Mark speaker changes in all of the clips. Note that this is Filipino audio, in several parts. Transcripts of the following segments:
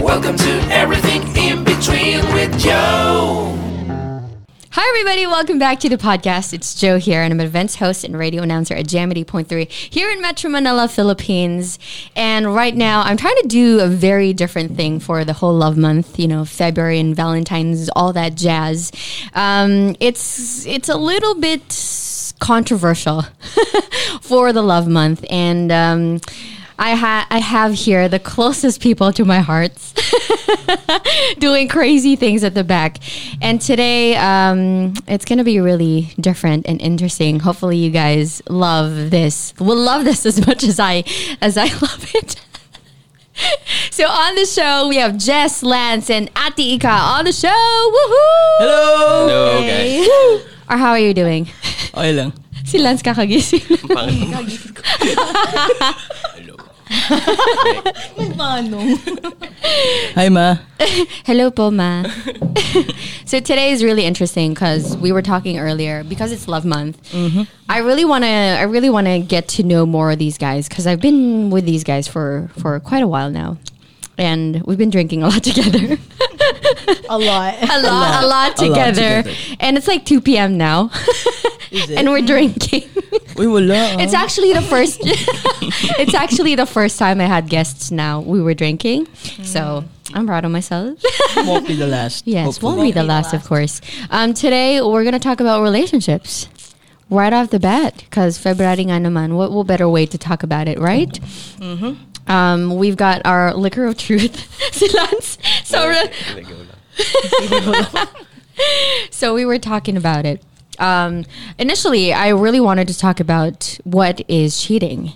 Speaker 1: Welcome to Everything in Between with Joe.
Speaker 2: Hi, everybody. Welcome back to the podcast. It's Joe here, and I'm an events host and radio announcer at Jamity Point Three here in Metro Manila, Philippines. And right now, I'm trying to do a very different thing for the whole love month. You know, February and Valentine's, all that jazz. Um, it's it's a little bit controversial for the love month, and. Um, I, ha- I have here the closest people to my hearts doing crazy things at the back. And today, um, it's going to be really different and interesting. Hopefully, you guys love this. Will love this as much as I as I love it. so on the show, we have Jess, Lance, and Ati Ika on the show. Woohoo!
Speaker 3: Hello!
Speaker 4: Hello,
Speaker 2: Hey.
Speaker 4: guys.
Speaker 2: Woo! Or how are you doing?
Speaker 3: Okay lang.
Speaker 2: Si Lance kakagising.
Speaker 3: Hi, Ma.
Speaker 2: Hello po, ma. so today is really interesting because we were talking earlier because it's Love Month. I really want to. I really want to get to know more of these guys because I've been with these guys for for quite a while now, and we've been drinking a lot together.
Speaker 5: a lot.
Speaker 2: a lot, a lot
Speaker 3: A lot
Speaker 2: together.
Speaker 3: together.
Speaker 2: And it's like two p.m. now, and we're drinking.
Speaker 3: Uy, wala.
Speaker 2: It's actually the first. it's actually the first time I had guests. Now we were drinking, so I'm proud of myself.
Speaker 3: won't be the last.
Speaker 2: Yes,
Speaker 3: hopefully.
Speaker 2: won't be the last, of course. Um, today we're gonna talk about relationships right off the bat because February nga naman. What, what better way to talk about it, right? Um, we've got our liquor of truth, si Lance. So, re- so we were talking about it. Um, initially, I really wanted to talk about what is cheating.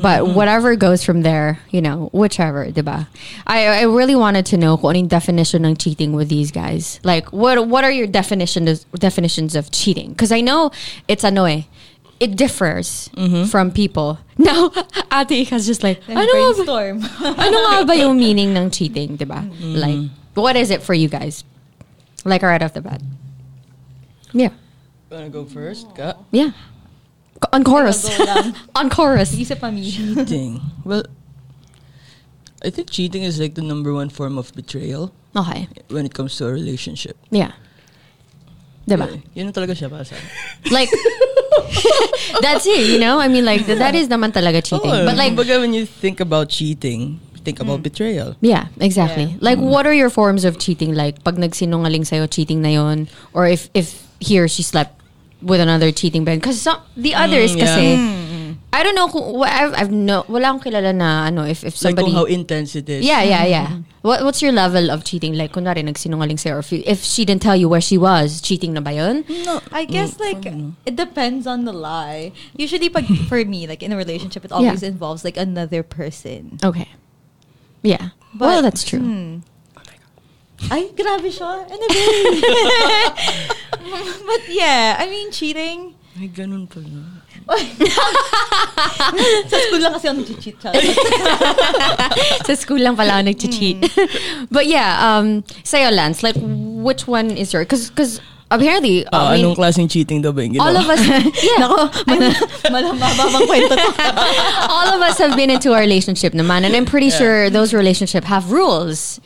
Speaker 2: But whatever goes from there, you know, whichever, diba? I, I really wanted to know what definition ng cheating with these guys. Like, what what are your definition definitions of cheating? Because I know it's ano eh, it differs from people. Now, Ate Ika's just like, ano nga ba-
Speaker 5: Brainstorm.
Speaker 2: ano nga ba yung meaning ng cheating, di ba? Like, what is it for you guys? Like right off the bat. Yeah.
Speaker 3: Wanna go first? Ka?
Speaker 2: Yeah. K- On chorus.
Speaker 5: Go lang.
Speaker 2: On chorus.
Speaker 5: Isa pa mi.
Speaker 3: Cheating. Well, I think cheating is like the number one form of betrayal
Speaker 2: Okay.
Speaker 3: when it comes to a relationship.
Speaker 2: Yeah. Diba?
Speaker 3: Yeah, Yun na talaga siya para sa akin.
Speaker 2: Like, that's it, you know? I mean, like, th- that is naman talaga cheating.
Speaker 3: Oo,
Speaker 2: but like, Hmm.
Speaker 3: kumbaga when you think about cheating, think about betrayal.
Speaker 2: yeah, exactly.
Speaker 5: Yeah.
Speaker 3: Mm.
Speaker 2: Like, what are your forms of cheating? Like, pag nagsinungaling sa'yo, cheating na yon. Or if, if he or she slept with another cheating friend. Because the others,
Speaker 3: yeah.
Speaker 2: kasi, I don't know kung wha- I've, I've no wala akong kilala na ano if if
Speaker 3: Like
Speaker 2: somebody
Speaker 3: kung how intense it is.
Speaker 2: Yeah, yeah, yeah. What what's your level of cheating? Like kunwari nagsinungaling sa'yo or if, you- if she didn't tell you where she was, cheating na ba yun?
Speaker 5: I guess like it depends on the lie. Usually pag for me like in a relationship it always involves like another person.
Speaker 2: Okay. Yeah.
Speaker 5: But-
Speaker 2: well, that's true.
Speaker 5: Hmm. Ay, grabe siya. Ano ba? But yeah, I mean cheating.
Speaker 3: Ay, ganun pala.
Speaker 5: Sa school lang kasi ako nag-cheat siya.
Speaker 2: Sa school lang pala ako nag-cheat. But yeah, um sa'yo Lance, like which one is your cuz cuz apparently
Speaker 3: Ah,
Speaker 2: I mean,
Speaker 3: anong klaseng cheating daw ba yung ginawa?
Speaker 2: all of us yeah.
Speaker 5: Nako, malamababang kwento to.
Speaker 2: all of us have been into a relationship naman and I'm pretty sure those relationship have rules.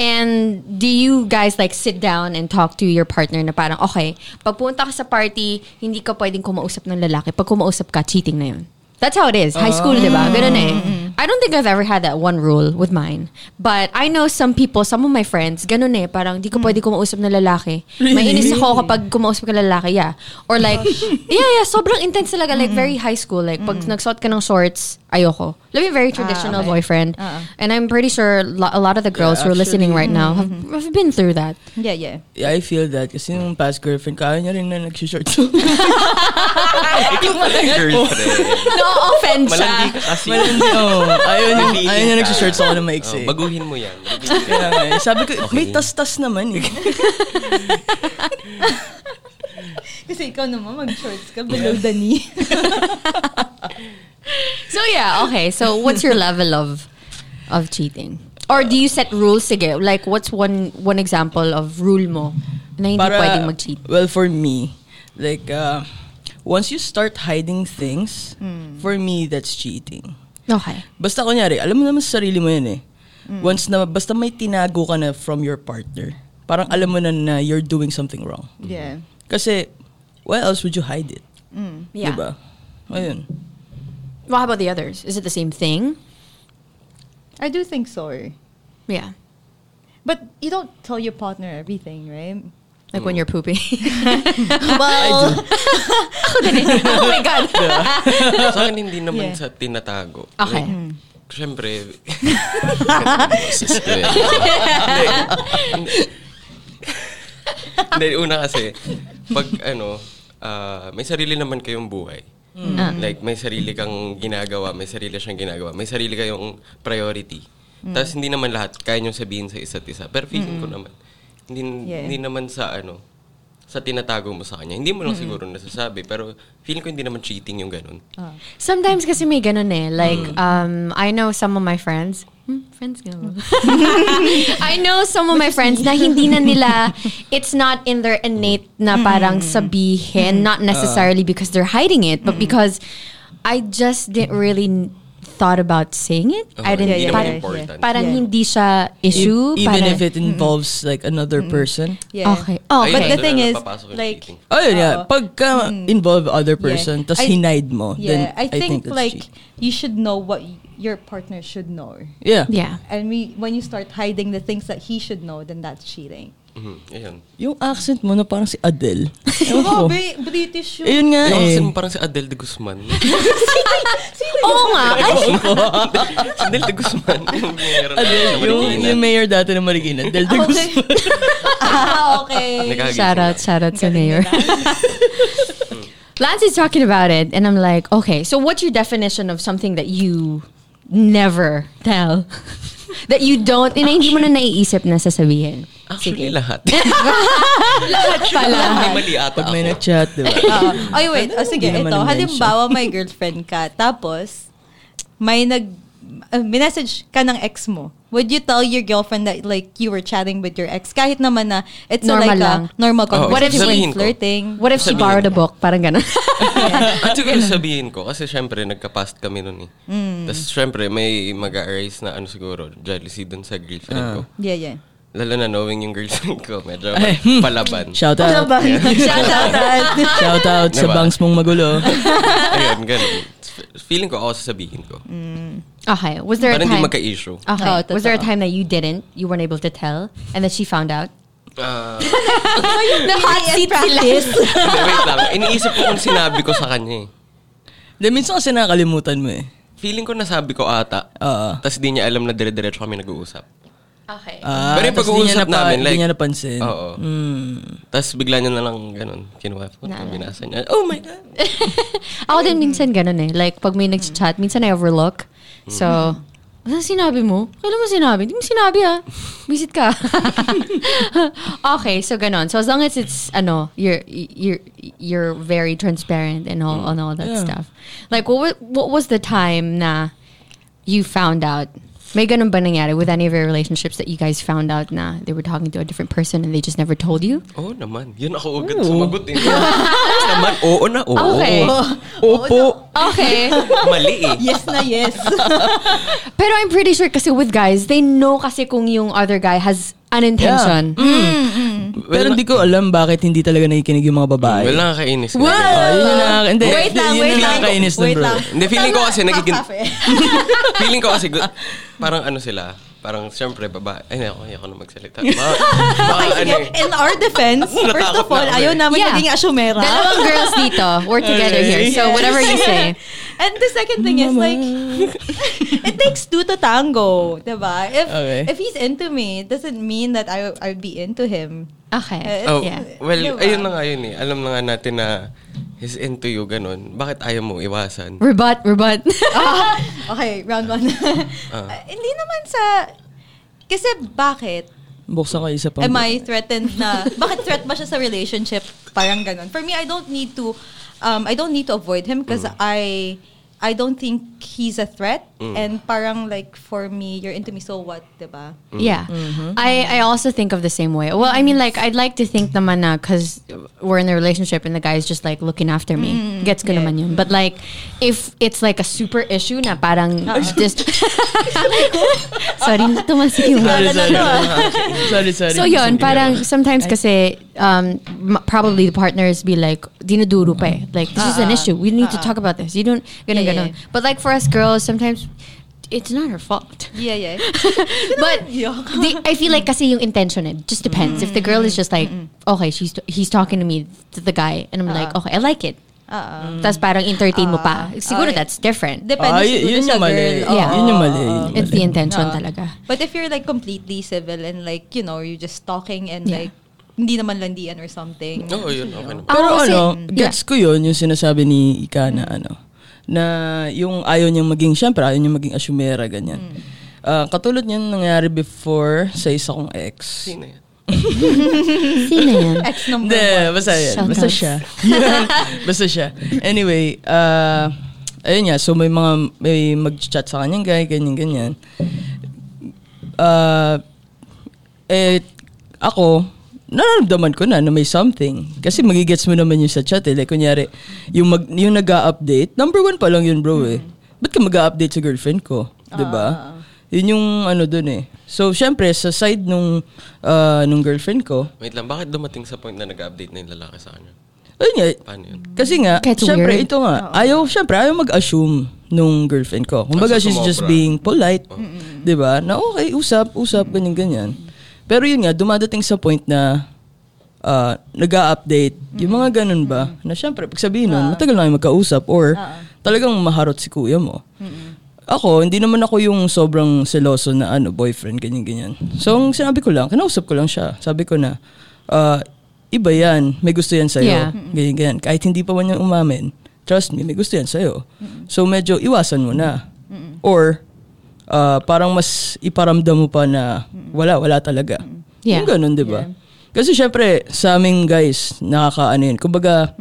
Speaker 2: And do you guys like sit down and talk to your partner na parang, okay, pagpunta ka sa party, hindi ka pwedeng kumausap ng lalaki. Pag kumausap ka, cheating na yun. That's how it is. High school, di ba? Ganun eh. I don't think I've ever had that one rule with mine. But I know some people, some of my friends, ganun eh, parang di ka pwede kumausap ng lalaki. Mainis ako kapag kumausap ka ng lalaki, yeah. Or like, yeah, yeah, sobrang intense talaga. Like, very high school. Like, pag nagsuot ka ng shorts, ayoko. Let me very traditional
Speaker 5: okay.
Speaker 2: boyfriend.
Speaker 5: Uh-uh.
Speaker 2: And I'm pretty sure lo- a lot of the girls who are listening right now have, have been through that.
Speaker 5: Yeah, yeah.
Speaker 3: Yeah, I feel that. Kasi yung past girlfriend, kaya niya rin na nag-short.
Speaker 4: Girlfriend.
Speaker 2: No offense ah.
Speaker 4: Malandi ka kasi.
Speaker 3: Malandi, oo. Ayaw niya,
Speaker 4: Malandi
Speaker 3: ayaw niya
Speaker 4: ka.
Speaker 3: nag-short sa ako ng maiksi.
Speaker 4: Oh, baguhin mo yan.
Speaker 3: Kaya nga eh. Sabi ko,
Speaker 4: Okay.
Speaker 3: may tas-tas naman eh.
Speaker 5: Kasi ikaw naman mag-shorts ka below the knee.
Speaker 2: So yeah, okay. So what's your level of of cheating? Or do you set rules again? Like what's one one example of rule mo na hindi pwedeng mag-cheat?
Speaker 3: Well, for me, like, uh, once you start hiding things,
Speaker 2: Hmm.
Speaker 3: for me, that's cheating.
Speaker 2: Okay.
Speaker 3: Basta kunyari, alam mo naman sa sarili mo yun eh.
Speaker 2: Hmm.
Speaker 3: Once na, basta may tinago ka na from your partner, parang alam mo na na you're doing something wrong.
Speaker 5: Yeah.
Speaker 3: Kasi, why else would you hide it?
Speaker 2: Yeah.
Speaker 3: Diba? Ayun.
Speaker 2: Well, how about the others? Is it the same thing?
Speaker 5: I do think so.
Speaker 2: Yeah.
Speaker 5: But you don't tell your partner everything, right?
Speaker 2: Like when you're pooping.
Speaker 5: well,
Speaker 2: oh my god.
Speaker 4: Sa akin, hindi
Speaker 5: Yeah.
Speaker 4: naman
Speaker 5: Hmm.
Speaker 4: sa tinatago.
Speaker 2: Okay.
Speaker 4: Like, Siyempre, boses ko eh. Hindi. Hindi. Hindi, una kasi, pag ano, ah, may sarili naman kayong buhay.
Speaker 5: Hmm.
Speaker 4: Ah. Like, may sarili kang ginagawa, may sarili siyang ginagawa, may sarili kayong priority.
Speaker 5: Hmm.
Speaker 4: Tapos hindi naman lahat kaya niyong sabihin sa isa't isa. Pero feeling ko naman, hindi,
Speaker 5: Yeah.
Speaker 4: hindi naman sa ano, sa tinatago mo sa kanya. Hindi mo
Speaker 5: Hmm.
Speaker 4: lang siguro nasasabi, pero feeling ko hindi naman cheating yung ganun.
Speaker 2: Sometimes kasi may ganun eh. Like, um, I know some of my friends. Hmm, friends nga ba? I know some of my friends na hindi na nila, it's not in their innate na parang sabihin. Not necessarily because they're hiding it, but because I just didn't really n- thought about saying it. I
Speaker 4: Okay,
Speaker 2: didn't,
Speaker 4: hindi
Speaker 5: yeah,
Speaker 4: naman
Speaker 5: yeah,
Speaker 2: parang,
Speaker 4: important.
Speaker 2: parang
Speaker 5: Yeah.
Speaker 2: hindi siya issue.
Speaker 3: E- even
Speaker 2: parang,
Speaker 3: if it involves like another person.
Speaker 5: yeah.
Speaker 2: Okay. Oh,
Speaker 4: Ayun,
Speaker 5: but
Speaker 2: okay.
Speaker 5: the
Speaker 4: doon
Speaker 5: thing
Speaker 4: na
Speaker 5: is,
Speaker 4: napapasok yung
Speaker 5: like, Uh,
Speaker 4: cheating.
Speaker 3: Ayun, Oh, yeah.
Speaker 5: Oo. Hmm.
Speaker 3: Pagka involve other person, tas
Speaker 5: I-
Speaker 3: hinide mo, then
Speaker 5: yeah, I think,
Speaker 3: that's
Speaker 5: like
Speaker 3: cheating.
Speaker 5: you should know what y- your partner should know,
Speaker 3: Yeah.
Speaker 2: Yeah.
Speaker 5: and we when you start hiding the things that he should know, then that's cheating.
Speaker 4: Mhm, ayun.
Speaker 3: Yung accent mo na parang si Adele. Ewan ko.
Speaker 5: Grabe, British yun.
Speaker 3: Ayun nga eh.
Speaker 4: Yung kasi parang si Adele de Guzman.
Speaker 2: Oo nga.
Speaker 4: si Adele de Guzman. Yung meron na
Speaker 3: Adele,
Speaker 4: siya
Speaker 3: yung,
Speaker 4: Marikina.
Speaker 3: yung mayor dati ng Marikina. Adele de Guzman.
Speaker 5: ah, okay.
Speaker 4: Nagkagising
Speaker 2: Shout out,
Speaker 4: lang.
Speaker 2: shout out to Mayor. Lance is talking about it, and I'm like, okay, so what's your definition of something that you never tell? that you don't, na hindi mo na naiisip na sasabihin.
Speaker 4: Actually,
Speaker 2: Sige.
Speaker 4: lahat.
Speaker 2: Lahat pala.
Speaker 4: May mali ata
Speaker 3: Pag may
Speaker 4: ako.
Speaker 3: nag-chat, di ba?
Speaker 5: Oo. Ay, wait. Oh, sige,
Speaker 3: Hindi naman
Speaker 5: ito.
Speaker 3: na-mention.
Speaker 5: Halimbawa, may girlfriend ka. Tapos, may nag... Uh, minessage ka ng ex mo. Would you tell your girlfriend that like you were chatting with your ex? Kahit naman na it's a,
Speaker 2: Normal
Speaker 5: like
Speaker 2: lang.
Speaker 5: a normal
Speaker 4: Oo,
Speaker 5: conversation.
Speaker 4: What if sabihin ko?
Speaker 5: flirting?
Speaker 2: What if she
Speaker 4: Sabihin.
Speaker 2: borrowed a book? Parang ganun.
Speaker 4: At siguro sabihin ko, kasi syempre, nagka-past kami nun eh.
Speaker 2: Mm.
Speaker 4: Tapos syempre, may mag-arise na ano siguro, jealousy dun sa girlfriend ko.
Speaker 5: Yeah, yeah.
Speaker 4: Lalo na knowing yung girlfriend ko, medyo
Speaker 3: Ay,
Speaker 4: palaban.
Speaker 3: Shout out.
Speaker 5: Shout out.
Speaker 3: Shout out sa
Speaker 4: Diba?
Speaker 3: bangs mong magulo.
Speaker 4: Ayun, ganun. Feeling ko, ako sasabihin ko.
Speaker 2: Mm. okay, was there
Speaker 4: Para
Speaker 2: a
Speaker 4: hindi
Speaker 2: time...
Speaker 4: magka-issue.
Speaker 2: Okay.
Speaker 5: Oo,
Speaker 2: was there a
Speaker 5: totoo.
Speaker 2: time that you didn't, you weren't able to tell, and that she found out?
Speaker 4: Ah,
Speaker 2: the hot seat sila.
Speaker 4: hindi, wait lang. Iniisip ko kung sinabi ko sa kanya eh.
Speaker 3: Hindi, minsan kasi nakakalimutan mo eh.
Speaker 4: Feeling ko nasabi ko ata.
Speaker 3: Oo.
Speaker 4: Tapos di niya alam na dire-diretso kami nag-uusap.
Speaker 2: Okay.
Speaker 3: Ah,
Speaker 4: Pero yung
Speaker 3: tas di niya
Speaker 4: pag-uusap
Speaker 3: napa-
Speaker 4: namin, like-
Speaker 3: Hindi niya napansin. Hmm.
Speaker 4: Oo. Tapos bigla niya na lang ganun. Kinuha ko.
Speaker 2: Naalala.
Speaker 4: Binasa niya. Oh my God.
Speaker 2: Ako din minsan ganun eh. Like, pag may nag-chat, minsan I overlook. So, ano sinabi mo? Kailan mo sinabi? Hindi mo sinabi ah. Visit ka. okay, so ganun. So as long as it's, ano, you're, you're, you're very transparent and all, on all that
Speaker 3: Yeah.
Speaker 2: stuff. Like, what, wa- what was the time na you found out? May ganun ba nangyari with any of your relationships that you guys found out na they were talking to a different person and they just never told you?
Speaker 4: Oo naman. Yun ako agad sumagot. Eh. Yes naman. Oo na. Oo.
Speaker 2: Okay.
Speaker 4: oo.
Speaker 3: Opo.
Speaker 2: Okay.
Speaker 4: Mali eh.
Speaker 5: Yes na yes.
Speaker 2: Pero I'm pretty sure kasi with guys, they know kasi kung yung other guy has an intention.
Speaker 3: Pero hindi ko alam bakit hindi talaga nakikinig yung mga babae.
Speaker 4: Wala nakakainis. na.
Speaker 3: Ah, yun yung nakaka- hindi,
Speaker 5: wait lang,
Speaker 3: yun yung
Speaker 5: wait lang.
Speaker 3: nakakainis nun,
Speaker 5: Wait
Speaker 3: bro.
Speaker 5: lang.
Speaker 4: Hindi, feeling ko kasi nagiging...
Speaker 5: Half-half eh.
Speaker 4: feeling ko kasi... gu- Parang ano sila. Parang siyempre babae. Ay, ako, ayoko na magsalita. Baka, baka ano eh.
Speaker 5: In our defense, first of
Speaker 4: Natakot
Speaker 5: all,
Speaker 4: na ako
Speaker 5: ayaw
Speaker 4: eh.
Speaker 5: namin
Speaker 2: Yeah.
Speaker 5: naging asyumera.
Speaker 2: Dalawang girls dito. We're together here. So whatever you say.
Speaker 5: And the second thing is like, it takes two to tango, diba? If
Speaker 3: Okay.
Speaker 5: if he's into me, it doesn't mean that I I'd be into him.
Speaker 2: Okay.
Speaker 5: Eh,
Speaker 4: Oh,
Speaker 2: Yeah.
Speaker 4: well,
Speaker 5: Diba?
Speaker 4: ayun na nga yun eh. Alam na nga natin na he's into you, ganun. Bakit ayaw mo iwasan?
Speaker 2: Rebut, rebut.
Speaker 5: Ah. Okay, round one.
Speaker 2: Uh.
Speaker 5: Ah, hindi naman sa kasi bakit
Speaker 3: Buksan ko isa
Speaker 2: Oh,
Speaker 3: pang.
Speaker 5: am I threatened na? bakit threat ba siya sa relationship? Parang ganun. For me, I don't
Speaker 2: Mm.
Speaker 5: need to um I don't need to avoid him because I I don't think he's a threat. And parang like for me, you're into me, so what, diba?
Speaker 2: Yeah. I, I also think of the same way. Well, I mean, like, I'd like to think naman na because we're in a relationship and the guy's just, like, looking after me. Gets ko naman yun. But, like, if it's, like, a super issue na parang this... Sorry, tumasin yung-
Speaker 3: Sorry, sorry. sorry, sorry.
Speaker 2: So yun, parang sometimes kasi um, m- probably the partners be like, dinuduro pa eh.
Speaker 5: Ah.
Speaker 2: Like, this is an issue. We need to talk about this. You don't, ganun,
Speaker 5: Yeah, yeah,
Speaker 2: ganun.
Speaker 5: yeah.
Speaker 2: But like for us girls, sometimes it's not her fault.
Speaker 5: Yeah, yeah.
Speaker 2: but the, I feel like kasi yung intention, it just depends. If the
Speaker 5: Mm.
Speaker 2: girl is just like, okay, she's he's talking to me, to the guy, and I'm
Speaker 5: Ah.
Speaker 2: like, okay, I like it.
Speaker 5: Uh,
Speaker 2: Tapos parang entertain mo pa. Siguro
Speaker 5: Ah. Okay.
Speaker 2: that's different.
Speaker 3: Ah,
Speaker 5: depende siguro
Speaker 3: yun, yun
Speaker 5: sa
Speaker 3: yung mali. Oh.
Speaker 5: girl.
Speaker 2: Yeah.
Speaker 5: Oo.
Speaker 3: Yun yung mali. yun yung
Speaker 2: It's
Speaker 3: mali.
Speaker 2: the intention
Speaker 5: Oo.
Speaker 2: talaga.
Speaker 5: But if you're like completely civil and like, you know, you're just talking and
Speaker 2: Yeah.
Speaker 5: like, hindi naman landian or something.
Speaker 4: Oo, yun. Okay naman.
Speaker 3: Pero
Speaker 2: Ako kasi-
Speaker 3: ano,
Speaker 2: Yeah.
Speaker 3: gets ko yun yung sinasabi ni Ika na ano, na yung ayaw niyang maging, syempre ayaw niyang maging asyumera, ganyan.
Speaker 5: Mm.
Speaker 3: Ah, katulad niyan nangyari before sa isa kong ex.
Speaker 4: Sino yan?
Speaker 2: Sino yan?
Speaker 5: Ex number
Speaker 3: Hindi,
Speaker 5: one.
Speaker 3: basta yan.
Speaker 2: Shoutouts.
Speaker 3: Basta siya. Yan, basta siya. Anyway, uh, ayun nga, so may mga, may mag-chat sa kanyang guy, ganyan, ganyan. Uh, eh, ako, nararamdaman ko na na may something. Kasi magigets mo naman yung sa chat eh. Like, kunyari, yung, mag, yung nag-update, number one pa lang yun bro eh. Ba't ka mag-update sa girlfriend ko? 'Di ba? Yun yung ano dun eh. So, syempre, sa side nung, ah, nung girlfriend ko,
Speaker 4: Wait lang, bakit dumating sa point na nag-update na yung lalaki sa kanya?
Speaker 3: ayun nga,
Speaker 4: Paano yun?
Speaker 3: kasi nga,
Speaker 2: Kahit
Speaker 3: syempre,
Speaker 2: weird.
Speaker 3: ito nga, ayaw, syempre, ayaw mag-assume nung girlfriend ko. Kumbaga,
Speaker 4: Kasi
Speaker 3: she's just
Speaker 4: sumobra.
Speaker 3: being polite. Di ba? Na okay, usap, usap, ganyan, ganyan. Pero yun nga, dumadating sa point na ah, nag-a-update. Yung mga ganun ba? Na syempre, pag sabihin
Speaker 2: Ah.
Speaker 3: nun, matagal na kayo magkausap or talagang maharot si kuya mo. Ako, hindi naman ako yung sobrang seloso na ano, boyfriend, ganyan, ganyan. So, ang sinabi ko lang, kinausap ko lang siya. Sabi ko na, ah, iba yan, may gusto yan sa'yo.
Speaker 2: Yeah.
Speaker 3: Ganyan, ganyan. Kahit hindi pa man niya umamin, trust me, may gusto yan sa'yo. So, medyo iwasan mo na. Or, ah, parang mas iparamdam mo pa na wala, wala talaga.
Speaker 2: Yeah.
Speaker 3: Yung ganun, di ba? Kasi syempre, sa aming guys, nakakaano yun. Kumbaga,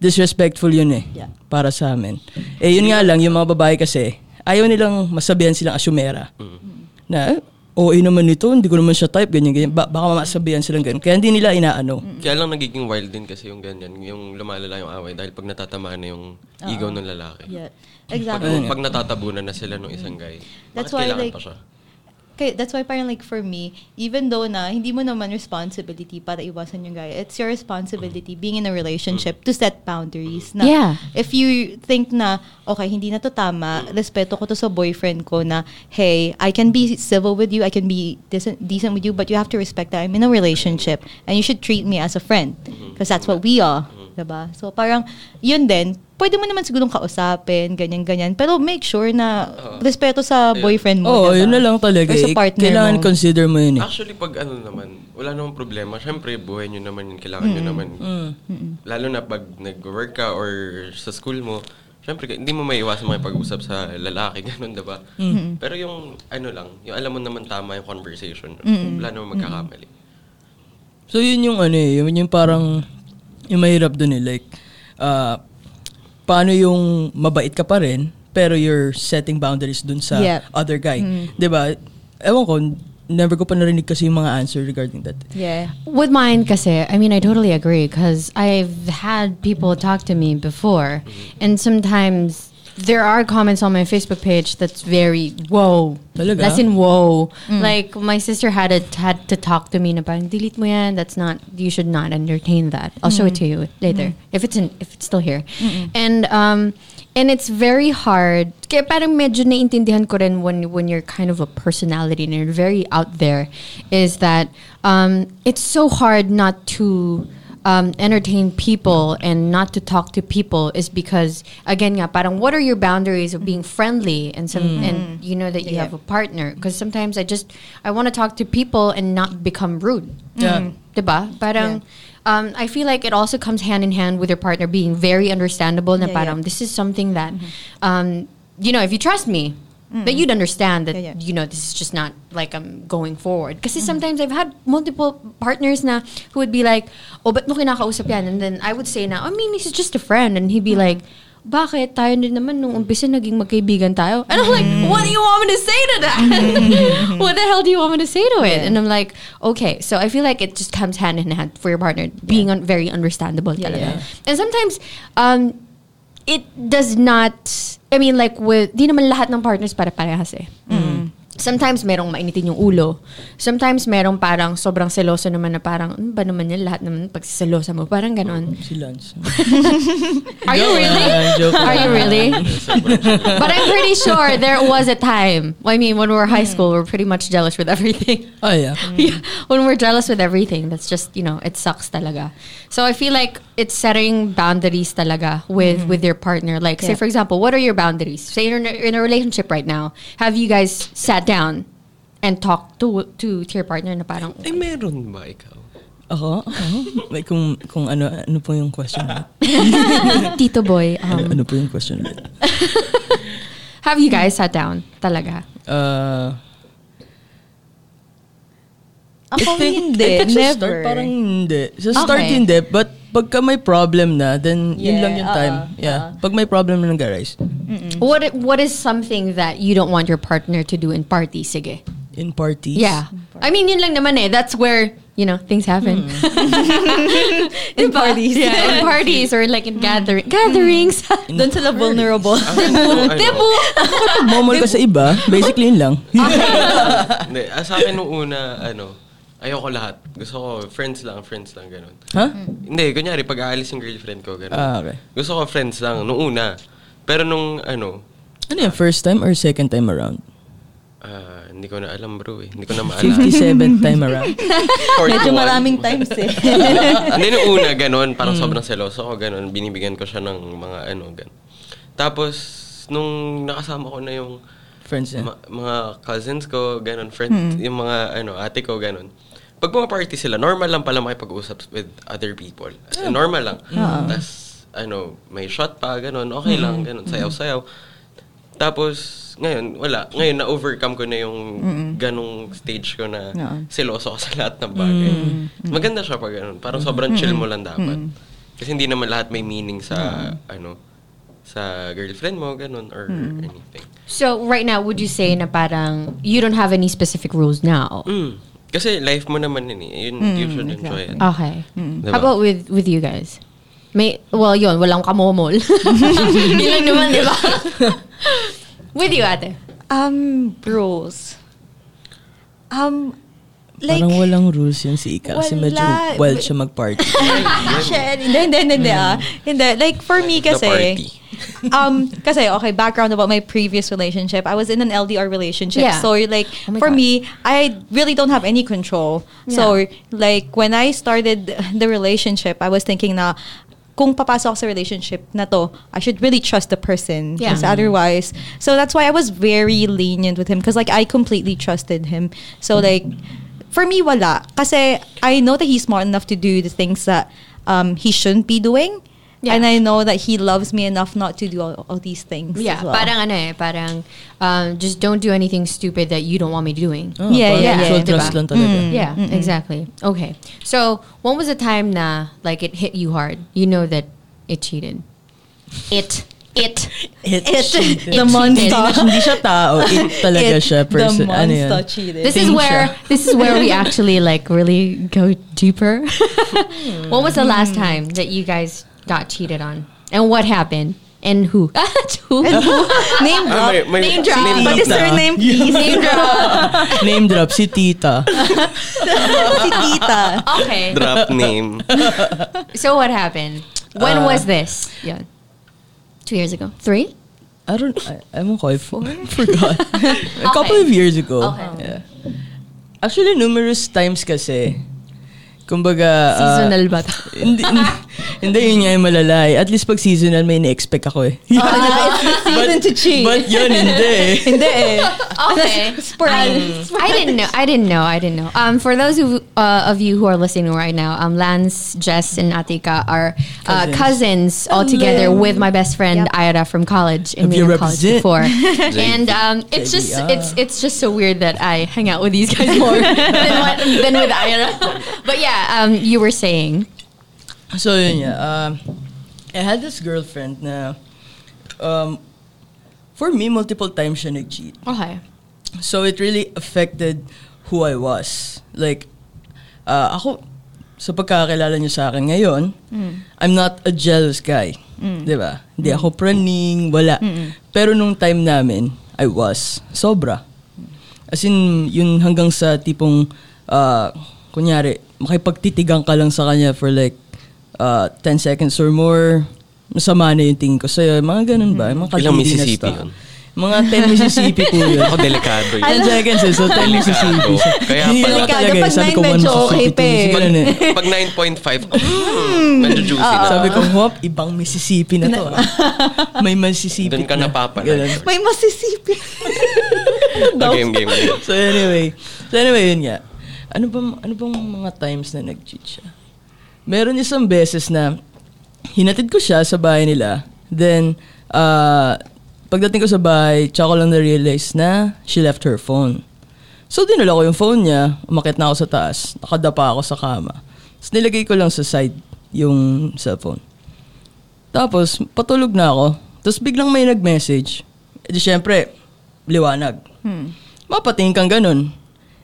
Speaker 3: disrespectful yun eh.
Speaker 5: Yeah.
Speaker 3: Para sa amin. Eh, yun nga lang, yung mga babae kasi, ayaw nilang masabihan silang asumera. Na, oo naman nito, hindi ko naman siya type, ganyan, ganyan. Ba- baka masabihan silang ganyan. Kaya hindi nila inaano.
Speaker 4: Kaya lang nagiging wild din kasi yung ganyan, yung lumalala yung away dahil pag natatama na yung ego ng lalaki.
Speaker 5: Yeah.
Speaker 4: Pag,
Speaker 5: Exactly.
Speaker 4: pag natatabunan na sila ng isang guy,
Speaker 5: That's
Speaker 4: bakit
Speaker 5: why,
Speaker 4: kailangan
Speaker 5: like,
Speaker 4: pa siya?
Speaker 5: Kaya that's why parang like for me, even though na hindi mo naman responsibility para iwasan yung guy, it's your responsibility being in a relationship to set boundaries. Na
Speaker 2: Yeah.
Speaker 5: If you think na, okay, hindi na to tama, respeto ko to sa boyfriend ko na, hey, I can be civil with you, I can be decent, decent with you, but you have to respect that I'm in a relationship and you should treat me as a friend because that's what we are. Diba? So parang, yun din, pwede mo naman sigurong kausapin, ganyan-ganyan, pero make sure na respeto sa boyfriend mo.
Speaker 3: Oo,
Speaker 5: diba?
Speaker 3: yun na lang talaga.
Speaker 5: Or sa
Speaker 3: eh.
Speaker 5: partner
Speaker 3: Kailangan
Speaker 5: mo.
Speaker 3: consider mo yun eh.
Speaker 4: Actually, pag ano naman, wala namang problema. Siyempre, buhay nyo naman yun. Kailangan nyo naman. Lalo na pag nag-work ka or sa school mo, siyempre, ka- hindi mo maiwasan makipag-usap sa lalaki. Ganun, diba? Pero yung ano lang, yung alam mo naman tama yung conversation. Wala namang magkakamali.
Speaker 3: So yun yung ano eh, yun yung parang yung mahirap dun eh, like ah, paano yung mabait ka pa rin pero you're setting boundaries dun sa
Speaker 5: Yeah.
Speaker 3: other guy.
Speaker 2: Mm.
Speaker 3: 'Di ba? Ewan ko, never ko pa narinig kasi yung mga answer regarding that.
Speaker 5: Yeah.
Speaker 2: With mine kasi, I mean, I totally agree because I've had people talk to me before, and sometimes there are comments on my Facebook page that's very whoa.
Speaker 3: Talaga?
Speaker 2: That's in whoa. Like my sister had a, had to talk to me na parang delete mo yan. That's not you should not entertain that. I'll show it to you later if it's in if it's still here. And um and it's very hard. Kaya parang medyo naiintindihan ko rin when when you're kind of a personality and you're very out there is that um it's so hard not to um, entertain people and not to talk to people is because again nga parang what are your boundaries of being friendly and some and you know that you
Speaker 5: Yeah.
Speaker 2: have a partner because sometimes I just I want to talk to people and not become rude
Speaker 3: Yeah.
Speaker 2: diba parang um, I feel like it also comes hand in hand with your partner being very understandable na
Speaker 5: Yeah,
Speaker 2: parang
Speaker 5: yeah.
Speaker 2: this is something that
Speaker 5: Mm-hmm.
Speaker 2: um, you know if you trust me that you'd understand that
Speaker 5: Yeah, Mm-hmm. yeah.
Speaker 2: you know this is just not like I'm going forward because sometimes I've had multiple partners na
Speaker 5: Mm-hmm.
Speaker 2: who would be like oh but mo kinakausap yan and then I would say na I mean this is just a friend and he'd be like bakit tayo din naman nung umpisa naging magkaibigan tayo? And I'm like,
Speaker 5: Mm-hmm.
Speaker 2: what do you want me to say to that? what the hell do you want me to say to it? And I'm like, okay. So I feel like it just comes hand in hand for your partner being un- very understandable talaga. And sometimes, um, it does not, I mean like, with, di naman lahat ng partners pare-parehas eh. Sometimes merong mainitin yung ulo. Sometimes merong parang sobrang seloso naman na parang, ano ba naman yan lahat naman pagsiselosa mo? Parang ganon.
Speaker 3: Si Lance.
Speaker 2: Are you really?
Speaker 3: Joke lang.
Speaker 2: Are you really? But I'm pretty sure there was a time. I mean, when we were high school, we were pretty much jealous with everything.
Speaker 3: Oh, yeah.
Speaker 2: yeah, when we're jealous with everything, that's just you know, it sucks talaga. So I feel like it's setting boundaries talaga with with your partner. Like, say
Speaker 5: Yeah.
Speaker 2: for example, what are your boundaries? Say you're in a, in a relationship right now. Have you guys sat down and talked to to, to your partner? Na parang,
Speaker 4: Ay, meron ba ikaw?
Speaker 3: Ako? Ako? Like, kung, kung ano, ano po yung question ulit?
Speaker 2: Tito boy,
Speaker 3: Ano,
Speaker 2: um,
Speaker 3: ano po yung question ulit?
Speaker 2: have you guys sat down? Talaga.
Speaker 3: Uh,
Speaker 5: Ako
Speaker 3: I
Speaker 5: hindi.
Speaker 3: think Sa start,
Speaker 5: Never.
Speaker 3: parang hindi. Sa start,
Speaker 5: Okay.
Speaker 3: hindi. But pagka may problem na, then yun
Speaker 5: Yeah, uh-uh,
Speaker 3: lang yung time.
Speaker 5: oo,
Speaker 3: yeah. Pag may problem na nag-arise.
Speaker 2: What what is something that you don't want your partner to do in party? Sige.
Speaker 3: In parties.
Speaker 2: Yeah. I mean, yun lang naman eh. That's where, you know, things happen.
Speaker 5: Hmm.
Speaker 2: in parties. Yeah, in parties or like in
Speaker 5: Hmm.
Speaker 2: gathering gatherings.
Speaker 5: Doon sila vulnerable.
Speaker 4: Ano,
Speaker 2: Tebu!
Speaker 3: Momol Ah, ka sa iba, basically yun lang.
Speaker 5: Ah.
Speaker 4: Hindi, ah, sa akin nung una, ano, ayoko lahat. Gusto ko, friends lang, friends lang, ganun.
Speaker 3: ha?
Speaker 5: Hmm.
Speaker 4: Hindi, kunyari, pag aalis yung girlfriend ko, ganun.
Speaker 3: Ah, okay.
Speaker 4: Gusto ko friends lang, nung una. Pero nung, ano,
Speaker 3: Ano yan, first time or second time around?
Speaker 4: ah, hindi ko na alam bro eh. Hindi ko na maalala.
Speaker 3: 57th time around.
Speaker 4: 41.
Speaker 5: Medyo maraming times eh.
Speaker 4: Hindi, nung una, ganun. Parang sobrang seloso ako, ganun. Binibigyan ko siya ng mga ano, ganun. Tapos, nung nakasama ko na yung
Speaker 3: Friends yan.
Speaker 4: ma- mga cousins ko, ganun, friend, yung mga ano, ate ko, ganun. Pag mga party sila, normal lang pala makipag-usap with other people. As in, normal lang. Tapos, ano, may shot pa, ganun, okay lang, ganun, sayaw-sayaw. Tapos, ngayon, wala. Ngayon, na-overcome ko na yung ganong stage ko na seloso ako sa lahat ng bagay. Maganda siya pag ganun. Parang sobrang chill mo lang dapat. Kasi hindi naman lahat may meaning sa, ano, sa girlfriend mo, ganun, or anything.
Speaker 2: So right now, would you say na parang you don't have any specific rules now?
Speaker 4: Mm. Kasi life mo naman yun eh. Yun,
Speaker 2: Hmm,
Speaker 4: you should enjoy it.
Speaker 2: Okay.
Speaker 5: Hmm.
Speaker 4: Diba?
Speaker 2: How about with with you guys? May well, yun, walang kamomol. yun lang naman, di ba? with you, ate.
Speaker 5: um, rules. Um, like,
Speaker 3: Parang walang rules yun si Ika kasi
Speaker 5: Wala.
Speaker 3: medyo wild siya mag-party.
Speaker 5: Shit, hindi, hindi, hindi, hindi, ah. Hindi, like, for me kasi,
Speaker 4: The party.
Speaker 5: um, kasi, okay, background about my previous relationship. I was in an LDR relationship.
Speaker 2: Yeah.
Speaker 5: So, you're like,
Speaker 2: Oh my
Speaker 5: for
Speaker 2: God.
Speaker 5: me, I really don't have any control. So, like, when I started the relationship, I was thinking na, kung papasok ako sa relationship na to, I should really trust the person.
Speaker 2: Yeah.
Speaker 5: Kasi otherwise, so that's why I was very lenient with him because like I completely trusted him. So
Speaker 2: Mm.
Speaker 5: like, for me, wala. Kasi I know that he's smart enough to do the things that um, he shouldn't be doing.
Speaker 2: Yeah.
Speaker 5: And I know that he loves me enough not to do all, all these things.
Speaker 2: Yeah,
Speaker 5: as well.
Speaker 2: parang ano eh, parang um, just don't do anything stupid that you don't want me doing.
Speaker 3: Oh,
Speaker 5: Yeah,
Speaker 3: parang
Speaker 5: yeah,
Speaker 3: Mutual
Speaker 2: yeah.
Speaker 3: trust
Speaker 2: Diba? Mm,
Speaker 3: lang talaga.
Speaker 2: Yeah, exactly. Okay. So, when was the time na like it hit you hard? You know that it cheated. It it
Speaker 3: It,
Speaker 2: cheated.
Speaker 5: the
Speaker 2: It
Speaker 5: monster.
Speaker 2: cheated.
Speaker 3: Hindi siya tao. It talaga
Speaker 5: It-
Speaker 3: siya. Person,
Speaker 5: the
Speaker 3: ano yan?
Speaker 5: monster cheated.
Speaker 2: This is
Speaker 3: Thing
Speaker 2: where
Speaker 3: siya.
Speaker 2: this is where we actually like really go deeper. when was the last time that you guys got cheated on? And what happened? And who? who?
Speaker 5: name
Speaker 4: Ah,
Speaker 5: drop.
Speaker 4: may, may,
Speaker 2: Name drop.
Speaker 4: name
Speaker 5: But
Speaker 4: drop
Speaker 5: his
Speaker 4: na.
Speaker 5: surname, please. Name drop.
Speaker 3: Name drop, si Tita.
Speaker 5: si Tita.
Speaker 2: Okay.
Speaker 4: Drop name.
Speaker 2: So what happened? When was this? Yeah. Two years ago. Three?
Speaker 3: I don't, I, I'm okay. Four? Forgot. A couple of years ago.
Speaker 2: Okay.
Speaker 3: Yeah. Actually, numerous times kasi. Kumbaga, ah,
Speaker 2: Seasonal ba to?
Speaker 3: hindi, hindi yun nga yung malalay. At least pag seasonal, may ina-expect ako eh.
Speaker 5: Season to cheat.
Speaker 3: But yun, hindi eh.
Speaker 5: Hindi eh.
Speaker 2: Okay. I, I didn't know. I didn't know. I didn't know. Um, for those who, uh, of you who are listening right now, um, Lance, Jess, and Atika are uh, cousins,
Speaker 3: Cousins.
Speaker 2: all together with my best friend Ayada from college and
Speaker 3: If
Speaker 2: we
Speaker 3: you
Speaker 2: were in college
Speaker 3: represent.
Speaker 2: before. and um, it's just
Speaker 3: JDR.
Speaker 2: it's it's just so weird that I hang out with these guys more than, what, than with Ayada. But yeah, um, you were saying
Speaker 3: So yun yeah, um, I had this girlfriend na um, for me, multiple times siya nag-cheat.
Speaker 2: Okay.
Speaker 3: So it really affected who I was. Like, uh, ako, sa pagkakakilala niyo sa akin ngayon, I'm not a jealous guy. Di ba? Hindi ako praning, wala. Pero nung time namin, I was. Sobra. As in, yun hanggang sa tipong, uh, kunyari, makipagtitigan ka lang sa kanya for like uh, 10 seconds or more. Masama na yung tingin ko sa'yo. Mga ganun ba? Mga
Speaker 4: Ilang
Speaker 3: kaliminas
Speaker 4: Mississippi
Speaker 3: to.
Speaker 4: yun?
Speaker 3: Mga 10 Mississippi po yun.
Speaker 4: Ako delikado yun.
Speaker 2: Ano?
Speaker 3: 10 seconds eh. So, 10 Mississippi. siya.
Speaker 4: Kaya
Speaker 3: Hindi
Speaker 4: pala-
Speaker 3: lang talaga eh.
Speaker 5: Pag
Speaker 3: Sabi ko,
Speaker 5: nine,
Speaker 3: one
Speaker 5: medyo okay
Speaker 3: Mississippi,
Speaker 5: pa eh.
Speaker 3: two
Speaker 5: Ah.
Speaker 4: Pag,
Speaker 3: Mississippi. Ganun eh.
Speaker 4: pag 9.5, mm, medyo juicy na.
Speaker 3: Sabi ko, hop, ibang Mississippi na to. ah. May Mississippi
Speaker 4: Doon ka
Speaker 3: na.
Speaker 4: napapala.
Speaker 3: Ganun.
Speaker 5: May masisipin.
Speaker 4: Oh, game, game, game.
Speaker 3: So anyway, so anyway, yun nga. Ano bang, ano bang mga times na nag-cheat siya? Meron isang beses na hinatid ko siya sa bahay nila. Then, uh, pagdating ko sa bahay, tsaka ko lang na-realize na she left her phone. So, dinala ko yung phone niya. Umakit na ako sa taas. Nakadapa ako sa kama. Tapos nilagay ko lang sa side yung cellphone. Tapos, patulog na ako. Tapos biglang may nag-message. Eh di syempre, liwanag. Mapatingin kang ganun.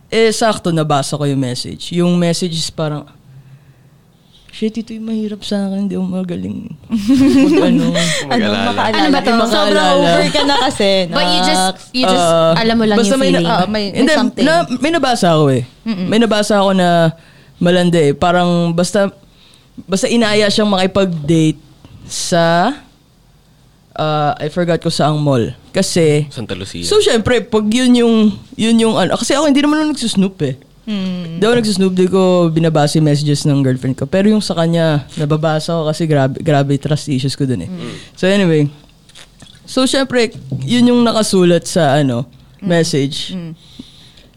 Speaker 3: Eh, sakto nabasa ko yung message. Yung message is parang, shit, ito yung mahirap sa akin. Hindi ako magaling. Mag, ano.
Speaker 4: Mag-alala.
Speaker 2: Ano ba to?
Speaker 5: Sobrang
Speaker 3: Makaalala.
Speaker 5: over ka na kasi.
Speaker 2: But you just, you just,
Speaker 3: Ah,
Speaker 2: alam mo lang
Speaker 3: basta
Speaker 2: yung feeling.
Speaker 3: May, na-
Speaker 5: Ah, Uh, may- may
Speaker 3: Hindi,
Speaker 5: something.
Speaker 3: Na, may nabasa ako eh. May nabasa ako na malandi eh. Parang basta, basta inaaya siyang makipag-date sa, ah, I forgot ko saang mall. Kasi,
Speaker 4: Santa Lucia.
Speaker 3: So, syempre, pag yun yung, yun yung ano, kasi ako hindi naman ako nagsusnoop eh. Hindi ako nagsusnoop, di ko binabasa yung messages ng girlfriend ko. Pero yung sa kanya, nababasa ko kasi grabe, grabe trust issues ko dun eh. So, anyway. So, syempre, yun yung nakasulat sa ano, message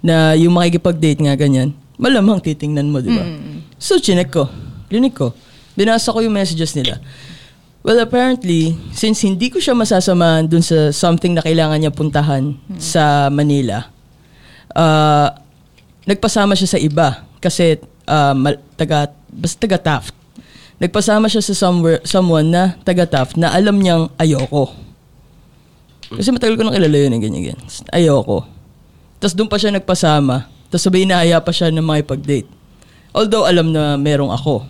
Speaker 3: na yung makikipag-date nga ganyan, malamang titingnan mo, di ba? So, chinek ko. Clinic ko. Binasa ko yung messages nila. Well, apparently, since hindi ko siya masasamahan dun sa something na kailangan niya puntahan sa Manila, ah, nagpasama siya sa iba kasi ah, mal- taga, basta taga Taft. Nagpasama siya sa somewhere, someone na taga Taft na alam niyang ayoko. Kasi matagal ko nang kilala yun, eh, ganyan, ganyan. Ayoko. Tapos doon pa siya nagpasama. Tapos sabay inaaya pa siya ng mga pag-date. Although alam na merong ako.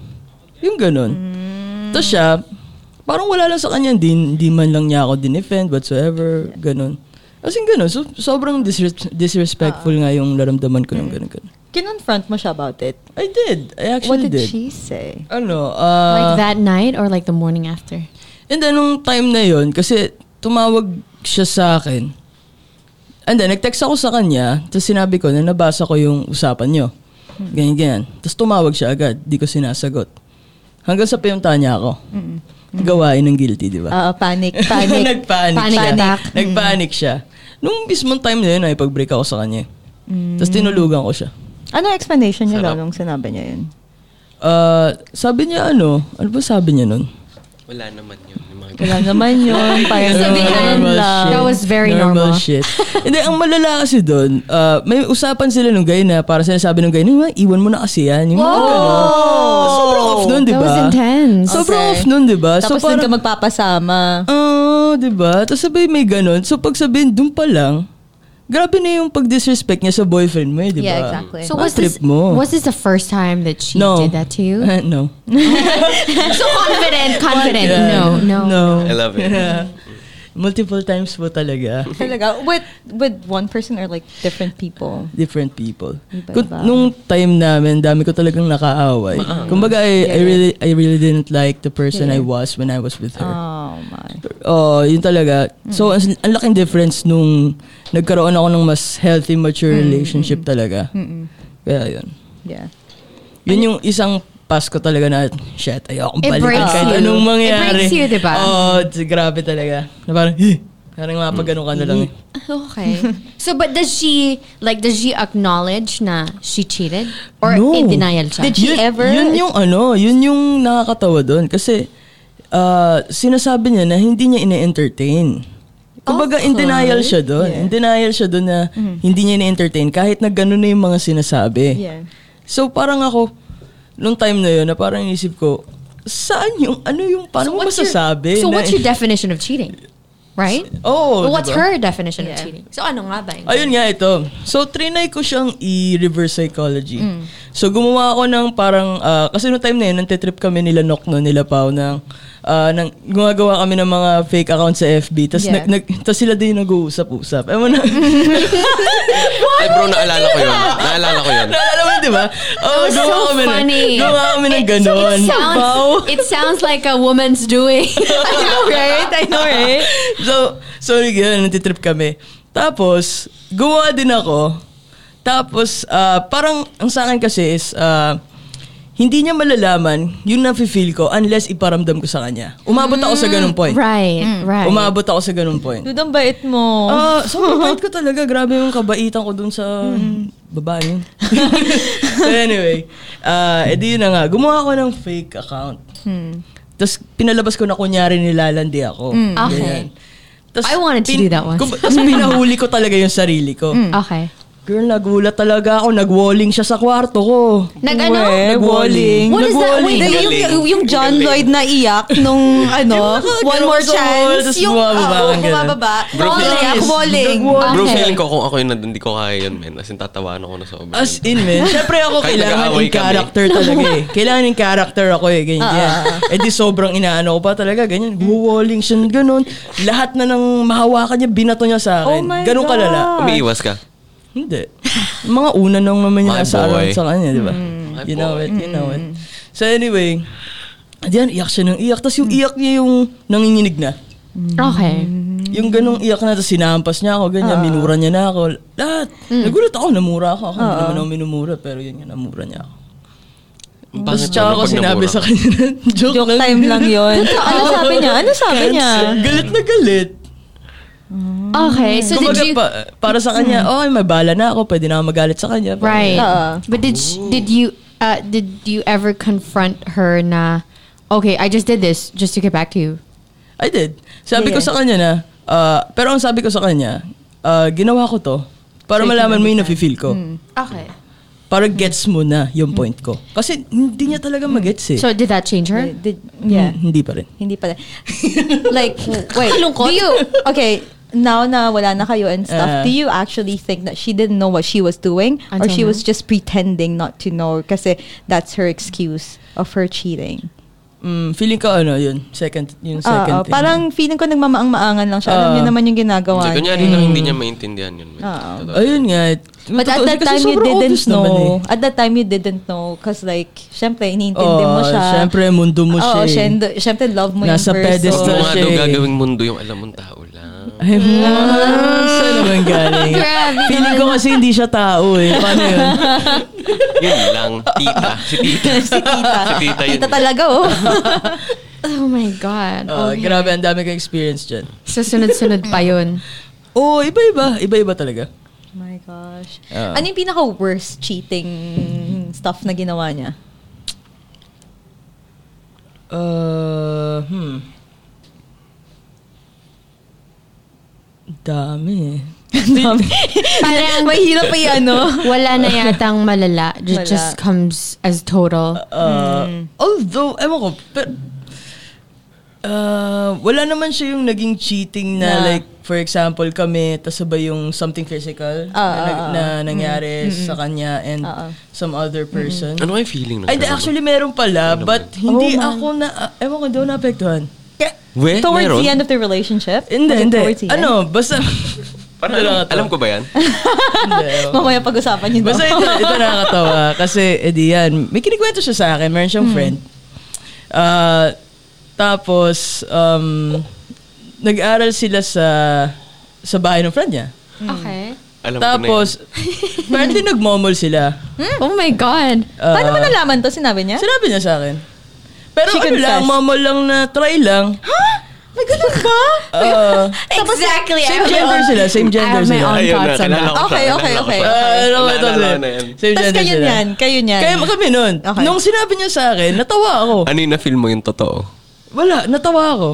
Speaker 3: Yung ganun. Tapos siya, parang wala lang sa kanya. Hindi, hindi man lang niya ako dinefend whatsoever. Ganun. As in ganun. So, sobrang disres- disrespectful nga yung laramdaman ko ng ganun, ganun.
Speaker 5: Kinonfront mo siya about it.
Speaker 3: I did. I
Speaker 5: What
Speaker 3: actually
Speaker 5: did
Speaker 3: did.
Speaker 5: she say?
Speaker 3: Ano, ah...
Speaker 2: like that night or like the morning after?
Speaker 3: And then, nung time na yon kasi tumawag siya sa akin. And then, nag-text ako sa kanya, tapos sinabi ko na nabasa ko yung usapan nyo. Ganyan, ganyan. Tapos tumawag siya agad, di ko sinasagot. Hanggang sa pinunta niya ako. Gawain ng guilty, di ba?
Speaker 5: Ah, panic, panic.
Speaker 3: Nagpanic
Speaker 2: Panic
Speaker 3: siya. Mm.
Speaker 2: attack.
Speaker 3: Nagpanic siya. Nung mismong time na yun, ay pag-break ako sa kanya. Tapos tinulugan ko siya.
Speaker 5: ano explanation niya
Speaker 4: Sarap.
Speaker 5: lang nung sinabi niya yun?
Speaker 3: Ah, sabi niya ano, ano ba sabi niya nun?
Speaker 4: Wala naman yun. yung mga ganun.
Speaker 5: Wala naman yun. Parang
Speaker 2: Sabihan
Speaker 5: normal lang.
Speaker 2: That was very normal.
Speaker 3: shit. Hindi, ang malala kasi doon, ah, may usapan sila nung guy na para sinasabi nung guy, "Nung, iwan mo na kasi yan. Yung mga ganun. Sobrang off nun, di
Speaker 2: That
Speaker 3: ba?
Speaker 2: was intense.
Speaker 3: Sobrang
Speaker 5: Okay.
Speaker 3: off nun, di ba?
Speaker 5: Tapos din ka magpapasama.
Speaker 3: Oo, Ah, di ba? Tapos sabi may ganun. So pag sabihin, doon pa lang, grabe na yung pag-disrespect niya sa boyfriend mo, eh, di ba?
Speaker 5: Yeah, exactly.
Speaker 2: So
Speaker 3: Ang
Speaker 2: was this,
Speaker 3: trip mo.
Speaker 2: was this the first time that she
Speaker 3: no.
Speaker 2: did that to you?
Speaker 3: Ah, no.
Speaker 2: so confident, confident.
Speaker 3: Yeah.
Speaker 2: No, no.
Speaker 3: No.
Speaker 4: I love it.
Speaker 3: Yeah. Multiple times po talaga.
Speaker 5: Talaga, with, with one person or like different people?
Speaker 3: different people.
Speaker 5: Iba-iba.
Speaker 3: Kung, nung time namin, dami ko talagang nakaaway. Kumbaga, I, I
Speaker 5: Yeah.
Speaker 3: really I really didn't like the person I
Speaker 5: Yeah.
Speaker 3: was when I was with her.
Speaker 5: Oh my.
Speaker 3: Oh, yun talaga. So, ang, ang laking difference nung nagkaroon ako ng mas healthy, mature relationship talaga. Kaya yun.
Speaker 5: Yeah.
Speaker 3: Yun yung isang Pasko talaga na, shit,
Speaker 2: It
Speaker 3: ayokong balikan
Speaker 2: breaks
Speaker 3: kahit
Speaker 2: you. It
Speaker 3: anong mangyari.
Speaker 2: breaks you, diba?
Speaker 3: Oh, grabe talaga. Na parang, "Eh." Parang mapag ganun ka na lang. eh.
Speaker 2: Okay. so, but does she like does she acknowledge na she cheated or in denial siya?
Speaker 5: Did she
Speaker 3: yun,
Speaker 5: ever?
Speaker 3: Yun yung ano, yun yung nakakatawa doon. Kasi ah, sinasabi niya na hindi niya ine-entertain. Kumbaga, in
Speaker 5: Okay.
Speaker 3: denial siya doon.
Speaker 5: Yeah.
Speaker 3: In denial siya doon na
Speaker 2: Mm-hmm.
Speaker 3: hindi niya ine-entertain kahit na gano'n na yung mga sinasabi.
Speaker 5: Yeah.
Speaker 3: So parang ako, nung time na yun, na parang inisip ko, saan yung, ano yung, paano mo
Speaker 2: what's your-
Speaker 3: masasabi?
Speaker 2: so
Speaker 3: na-
Speaker 2: what's your definition of cheating? Right?
Speaker 3: Oo,
Speaker 2: Well, what's
Speaker 3: diba? Oh,
Speaker 2: her definition of
Speaker 5: Yeah.
Speaker 2: cheating? So ano nga ba? yun?
Speaker 3: Ayun nga ito. So, trinay ko siyang i-reverse psychology.
Speaker 2: Mm.
Speaker 3: So, gumawa ako ng parang, ah, kasi noong time na yun, nantitrip kami nila Nokno, nila Pau, ng, ah, ng, gumagawa kami ng mga fake account sa FB. Tapos
Speaker 5: Yeah.
Speaker 3: sila din yung nag-uusap-usap. Ewan na.
Speaker 4: Ay bro, naalala ko yun. Naalala ko yun.
Speaker 3: Naalala mo, di ba? Oh,
Speaker 2: was
Speaker 3: gumawa
Speaker 2: so
Speaker 3: kami ng-
Speaker 2: funny.
Speaker 3: Gumawa kami ng ganon.
Speaker 2: It
Speaker 3: Pau.
Speaker 2: sounds, it sounds like a woman's doing. I know, right? I know, right?
Speaker 3: so, so yun, natitrip kami. Tapos, gumawa din ako. Tapos, ah, parang, ang sa akin kasi is, ah, hindi niya malalaman yung nafe-feel ko unless iparamdam ko sa kanya. Umabot ako sa ganun point. Mm.
Speaker 2: Right, right.
Speaker 3: Umabot ako sa ganun point.
Speaker 5: Dude, ang bait
Speaker 2: Oh.
Speaker 5: mo.
Speaker 3: Ah, sobrang bait ko talaga. Grabe yung kabaitan ko dun sa
Speaker 2: Mm.
Speaker 3: babae yun. so anyway, ah edi yun na nga. Gumawa ako ng fake account.
Speaker 2: Hmm.
Speaker 3: Tapos pinalabas ko na kunyari nilalandi ako.
Speaker 2: Okay.
Speaker 3: Ganyan. Tas
Speaker 2: I wanted to do that Hmm. one.
Speaker 3: kum- tas pinahuli ko talaga yung sarili ko.
Speaker 2: Okay.
Speaker 3: Girl, nagulat talaga ako. Nag-walling siya sa kwarto ko.
Speaker 2: Nag-ano?
Speaker 3: Eh, Nag-walling.
Speaker 2: What is that?
Speaker 3: Nag-walling.
Speaker 2: Wait,
Speaker 5: Hindi, yung, yung John Lloyd na iyak nung ano,
Speaker 3: Yung
Speaker 5: one more
Speaker 3: ganun sa wall,
Speaker 5: chance.
Speaker 3: tas bumababa
Speaker 5: oo,
Speaker 3: ang ganun.
Speaker 5: bumababa.
Speaker 4: Bro,
Speaker 5: Walling,
Speaker 3: yes.
Speaker 5: ako walling.
Speaker 3: Nag-walling.
Speaker 4: Bro,
Speaker 2: Okay.
Speaker 4: feeling ko kung ako yun, nandun, di ko kaya yun, man. As in, tatawaan ako na sobra.
Speaker 3: As in, man. Siyempre ako
Speaker 4: Kahit
Speaker 3: kailangan
Speaker 4: nag-aaway Ah,
Speaker 3: in character talaga eh. Kailangan in character ako eh. Ganyan. Eh di sobrang inaano ko pa talaga. Ganyan. Walling siya. Ganun. Lahat na ng mahawakan niya, binato niya sa akin.
Speaker 5: Oh my
Speaker 3: ganun
Speaker 5: God.
Speaker 3: kalala.
Speaker 4: Umiiwas ka.
Speaker 3: Hindi. Mga una nang naman yung
Speaker 4: My
Speaker 3: nasa alam
Speaker 4: boy. Mm.
Speaker 3: sa kanya, di ba?
Speaker 4: My
Speaker 3: You know
Speaker 4: boy. Mm.
Speaker 3: it, you know it. So anyway, diyan iyak siya ng iyak. Tapos yung iyak niya yung nanginginig na.
Speaker 2: Okay.
Speaker 3: Yung ganong iyak na, tapos sinampas niya ako, ganyan, minura niya na ako. Lahat. Nagulat ako, namura ako. Ako hindi naman ako minumura, pero yun nga, namura niya ako. Tapos tsaka
Speaker 4: ano
Speaker 3: ako
Speaker 4: pag
Speaker 3: sinabi
Speaker 4: namura?
Speaker 3: sa kanya, na, joke,
Speaker 5: Joke
Speaker 3: lang.
Speaker 5: time lang yun. ano sabi niya? Ano sabi niya?
Speaker 3: galit na galit.
Speaker 2: Okay. So
Speaker 3: Kumbaga
Speaker 2: did you?
Speaker 3: pa, para sa kanya, okay, may bala na ako, pwede na ako magalit sa kanya. Parang
Speaker 2: Right.
Speaker 3: ganun.
Speaker 5: Oo.
Speaker 2: But did sh- did you uh, did you ever confront her na? Okay, I just did this just to get back to you.
Speaker 3: I did. Sabi ko
Speaker 5: Yeah.
Speaker 3: sa kanya na, ah, pero ang sabi ko sa kanya, ah, ginawa ko to para malaman mo yung nafe-feel ko.
Speaker 2: Okay.
Speaker 3: Para gets mo na yung point ko. Kasi hindi niya talaga magets eh.
Speaker 2: So did that change her?
Speaker 5: Did, yeah.
Speaker 3: Hmm, Hindi pa rin.
Speaker 5: Hindi pala. like, wait.
Speaker 2: Kalungkot.
Speaker 5: Do you, okay, now na wala na kayo and
Speaker 3: Ah.
Speaker 5: stuff, do you actually think that she didn't know what she was doing or
Speaker 2: Until
Speaker 5: she
Speaker 2: now?
Speaker 5: was just pretending not to know kasi that's her excuse of her cheating?
Speaker 3: Mm, feeling ko ano yun, second, yung second Ah.
Speaker 5: Oo,
Speaker 3: thing.
Speaker 5: Ah, parang feeling ko nagmamaang-maangan lang siya. Alam
Speaker 3: Oo.
Speaker 5: niyo naman yung ginagawa
Speaker 4: So,
Speaker 5: niya.
Speaker 4: kunyari lang hindi niya maintindihan yun, man.
Speaker 5: Oo.
Speaker 4: Totoo.
Speaker 3: Ayun nga. eh.
Speaker 5: But at
Speaker 3: Totoo,
Speaker 5: that
Speaker 3: kasi
Speaker 5: time, you
Speaker 3: sobrang
Speaker 5: didn't
Speaker 3: obvious naman
Speaker 5: know.
Speaker 3: eh.
Speaker 5: At that time, you didn't know. Cause like, syempre, iniintindi
Speaker 3: Oo,
Speaker 5: mo siya.
Speaker 3: syempre, mundo mo siya eh.
Speaker 5: Oo, syempre- syempre, love mo
Speaker 3: Nasa
Speaker 5: yung person.
Speaker 4: Kung
Speaker 3: pedestal.
Speaker 4: nga
Speaker 3: siya
Speaker 4: daw
Speaker 3: eh.
Speaker 4: gagawing mundo yung alam mong tao lang.
Speaker 3: Ay, mga,
Speaker 5: Mm.
Speaker 3: saan naman galing?
Speaker 2: Grabe
Speaker 3: Feeling ko kasi hindi siya tao eh. Paano yun?
Speaker 4: Yun lang. Tita. Si tita.
Speaker 5: si tita.
Speaker 4: si tita yun. eh.
Speaker 5: Tita talaga, oh.
Speaker 2: Oh my god.
Speaker 3: Oh,
Speaker 2: okay.
Speaker 3: grabe, ang dami kong experience dyan.
Speaker 2: So sunod-sunod pa yun.
Speaker 3: Oo, oh, iba-iba. Iba-iba talaga.
Speaker 5: Oh my gosh.
Speaker 3: Oo.
Speaker 5: Ano yung pinaka-worst cheating stuff na ginawa niya?
Speaker 3: Uh, hmm. Dami eh.
Speaker 2: Parang
Speaker 5: Mahirap pa yung ano.
Speaker 2: wala na yatang malala. It
Speaker 5: Wala.
Speaker 2: just comes as total.
Speaker 3: Uh, Although, ewan ko, pero, uh, wala naman siya yung naging cheating na,
Speaker 5: Na-
Speaker 3: like, for example, kami, tas sabay yung something physical na,
Speaker 5: ah, Mm-hmm.
Speaker 3: nag- na nangyari sa kanya and
Speaker 5: Ah, ah.
Speaker 3: some other person.
Speaker 4: Ano yung feeling nun?
Speaker 3: Ay, di, actually, meron pala, but hindi
Speaker 5: Oh,
Speaker 3: ako na, uh, ewan ko, daw naapektuhan.
Speaker 4: We,
Speaker 5: Towards
Speaker 4: meron?
Speaker 5: the end of the relationship?
Speaker 3: Eh, Hindi,
Speaker 5: Was it
Speaker 3: hindi.
Speaker 5: towards the end?
Speaker 3: Ano, basta,
Speaker 4: Parang alam, alam ko ba yan?
Speaker 3: hindi, ewan ko.
Speaker 5: Mamaya pag-usapan yun.
Speaker 3: Basta Diba? ito, ito nakakatawa. Kasi, edi yan. May kinikwento siya sa akin. Meron siyang
Speaker 5: Hmm.
Speaker 3: friend. Ah, tapos, um, nag-aral sila sa sa bahay ng friend niya.
Speaker 2: Okay.
Speaker 4: Alam
Speaker 3: Tapos, apparently nagmomol sila.
Speaker 2: Oh my god.
Speaker 3: Ah,
Speaker 5: Paano mo nalaman to? Sinabi niya?
Speaker 3: Sinabi niya sa akin. Pero
Speaker 5: She
Speaker 3: ano lang,
Speaker 5: confessed.
Speaker 3: momol lang na try lang.
Speaker 5: May ganun ba?
Speaker 3: Ah,
Speaker 5: exactly.
Speaker 3: same gender sila, same
Speaker 2: I
Speaker 3: gender
Speaker 2: have my
Speaker 3: sila.
Speaker 2: own-
Speaker 4: Ayun na,
Speaker 2: thoughts on
Speaker 4: kilala
Speaker 2: that.
Speaker 4: ko siya,
Speaker 5: Okay, okay,
Speaker 4: kilala ko
Speaker 5: okay.
Speaker 4: siya.
Speaker 3: Ah, ano ba ito?
Speaker 4: Naalala ko na yan.
Speaker 3: Same
Speaker 5: Tapos
Speaker 3: gender
Speaker 5: kayo
Speaker 3: sila.
Speaker 5: niyan, kayo niyan.
Speaker 3: Kaya kami nun.
Speaker 5: Okay.
Speaker 3: Nung sinabi niya sa akin, natawa ako.
Speaker 4: Ano yung na-feel mo yung totoo?
Speaker 3: Wala, natawa ako.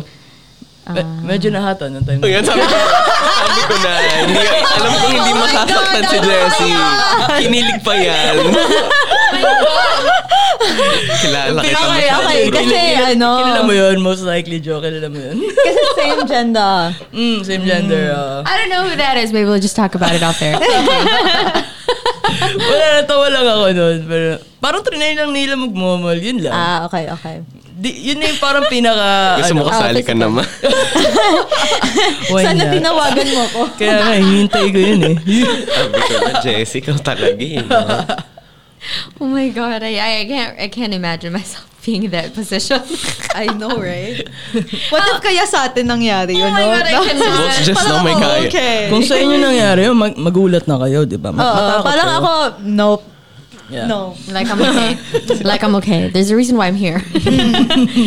Speaker 5: Ah.
Speaker 3: Me- medyo nahatan ng time.
Speaker 4: Oh, yan, sabi, ko, sabi ko na, hindi, alam ko hindi masasaktan si Jessie. Kinilig pa yan. Kilala kita.
Speaker 5: Okay, okay. Kasi ano,
Speaker 3: Kilala mo yun, most likely, Joe. Kilala mo yun.
Speaker 5: kasi same gender.
Speaker 3: mm, same gender. ah.
Speaker 2: I don't know who that is. Maybe we'll just talk about it off there.
Speaker 3: wala, natawa lang ako nun. Pero, parang trinay lang nila magmomol. Yun lang.
Speaker 5: Ah, okay, okay.
Speaker 3: Di, yun na yung parang pinaka... ano,
Speaker 4: Gusto mo kasali ka naman.
Speaker 3: why
Speaker 5: Sana
Speaker 3: not?
Speaker 5: tinawagan mo ko.
Speaker 3: Kaya nga, hinihintay ko yun eh.
Speaker 4: Sabi ko na, Jessie, ikaw talaga eh. no?"
Speaker 2: oh my god, I, I can't I can't imagine myself being in that position.
Speaker 5: I know, right? What if kaya sa atin nangyari
Speaker 2: Ah. oh
Speaker 5: yun?
Speaker 2: my
Speaker 5: no?
Speaker 2: god, I cannot.
Speaker 4: Looks just na
Speaker 5: Parang
Speaker 4: may
Speaker 5: ako,
Speaker 4: kaya.
Speaker 5: Okay.
Speaker 3: Kung sa inyo nangyari yun, mag- magulat na kayo, di ba? Mat-
Speaker 5: Oo,
Speaker 3: matakot
Speaker 5: parang
Speaker 3: kayo.
Speaker 5: ako, nope.
Speaker 3: Yeah.
Speaker 5: No.
Speaker 2: Like I'm okay. like I'm okay. There's a reason why I'm here.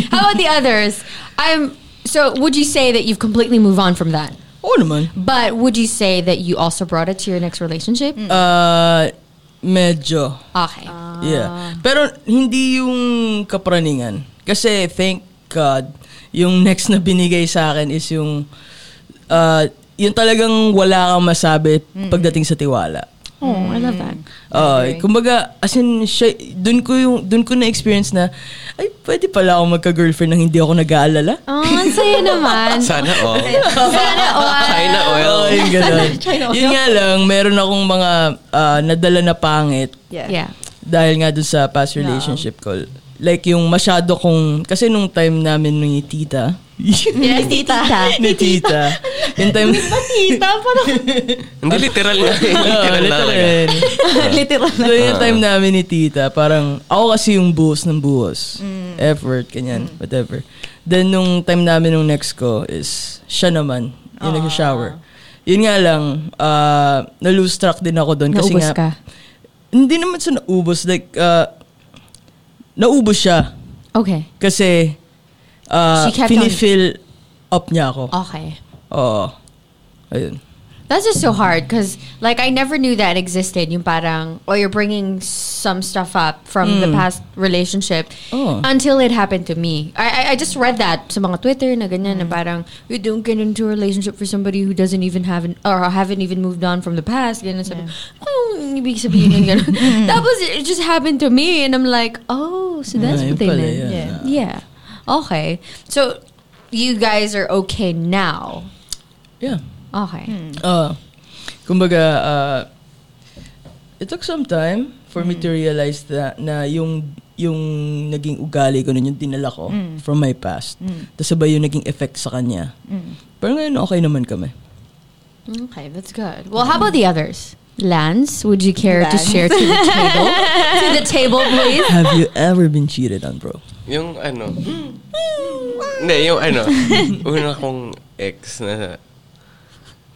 Speaker 2: How about the others? I'm so would you say that you've completely moved on from that?
Speaker 3: Oo naman.
Speaker 2: But would you say that you also brought it to your next relationship? Ah,
Speaker 3: Ah, medyo.
Speaker 2: Okay.
Speaker 3: Yeah. Pero hindi yung kapraningan. Kasi thank God, yung next na binigay sa akin is yung uh, yung talagang wala kang masabi pagdating sa tiwala.
Speaker 2: oh, I love that.
Speaker 3: Uh, kumbaga, as in, siya, dun ko, yung, dun ko na-experience na, ay, pwede pala ako magka-girlfriend nang hindi ako nag-aalala.
Speaker 2: Oh, ang saya naman.
Speaker 4: Sana all.
Speaker 2: Sana all.
Speaker 4: China oil.
Speaker 3: Oo, yung ganun. Yun nga lang, meron akong mga ah, nadala na pangit
Speaker 5: Yeah.
Speaker 2: Yeah.
Speaker 3: dahil nga dun sa past relationship ko. Like yung masyado kong, kasi nung time namin ni tita,
Speaker 2: Yes, tita.
Speaker 3: ni tita, yung time,
Speaker 5: Tita, parang
Speaker 4: Hindi, literal na.
Speaker 3: Oo,
Speaker 4: Literal na talaga.
Speaker 3: literal.
Speaker 5: literal na.
Speaker 3: So yung time namin ni tita, parang ako kasi yung buhos ng buhos. Effort, ganyan, whatever. Then nung time namin nung next ko is siya naman, yung nag-shower. Yun nga lang, ah, na-lose track din ako doon. Kasi
Speaker 2: Naubos ka.
Speaker 3: nga, Hindi naman sa naubos. Like, ah, naubos siya.
Speaker 2: Okay.
Speaker 3: Kasi, uh,
Speaker 2: She kept
Speaker 3: finifill up niya ako.
Speaker 2: Okay.
Speaker 3: Oo. Ayun.
Speaker 2: That's just so hard because, like, I never knew that existed. Yung parang, or you're bringing some stuff up from the past relationship
Speaker 3: Mm. Oh.
Speaker 2: until it happened to me. I, I, I just read that sa mga Twitter na ganyan na
Speaker 3: Mm.
Speaker 2: parang, you don't get into a relationship for somebody who doesn't even have, an, or haven't even moved on from the past. Ganyan sabi, yeah. anong ibig sabihin ng ganun?
Speaker 3: Mm.
Speaker 2: Tapos, it just happened to me and I'm like, oh, so that's
Speaker 3: Ah,
Speaker 2: what
Speaker 3: yun
Speaker 2: they
Speaker 3: pala,
Speaker 2: meant.
Speaker 3: yun.
Speaker 5: Yeah.
Speaker 2: yeah. Okay. So, you guys are okay now.
Speaker 3: Yeah.
Speaker 2: Okay.
Speaker 3: Hmm. Oo. kumbaga, ah, it took some time for me to
Speaker 2: Hmm.
Speaker 3: realize na, na yung yung naging ugali ko nun, yung dinala ko
Speaker 2: Hmm.
Speaker 3: from my past. Tapos sabay yung naging effect sa kanya.
Speaker 2: Hmm.
Speaker 3: Pero ngayon, okay naman kami.
Speaker 2: Okay, that's good. Well, how about the others? Lance, would you care to
Speaker 5: Lance.
Speaker 2: share to the table? to the table, please.
Speaker 3: Have you ever been cheated on, bro?
Speaker 4: Yung ano. Hindi, yung ano. Una kong ex na...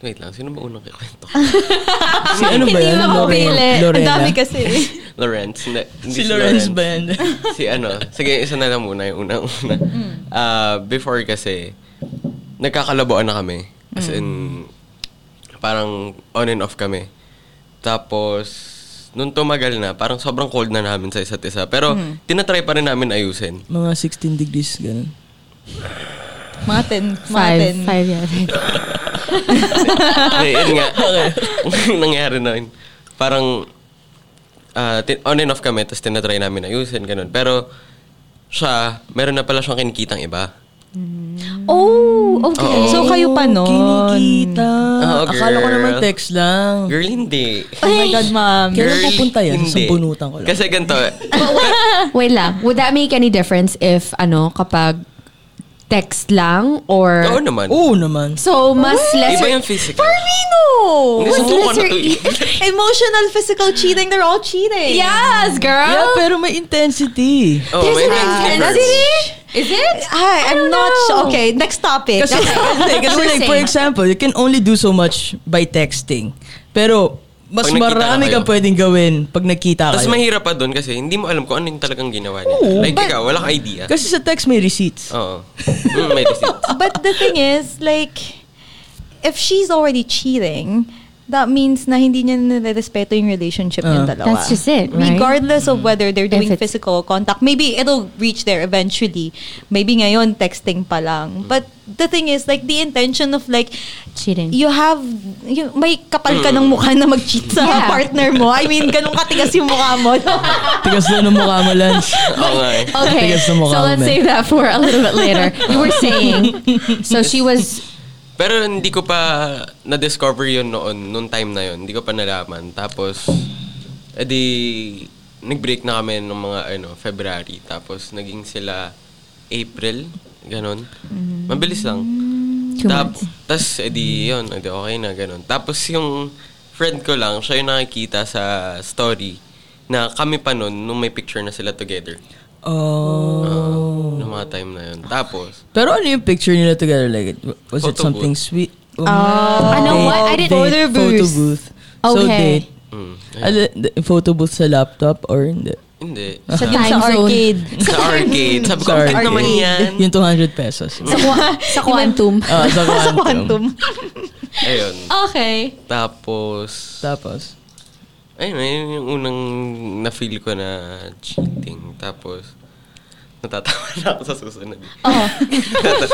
Speaker 4: Wait lang, sino ba unang kikwento?
Speaker 3: Si ano ba
Speaker 2: Hindi
Speaker 3: yan?
Speaker 2: mo
Speaker 3: Lore-
Speaker 2: mapili. Ang
Speaker 5: Ang
Speaker 3: Lorena?
Speaker 5: dami kasi.
Speaker 4: Lawrence. Hindi, hindi
Speaker 3: Si Lawrence ba yan?
Speaker 4: si ano, sige, isa na lang muna, yung unang-una.
Speaker 3: Mm.
Speaker 4: Ah, before kasi, nagkakalaboan na kami. As
Speaker 3: Mm.
Speaker 4: in, parang on and off kami. Tapos, nung tumagal na, parang sobrang cold na namin sa isa't isa. Pero,
Speaker 3: Mm.
Speaker 4: tinatry pa rin namin ayusin.
Speaker 3: Mga 16 degrees, ganun.
Speaker 5: Mga 10. Mga
Speaker 2: Five,
Speaker 5: 10.
Speaker 2: five, yeah. I think.
Speaker 4: Hindi, yun nga. Ang nangyari na yun. Parang, ah, tin- on and off kami, tapos tinatry namin ayusin, ganun. Pero, siya, meron na pala siyang kinikitang iba.
Speaker 2: Oh, okay.
Speaker 4: Oo.
Speaker 5: So, kayo pa nun?
Speaker 3: Kinikita.
Speaker 4: Oo,
Speaker 3: Akala ko
Speaker 4: Oh, girl.
Speaker 3: naman text lang.
Speaker 4: Girl, hindi.
Speaker 5: Oh my God, ma'am.
Speaker 3: Kailan Ano pupunta yan?
Speaker 4: hindi.
Speaker 3: Sa bunutan ko lang.
Speaker 4: Kasi ganito,
Speaker 2: Wait lang. Would that make any difference if ano kapag text lang or
Speaker 4: oo naman.
Speaker 3: Oo naman.
Speaker 2: so mas
Speaker 4: Iba
Speaker 2: lesser
Speaker 4: yung physical.
Speaker 5: Carlino!
Speaker 4: Hindi,
Speaker 2: mas
Speaker 4: subukan
Speaker 2: lesser
Speaker 4: na to eh.
Speaker 2: e-
Speaker 5: Emotional, physical cheating, they're all cheating.
Speaker 2: Yes, girl.
Speaker 3: Yeah, pero may intensity.
Speaker 4: Oo,
Speaker 2: There's
Speaker 4: Oh, may
Speaker 2: an
Speaker 4: difference.
Speaker 2: intensity. Is it?
Speaker 5: Hi, I'm not sure.
Speaker 2: know.
Speaker 5: Okay, next topic.
Speaker 3: Kasi, kasi, kasi
Speaker 2: Sure
Speaker 3: like, for
Speaker 2: thing.
Speaker 3: example, you can only do so much by texting. Pero, mas
Speaker 4: Pag nagkita
Speaker 3: marami
Speaker 4: na kayo.
Speaker 3: kang pwedeng gawin pag nagkita
Speaker 4: Tapos
Speaker 3: kayo.
Speaker 4: mahirap pa doon kasi hindi mo alam kung ano yung talagang ginawa niya. like, ikaw, wala kang idea.
Speaker 3: kasi sa text may receipts.
Speaker 4: Oo. Mm, may receipt.
Speaker 5: but the thing is, like, if she's already cheating, that means na hindi niya nire-respeto yung relationship
Speaker 3: Ah.
Speaker 5: niya dalawa.
Speaker 2: That's just it, right?
Speaker 5: Regardless of whether they're doing
Speaker 2: If it's-
Speaker 5: physical contact. Maybe it'll reach there eventually. Maybe ngayon, texting pa lang. But the thing is, like, the intention of like,
Speaker 2: Cheating.
Speaker 5: you have, you, may kapal ka ng mukha na mag-cheat sa
Speaker 2: Yeah.
Speaker 5: partner mo. I mean, ganun katigas yung mukha mo.
Speaker 3: Tigas na ng mukha mo, Lance.
Speaker 4: Oo nga eh.
Speaker 2: okay,
Speaker 3: Tigas
Speaker 2: so
Speaker 3: na mukha
Speaker 2: let's
Speaker 3: mo, man.
Speaker 2: save that for a little bit later. You were saying, so she was
Speaker 4: Pero hindi ko pa na-discover yun noon, noon time na yun. Hindi ko pa nalaman. Tapos, edi, nag-break na kami ng mga, ano, February. Tapos, naging sila April. Ganon. Mabilis lang.
Speaker 2: Mm-hmm. two months.
Speaker 4: Tapos, edi, yun. Edi, okay na, ganon. Tapos, yung friend ko lang, siya yung nakikita sa story na kami pa noon, nung may picture na sila together.
Speaker 3: Oh.
Speaker 4: Noong mga time na yun. Tapos,
Speaker 3: Pero ano yung picture nila together? Like, was it
Speaker 4: Photo
Speaker 3: something sweet? Oh,
Speaker 2: I know Ah, ano what? I didn't-
Speaker 3: Photo
Speaker 2: Photo
Speaker 3: booth. Photo
Speaker 2: booth.
Speaker 3: booth. So,
Speaker 2: Okay.
Speaker 3: date.
Speaker 4: mm, ayun.
Speaker 3: Ano, the- photo booth sa laptop or hindi?
Speaker 4: hindi.
Speaker 2: Sa
Speaker 5: Yung
Speaker 2: time
Speaker 5: sa
Speaker 2: zone.
Speaker 5: arcade.
Speaker 4: Sa arcade. Sabi ko,
Speaker 3: Sa
Speaker 4: "Ang cute
Speaker 3: arcade.
Speaker 4: naman yan.
Speaker 3: Yung 200 pesos.
Speaker 2: Sa, qua- sa quantum.
Speaker 3: Ah, sa
Speaker 5: Sa
Speaker 3: quantum.
Speaker 5: quantum.
Speaker 4: Ayun.
Speaker 2: okay.
Speaker 4: Tapos,
Speaker 3: Tapos,
Speaker 4: ayun, ayun yung unang na-feel ko na cheating. Tapos, natatawa na ako sa susunod.
Speaker 2: Oh.
Speaker 4: Tapos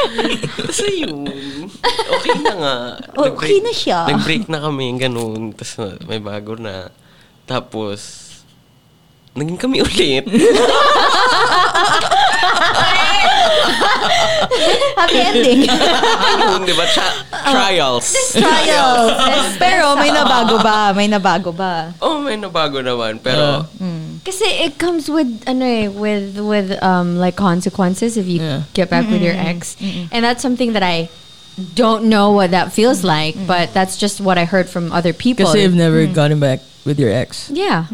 Speaker 4: ayun, okay na nga.
Speaker 5: Okay
Speaker 4: Nag-break-
Speaker 5: na siya.
Speaker 4: Nag-break na kami, ganun. Tapos na- may bago na. Tapos, naging kami ulit.
Speaker 5: Happy ending.
Speaker 4: ayun, di ba? Tra-
Speaker 5: Ah.
Speaker 4: trials.
Speaker 5: Trials. Pero may nabago ba? May nabago ba?
Speaker 4: Oh, may nabago
Speaker 5: Ah.
Speaker 4: naman. Pero,
Speaker 2: Kasi it comes with ano eh, with with um like consequences if you
Speaker 3: Yeah.
Speaker 2: get back with your ex. And that's something that I don't know what that feels like, but that's just what I heard from other people.
Speaker 3: kasi you've never gotten back with your ex.
Speaker 2: yeah.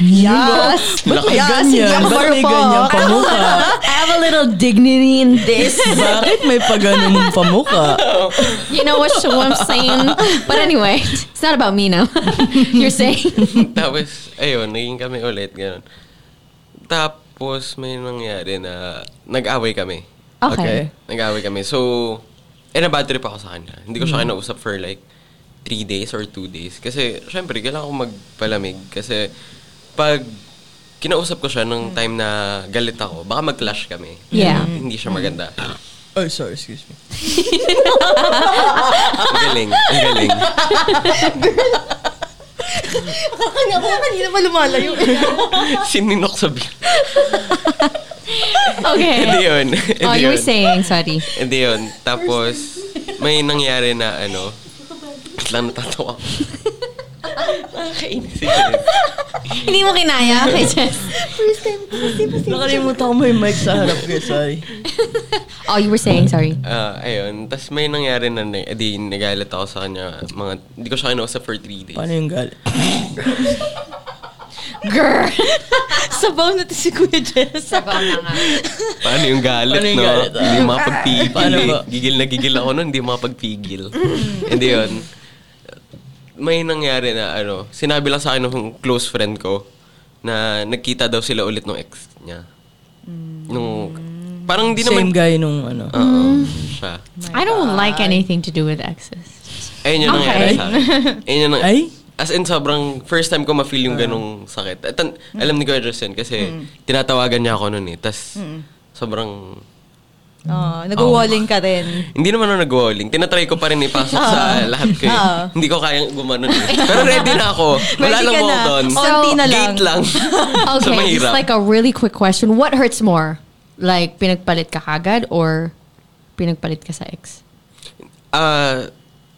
Speaker 5: Yes.
Speaker 3: Ba't may
Speaker 5: Yes,
Speaker 3: ganyan?
Speaker 5: hindi ako
Speaker 3: Ba't may
Speaker 5: marupok.
Speaker 3: ganyan pamukha?
Speaker 2: I have a little dignity in this.
Speaker 3: Bakit may paganon pamukha?
Speaker 2: You know what, what I'm saying? But anyway, it's not about me now. You're saying?
Speaker 4: Tapos, ayun, naging kami ulit, ganun. Tapos, may nangyari na nag-away kami.
Speaker 2: Okay.
Speaker 4: Nag-away kami. So, eh, na-bad trip ako sa kanya. Hindi ko siya
Speaker 2: Mm-hmm.
Speaker 4: kinausap for like three days or two days. Kasi, syempre, kailangan ko magpalamig. Kasi, pag kinausap ko siya nung time na galit ako, baka mag-clash kami.
Speaker 2: Mm. Yeah.
Speaker 4: Hindi siya maganda.
Speaker 3: Oh, sorry, excuse me.
Speaker 4: Ang galing. Ang galing.
Speaker 5: Kanya ko kanina pa lumalayo.
Speaker 4: Sininok sa bil. Hindi
Speaker 2: Okay.
Speaker 4: yun.
Speaker 2: Oh,
Speaker 4: Hindi
Speaker 2: you were
Speaker 4: yun.
Speaker 2: saying, sorry.
Speaker 4: Hindi yun. Tapos, may nangyari na ano. Wait lang natatawa. ako. Nakakainis si Jess.
Speaker 2: Hindi mo kinaya kay Jess.
Speaker 3: Nakalimutan ko may mic sa harap ko, sorry.
Speaker 2: Oh, you were saying, sorry.
Speaker 4: Ah, ayun. Tapos may nangyari na, na- edi nagalit ako sa kanya. Mga, hindi ko siya kinausap for three days.
Speaker 3: Paano yung galit?
Speaker 2: Girl.
Speaker 5: Sabaw na to si Kuya Jess.
Speaker 4: Paano yung galit,
Speaker 3: Paano yung
Speaker 4: no?
Speaker 3: galit, ah?
Speaker 4: Hindi mapagpigil.
Speaker 3: Paano Mm.
Speaker 4: eh.
Speaker 3: ba?
Speaker 4: Gigil na gigil ako nun, hindi mapagpigil. Hindi yun. May nangyari na ano, sinabi lang sa akin ng close friend ko na nagkita daw sila ulit ng ex niya.
Speaker 3: Mm.
Speaker 4: Nung, parang hindi naman
Speaker 3: Same guy nung ano.
Speaker 4: Oo, siya.
Speaker 2: I don't like anything to do with exes.
Speaker 4: Ayun yung nangyari sa akin. Ayun yung
Speaker 3: Ay?
Speaker 4: nangyari. As in, sobrang first time ko ma-feel
Speaker 3: Ah.
Speaker 4: yung ganong sakit. At an- alam ni Kuya Justin kasi
Speaker 3: Mm.
Speaker 4: tinatawagan niya ako noon eh. Tapos sobrang...
Speaker 5: Oh, nag-walling ka rin.
Speaker 4: Hindi naman ako nag-walling. Tinatry ko pa rin ipasok
Speaker 5: Ah.
Speaker 4: sa lahat ko eh.
Speaker 5: Oo.
Speaker 4: Hindi ko kayang gumanon eh. Pero ready na ako. Wala
Speaker 5: Ready
Speaker 4: lang
Speaker 5: ka
Speaker 4: ako
Speaker 5: na.
Speaker 4: doon.
Speaker 5: So, Konti na lang.
Speaker 4: Gate lang. so
Speaker 2: Okay, just
Speaker 4: mahirap.
Speaker 2: like a really quick question. What hurts more? Like, pinagpalit ka agad or pinagpalit ka sa ex?
Speaker 4: Ah,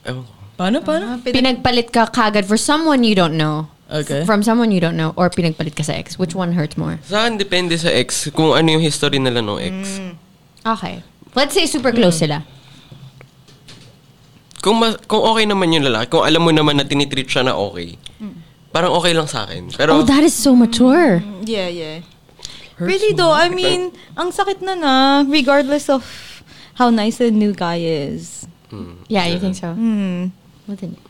Speaker 4: ewan ko.
Speaker 3: Paano,
Speaker 2: Ah,
Speaker 3: paano?
Speaker 2: Pinagpalit ka kagad for someone you don't know.
Speaker 3: Okay.
Speaker 2: From someone you don't know or pinagpalit ka sa ex. Which one hurts more?
Speaker 4: Sa akin, depende sa ex. Kung ano yung history nila ng ex.
Speaker 5: Mm.
Speaker 2: Okay. Let's say super
Speaker 3: Hmm.
Speaker 2: close sila.
Speaker 4: kung mas, kung okay naman yung lalaki, kung alam mo naman na tinitreat siya na okay,
Speaker 5: Mm.
Speaker 4: parang okay lang sa akin. Pero,
Speaker 2: Oh, that is so mature.
Speaker 5: Yeah, yeah. really though, I mean, ang sakit na na, regardless of how nice the new guy is.
Speaker 2: Yeah, you think so?
Speaker 5: Hmm.
Speaker 2: Well, then,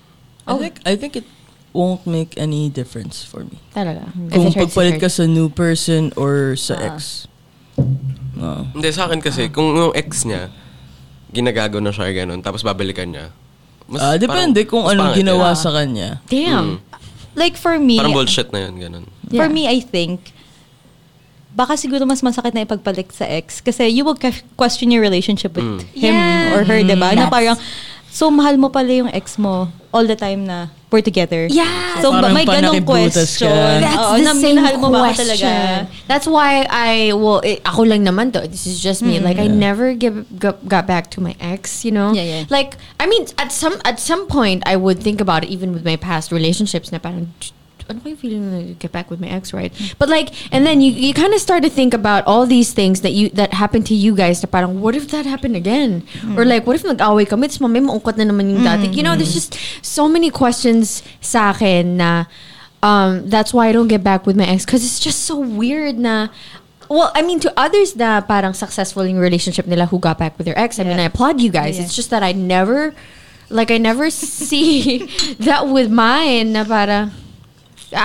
Speaker 3: I think, I think it won't make any difference for me.
Speaker 2: Talaga. If
Speaker 3: Kung
Speaker 2: it hurts, it
Speaker 3: pagpalit ka
Speaker 2: hurts.
Speaker 3: sa new person or sa
Speaker 5: Ah.
Speaker 3: ex. Ah. No.
Speaker 4: hindi, sa akin kasi, kung yung ex niya, ginagago na siya ganun, tapos babalikan niya, Mas
Speaker 3: Ah, depende
Speaker 4: parang-
Speaker 3: kung
Speaker 4: mas
Speaker 3: anong
Speaker 4: pangit
Speaker 3: ginawa
Speaker 4: yun.
Speaker 3: sa kanya. Hmm.
Speaker 2: Damn.
Speaker 5: Like for me,
Speaker 4: Parang bullshit na yun, ganun.
Speaker 2: Yeah.
Speaker 5: for me, I think, baka siguro mas masakit na ipagpalit sa ex kasi you will que- question your relationship with
Speaker 3: Mm.
Speaker 5: him
Speaker 2: Yeah. Mm.
Speaker 5: or her, diba? Na
Speaker 6: That's-
Speaker 5: parang, so mahal mo pala yung ex mo all the time na we're together.
Speaker 2: Yeah.
Speaker 5: So
Speaker 3: Parang
Speaker 5: may ganong
Speaker 3: panakibutas
Speaker 5: question.
Speaker 3: ka.
Speaker 2: That's
Speaker 5: Oo,
Speaker 2: the
Speaker 5: na
Speaker 2: same
Speaker 5: minahal mo ba ako talaga?
Speaker 2: question. That's why I well, it, ako lang naman to. This is just me. Like I never give got, got back to my ex. You know.
Speaker 5: Yeah, yeah.
Speaker 2: Like I mean, at some at some point, I would think about it, even with my past relationships. Na parang, ano ko yung feeling na get back with my ex, right? But like, and then you, you kind of start to think about all these things that you that happened to you guys. Na parang, what if that happened again? Or like, what if nag-away kami? Tapos mamaya maungkot na naman yung dati. You know, there's just so many questions sa akin na um, that's why I don't get back with my ex because it's just so weird na well, I mean, to others na parang successful yung relationship nila who got back with their ex, I mean, I
Speaker 5: Yeah.
Speaker 2: applaud you guys.
Speaker 5: Yeah.
Speaker 2: It's just that I never, like, I never see that with mine na para,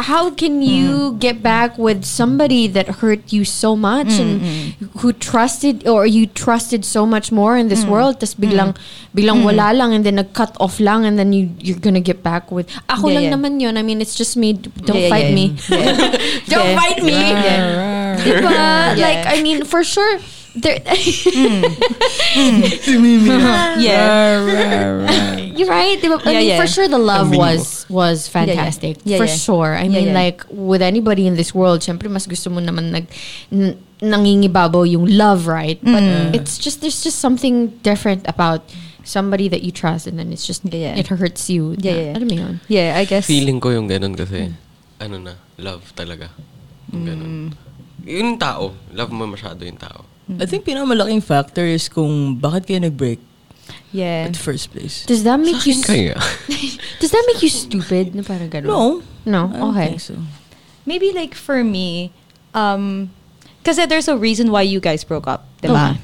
Speaker 2: how can
Speaker 5: Hmm.
Speaker 2: you get back with somebody that hurt you so much and who trusted or you trusted so much more in
Speaker 5: Mm.
Speaker 2: this world tas biglang biglang wala lang and then nag-cut off lang and then you you're gonna get back with ako
Speaker 5: Yeah,
Speaker 2: lang
Speaker 5: yeah.
Speaker 2: naman yun I mean it's just me don't
Speaker 5: Yeah, yeah,
Speaker 2: fight
Speaker 5: yeah.
Speaker 2: me don't
Speaker 5: Yeah.
Speaker 2: fight me Diba?
Speaker 5: Yeah.
Speaker 2: like I mean for sure there
Speaker 3: Ah.
Speaker 5: Yeah.
Speaker 2: You're right. They were- I
Speaker 5: Yeah,
Speaker 2: mean,
Speaker 5: yeah.
Speaker 2: For sure, the love
Speaker 4: Ang bingo.
Speaker 2: was was fantastic.
Speaker 5: Yeah,
Speaker 2: for
Speaker 5: yeah.
Speaker 2: sure. I
Speaker 5: Yeah,
Speaker 2: mean,
Speaker 5: yeah.
Speaker 2: like with anybody in this world, syempre mas gusto mo naman nag n- nangingibabaw yung love, right? But
Speaker 5: Mm-hmm.
Speaker 2: it's just there's just something different about somebody that you trust, and then it's just
Speaker 5: Yeah, yeah.
Speaker 2: it hurts you.
Speaker 5: Yeah, yeah.
Speaker 2: Alam mo yun?
Speaker 5: Yeah, I guess.
Speaker 4: Feeling ko yung ganun kasi, ano na, love talaga. Yung ganun. Yung tao, love mo masyado yung tao.
Speaker 3: I think pinakamalaking factor is kung bakit kayo nag-break
Speaker 5: Yeah.
Speaker 3: at first place.
Speaker 2: Does that make you
Speaker 4: Yun kaya.
Speaker 2: Does that make you stupid? Na parang ganun?
Speaker 3: No.
Speaker 2: No.
Speaker 3: I don't
Speaker 2: Okay.
Speaker 3: think so.
Speaker 5: maybe like for me, um, kasi there's a reason why you guys broke up, diba?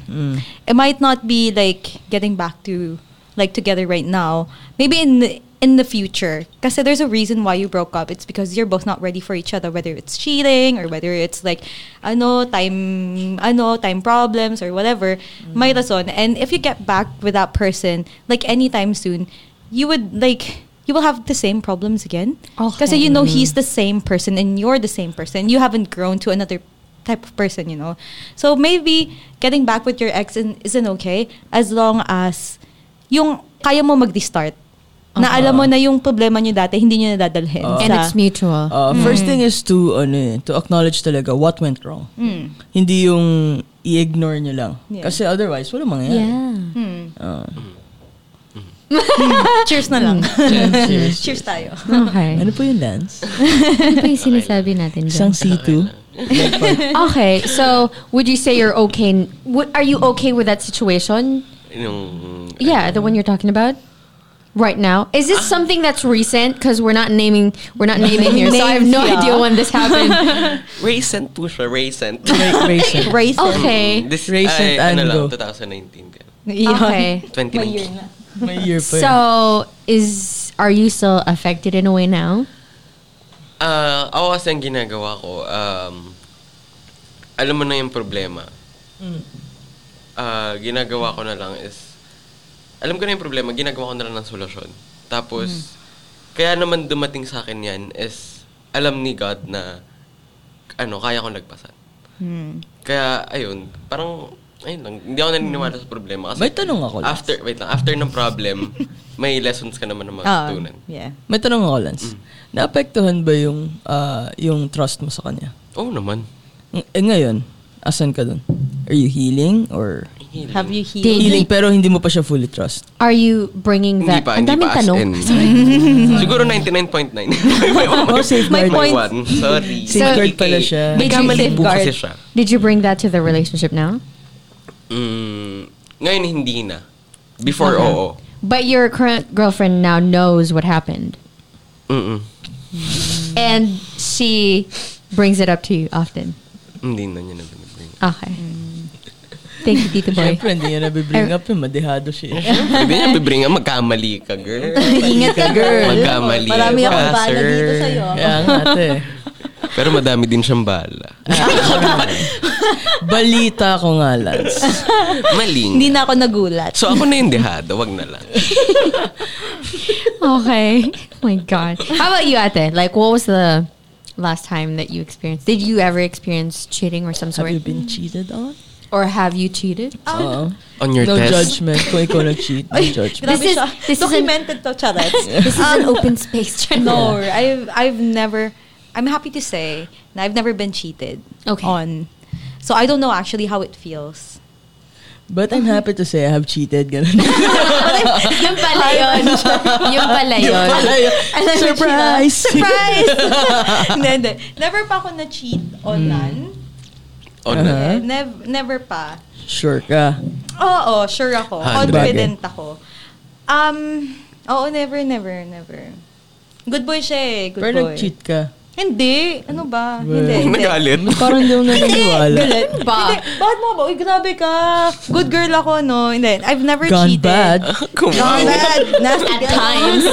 Speaker 5: It might not be like getting back to like together right now. Maybe in the, in the future, kasi there's a reason why you broke up. It's because you're both not ready for each other, whether it's cheating or whether it's like ano time ano time problems or whatever. May rason. And if you get back with that person like anytime soon, you would like you will have the same problems again.
Speaker 2: Okay.
Speaker 5: Kasi you know he's the same person and you're the same person. You haven't grown to another type of person, you know. So maybe getting back with your ex in- isn't okay as long as yung kaya mo mag-restart. Na alam mo na yung problema niyo dati, hindi niyo nadadalhin.
Speaker 2: And
Speaker 5: sa-
Speaker 2: it's mutual.
Speaker 3: Uh,
Speaker 5: Hmm.
Speaker 3: First thing is to ano eh, to acknowledge talaga what went wrong. Hindi yung i-ignore nyo lang.
Speaker 5: Hmm. Yeah.
Speaker 3: Kasi otherwise, wala mangyayari.
Speaker 5: Cheers na lang.
Speaker 3: Cheers.
Speaker 5: Cheers tayo.
Speaker 2: Okay.
Speaker 3: Ano po yung dance?
Speaker 2: Ano pa yung sinasabi natin dyan?
Speaker 3: Isang C2.
Speaker 2: Okay, so would you say you're okay? n- Would, are you okay with that situation?
Speaker 4: Yung,
Speaker 2: Yeah, the one you're talking about right now. Is this something that's recent? Because we're not naming we're not naming here, so I have no
Speaker 5: Names, yeah.
Speaker 2: idea when this happened.
Speaker 4: recent po siya, recent.
Speaker 3: Racing.
Speaker 5: Race.
Speaker 2: Okay,
Speaker 4: This,
Speaker 3: Recent
Speaker 4: ay, ano
Speaker 3: and
Speaker 4: lang,
Speaker 3: go.
Speaker 4: 2019. ganun.
Speaker 2: okay.
Speaker 4: 2019.
Speaker 3: May year pa yun.
Speaker 2: So is are you still affected in a way now?
Speaker 4: Ah, ako kasi ang ginagawa ko, um, alam mo na yung problema.
Speaker 3: Hmm.
Speaker 4: Ah, ginagawa ko na lang is, alam ko na yung problema, ginagawa ko na lang ng solusyon.
Speaker 3: Hmm.
Speaker 4: Tapos, kaya naman dumating sa akin yan is, alam ni God na, ano, kaya ko nagpasan.
Speaker 3: Hmm.
Speaker 4: Kaya, ayun, parang, ayun lang, hindi ako naniniwala sa problema.
Speaker 3: Hmm.
Speaker 4: Kasi
Speaker 3: May tanong ako, Lance.
Speaker 4: After, wait lang, after ng problem, may lessons
Speaker 3: Ah.
Speaker 4: ka naman na matutunan.
Speaker 5: Oh, yeah.
Speaker 3: May tanong ako, Lance.
Speaker 4: Mm.
Speaker 3: Naapektuhan ba yung ah, yung trust mo sa kanya?
Speaker 4: Oo naman.
Speaker 3: Ng- Eh ngayon, asan ka dun? Are you healing or
Speaker 5: Have you
Speaker 2: Did-
Speaker 5: healed?
Speaker 3: healing pero hindi mo pa siya fully trust?
Speaker 2: Are you bringing
Speaker 4: Hindi
Speaker 2: that?
Speaker 4: pa,
Speaker 2: Ang
Speaker 4: hindi
Speaker 2: daming
Speaker 4: pa as
Speaker 2: tanong.
Speaker 4: in. Siguro 99.9.
Speaker 3: Oh, safeguard.
Speaker 5: My point.
Speaker 4: One. Sorry.
Speaker 3: Safeguard pala siya.
Speaker 4: May
Speaker 5: Did you
Speaker 4: kamali po
Speaker 5: safeguard?
Speaker 4: kasi siya.
Speaker 2: Did you bring that to the relationship now?
Speaker 4: Mm, ngayon, hindi na. Before, oo.
Speaker 2: But your current girlfriend now knows what happened.
Speaker 4: Mm-mm.
Speaker 2: and she brings it up to you often.
Speaker 4: Hindi na niya na binibring.
Speaker 2: Okay. Thank you,
Speaker 5: Diba?
Speaker 2: Tito Boy.
Speaker 3: Siyempre, hindi niya
Speaker 5: Er-
Speaker 3: nabibring up yun. Madehado siya.
Speaker 4: Hindi niya bibring. ah, Magkamali ka, girl.
Speaker 5: Ingat ka, girl.
Speaker 4: Magkamali
Speaker 5: Marami
Speaker 4: ka,
Speaker 5: akong bala
Speaker 4: sir.
Speaker 5: dito sa'yo.
Speaker 3: Kaya nga, ate.
Speaker 4: Pero madami din siyang bala.
Speaker 3: Balita ko nga, Lance.
Speaker 5: Hindi
Speaker 4: Maling.
Speaker 5: na ako nagulat.
Speaker 4: So ako na yung dehado, wag na lang.
Speaker 2: Okay. Oh my God. How about you, Ate? Like, what was the last time that you experienced? Did you ever experience cheating or some
Speaker 3: Have
Speaker 2: sort?
Speaker 3: you been cheated on?
Speaker 2: or have you cheated?
Speaker 5: Ah.
Speaker 3: Oo.
Speaker 4: On your
Speaker 3: No
Speaker 4: test.
Speaker 3: judgment kung ikaw nag-cheat. No judgment.
Speaker 2: This
Speaker 5: Grabe
Speaker 2: is-
Speaker 5: siya.
Speaker 2: this is an-
Speaker 5: Documented to, charats.
Speaker 2: This is an open space.
Speaker 5: No, I've I've never. I'm happy to say na I've never been cheated
Speaker 2: Okay.
Speaker 5: on. So I don't know actually how it feels.
Speaker 3: But I'm happy to say I have cheated. Ganun.
Speaker 2: yung pala yun. yung pala
Speaker 3: Yung
Speaker 2: yun.
Speaker 3: pala yun. Surprise!
Speaker 5: Surprise! hindi, hindi. Never pa ako na-cheat on none.
Speaker 4: On
Speaker 3: Uh-huh.
Speaker 4: na.
Speaker 3: Huh?
Speaker 5: Nev- never pa.
Speaker 3: Sure ka.
Speaker 5: Oo, sure ako.
Speaker 3: Ah,
Speaker 4: Hundred.
Speaker 5: Confident ako. Um, oo, never, never, never. Good boy siya eh. Good
Speaker 3: Pero
Speaker 5: boy.
Speaker 3: nag-cheat ka.
Speaker 5: Hindi. Ano ba? Hindi, hindi.
Speaker 4: Nagalit.
Speaker 3: Ba't parang hindi ako naniniwala?
Speaker 2: Galit ba?
Speaker 5: Hindi. Bakit mo ba? Uy, grabe ka. Good girl ako, no? Hindi. I've never
Speaker 3: Gone
Speaker 5: cheated.
Speaker 3: bad.
Speaker 5: Gone
Speaker 4: Kumakaw.
Speaker 5: bad. Nasty
Speaker 2: At
Speaker 5: girl.
Speaker 2: times.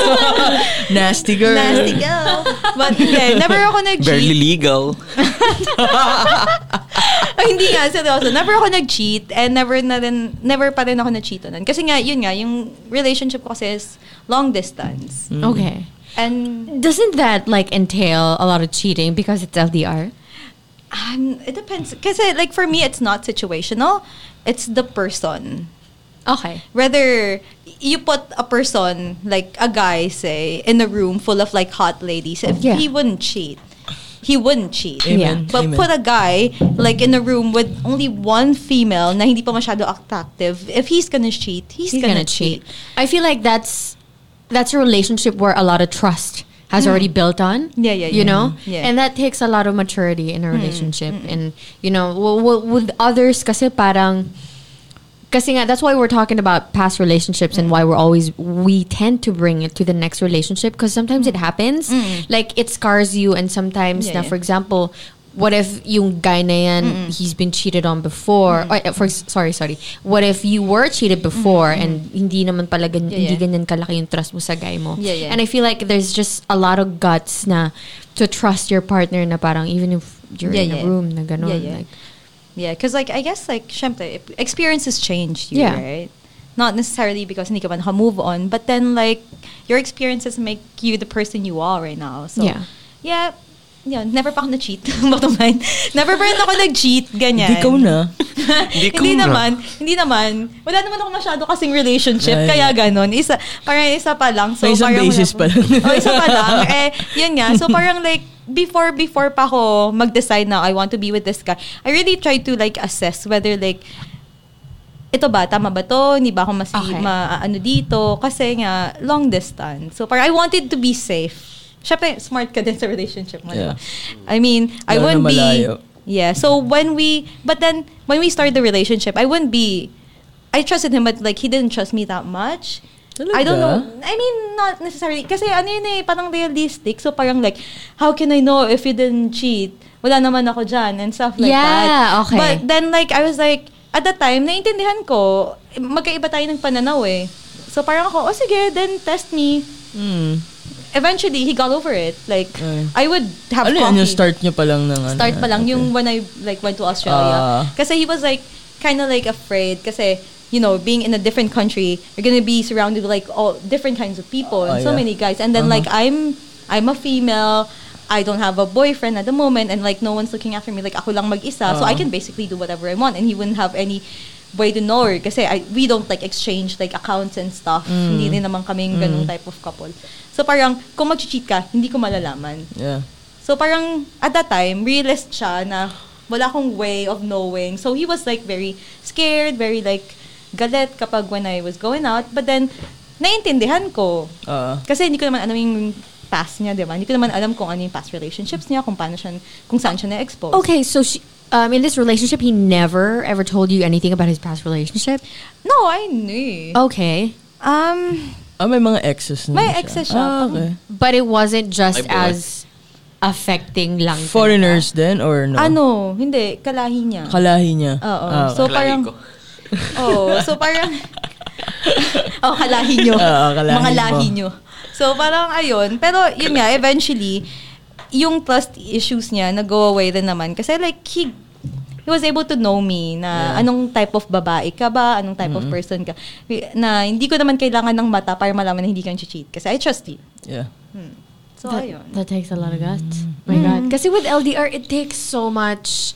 Speaker 3: Nasty girl.
Speaker 5: Nasty girl. But hindi. Never ako
Speaker 4: Barely
Speaker 5: nag-cheat.
Speaker 4: legal.
Speaker 5: Ay, hindi nga. Seryoso. Never ako nag-cheat. And never na rin, never pa rin ako na-cheat on. Kasi nga, yun nga, yung relationship ko kasi is long distance.
Speaker 2: Okay.
Speaker 5: And
Speaker 2: Mm. Doesn't that like entail a lot of cheating because it's LDR?
Speaker 5: um, it depends. Kasi like for me, it's not situational. It's the person.
Speaker 2: Okay.
Speaker 5: Rather, you put a person, like a guy, say, in a room full of like hot ladies, if
Speaker 2: Yeah.
Speaker 5: he wouldn't cheat. He wouldn't cheat.
Speaker 3: Amen.
Speaker 5: But
Speaker 3: Amen.
Speaker 5: put a guy like in a room with only one female na hindi pa masyado attractive, if he's gonna cheat, he's,
Speaker 2: He's
Speaker 5: gonna,
Speaker 2: gonna cheat. I feel like that's that's a relationship where a lot of trust has already built on.
Speaker 5: Mm. Yeah, yeah,
Speaker 2: You
Speaker 5: yeah.
Speaker 2: know,
Speaker 5: Yeah. Mm,
Speaker 2: and that takes a lot of maturity in a relationship. And you know, w- w- with others, kasi parang. Kasi nga, that's why we're talking about past relationships and
Speaker 5: Mm.
Speaker 2: why we're always we tend to bring it to the next relationship because sometimes it happens like it scars you and sometimes
Speaker 5: Mm. Yeah,
Speaker 2: now
Speaker 5: yeah.
Speaker 2: for example what if yung guy na yan, he's been cheated on before or, uh, for, sorry sorry what if you were cheated before and hindi naman pala gan-
Speaker 5: Yeah,
Speaker 2: hindi
Speaker 5: yeah.
Speaker 2: ganyan kalaki yung trust mo sa guy mo
Speaker 5: Yeah, yeah.
Speaker 2: and I feel like there's just a lot of guts na to trust your partner na parang even if you're in
Speaker 5: Yeah,
Speaker 2: a
Speaker 5: yeah.
Speaker 2: room na ganun
Speaker 5: Yeah, yeah.
Speaker 2: like
Speaker 5: Yeah, because like I guess like syempre, experiences change you,
Speaker 2: Yeah.
Speaker 5: right? Not necessarily because hindi ka man move on, but then like your experiences make you the person you are right now. So
Speaker 2: Yeah.
Speaker 5: yeah, yeah, never pa ako na-cheat. Bottom line. Never pa rin ako nag-cheat,
Speaker 3: Hindi
Speaker 5: ganyan.
Speaker 3: ikaw na.
Speaker 4: Hindi ko
Speaker 5: hindi
Speaker 4: na.
Speaker 5: naman, hindi naman. Wala naman ako masyado kasing relationship,
Speaker 3: Ay.
Speaker 5: kaya ganun. Isa, parang isa pa lang. So,
Speaker 3: May isang
Speaker 5: parang wala
Speaker 3: basis
Speaker 5: pa-
Speaker 3: pa lang.
Speaker 5: oh, isa pa lang. Eh, yun nga. So, parang like, before, before pa ako mag-decide na I want to be with this guy, I really try to like assess whether like, ito ba, tama ba to? Hindi ba ako mas
Speaker 2: Okay.
Speaker 5: ma, ano dito? Kasi nga, long distance. So, parang I wanted to be safe. Siyempre, smart ka din sa relationship mo, di
Speaker 3: Yeah.
Speaker 5: ba? I mean,
Speaker 3: Lalo
Speaker 5: I
Speaker 3: na
Speaker 5: wouldn't be...
Speaker 3: malayo.
Speaker 5: Yeah. So when we, but then when we started the relationship, I wouldn't be. I trusted him, but like he didn't trust me that much. I don't know.
Speaker 3: Talaga?
Speaker 5: I mean, not necessarily. Kasi ano yun eh, parang realistic. So parang like, how can I know if you didn't cheat? Wala naman ako dyan and stuff like that.
Speaker 2: Yeah, okay.
Speaker 5: But then like, I was like, at that time, naiintindihan ko, magkaiba tayo ng pananaw eh. So parang ako, oh sige, then test me.
Speaker 3: Hmm.
Speaker 5: Eventually, he got over it. Like,
Speaker 3: Ay.
Speaker 5: I would have
Speaker 3: Mm. Ano yun,
Speaker 5: coffee
Speaker 3: yung start nyo pa lang ng ano?
Speaker 5: start pa lang
Speaker 3: Okay.
Speaker 5: yung when I like went to Australia.
Speaker 3: Ah.
Speaker 5: kasi he was like kind of like afraid kasi you know, being in a different country, you're gonna be surrounded with like all different kinds of people
Speaker 3: Ah,
Speaker 5: and so
Speaker 3: yeah.
Speaker 5: many guys. And then like I'm I'm a female. I don't have a boyfriend at the moment and like no one's looking after me. Like ako lang mag-isa. So
Speaker 3: Ah.
Speaker 5: I can basically do whatever I want and he wouldn't have any way to know her kasi I, we don't like exchange like accounts and stuff.
Speaker 3: Mm.
Speaker 5: Hindi din naman kaming ganung type of couple. So parang kung mag-cheat ka, hindi ko malalaman.
Speaker 3: Yeah.
Speaker 5: So parang at that time, realist siya na wala akong way of knowing. So he was like very scared, very like galit kapag when I was going out. But then, naiintindihan ko.
Speaker 3: Ah.
Speaker 5: Kasi hindi ko naman alam yung past niya, di ba? Hindi ko naman alam kung ano yung past relationships niya, kung paano siya, kung saan siya na-expose.
Speaker 2: Okay, so she, um, in this relationship, he never ever told you anything about his past relationship.
Speaker 5: No, I knew.
Speaker 2: Okay,
Speaker 5: Um,
Speaker 3: ah, may mga exes na
Speaker 5: May
Speaker 3: siya.
Speaker 5: exes siya.
Speaker 3: Ah, okay.
Speaker 2: but it wasn't just
Speaker 4: Ay, boy.
Speaker 2: as affecting lang. talaga.
Speaker 3: Foreigners din or no?
Speaker 5: ano, hindi, kalahi niya.
Speaker 3: Kalahi niya.
Speaker 5: Oo.
Speaker 3: Ah,
Speaker 5: So
Speaker 3: okay.
Speaker 5: parang,
Speaker 4: Kalahi ko.
Speaker 5: Oo. So parang, oh, kalahi nyo.
Speaker 3: Oo, kalahi
Speaker 5: Mga
Speaker 3: mo.
Speaker 5: lahi nyo. So parang ayun. Pero yun nga, eventually, yung trust issues niya nag-go away din naman. Kasi like, he, he was able to know me na anong type of babae ka ba, anong type
Speaker 3: Mm-hmm.
Speaker 5: of person ka. Na hindi ko naman kailangan ng mata para malaman na hindi ka cheat. Kasi I trust you.
Speaker 3: Yeah.
Speaker 5: So, ayun.
Speaker 2: That takes a lot of guts.
Speaker 5: Mm.
Speaker 2: My God. Kasi with LDR, it takes so much.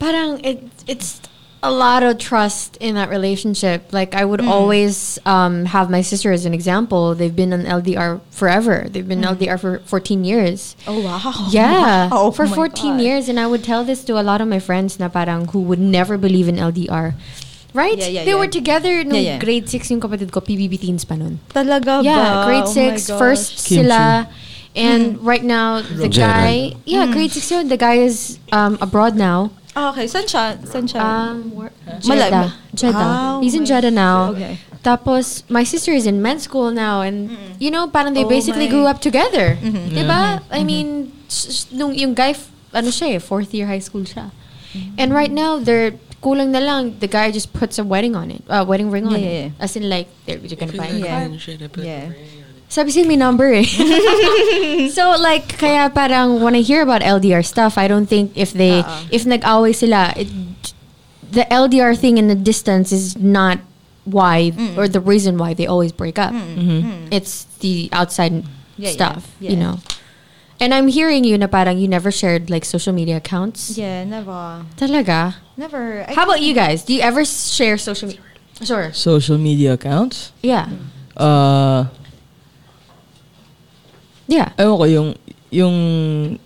Speaker 2: Parang it, it's a lot of trust in that relationship. Like I would
Speaker 5: Mm.
Speaker 2: always um, have my sister as an example. They've been on LDR forever. They've been LDR for 14 years.
Speaker 5: Mm. Oh, wow.
Speaker 2: Yeah,
Speaker 5: Wow.
Speaker 2: for
Speaker 5: Oh my
Speaker 2: 14
Speaker 5: God.
Speaker 2: years, and I would tell this to a lot of my friends na parang who would never believe in LDR. Right?
Speaker 5: Yeah, yeah,
Speaker 2: they
Speaker 5: yeah.
Speaker 2: were together nung
Speaker 5: Yeah, yeah.
Speaker 2: grade 6 yung kapatid ko, PBB teens pa nun.
Speaker 5: Talaga
Speaker 2: Yeah,
Speaker 5: ba?
Speaker 2: grade
Speaker 5: Oh my
Speaker 2: 6,
Speaker 5: gosh.
Speaker 2: first
Speaker 3: Kimchi.
Speaker 2: sila.
Speaker 5: Hmm.
Speaker 2: And right now, the guy, yeah, grade 6 yun, the guy is um, abroad now.
Speaker 5: Ah, okay, saan siya? Saan siya?
Speaker 2: Um, where-
Speaker 5: Malay-
Speaker 2: Jeddah. Jeddah.
Speaker 5: Ah,
Speaker 2: He's in
Speaker 5: okay.
Speaker 2: Jeddah now.
Speaker 5: Okay.
Speaker 2: Tapos, my sister is in men's school now, and you know, parang they
Speaker 5: Oh
Speaker 2: basically
Speaker 5: my. Mm-hmm.
Speaker 2: grew up together. Diba? I mean, s- s- nung yung guy, f- ano siya eh, fourth year high school siya.
Speaker 5: Mm-hmm.
Speaker 2: And right now, they're kulang na lang, the guy just puts a wedding on it, a wedding ring on
Speaker 5: Yeah,
Speaker 2: it.
Speaker 5: yeah, yeah.
Speaker 2: As in like, they're, you're gonna buy a
Speaker 5: Yeah.
Speaker 2: car.
Speaker 5: yeah.
Speaker 2: Sabi siya may number eh. so like, kaya parang when I hear about LDR stuff, I don't think if they,
Speaker 5: Uh-uh.
Speaker 2: if nag-away sila, it, the LDR thing in the distance is not why or the reason why they always break up. It's the outside
Speaker 5: Yeah,
Speaker 2: stuff,
Speaker 5: yeah,
Speaker 2: you
Speaker 5: yeah.
Speaker 2: know. And I'm hearing you na parang you never shared like social media accounts.
Speaker 5: Yeah, never.
Speaker 2: Talaga.
Speaker 5: Never. I-
Speaker 2: How about you guys? Do you ever share social media? Sure.
Speaker 3: Social media accounts?
Speaker 2: Yeah.
Speaker 3: Uh,
Speaker 2: Yeah.
Speaker 3: ewan ko, yung, yung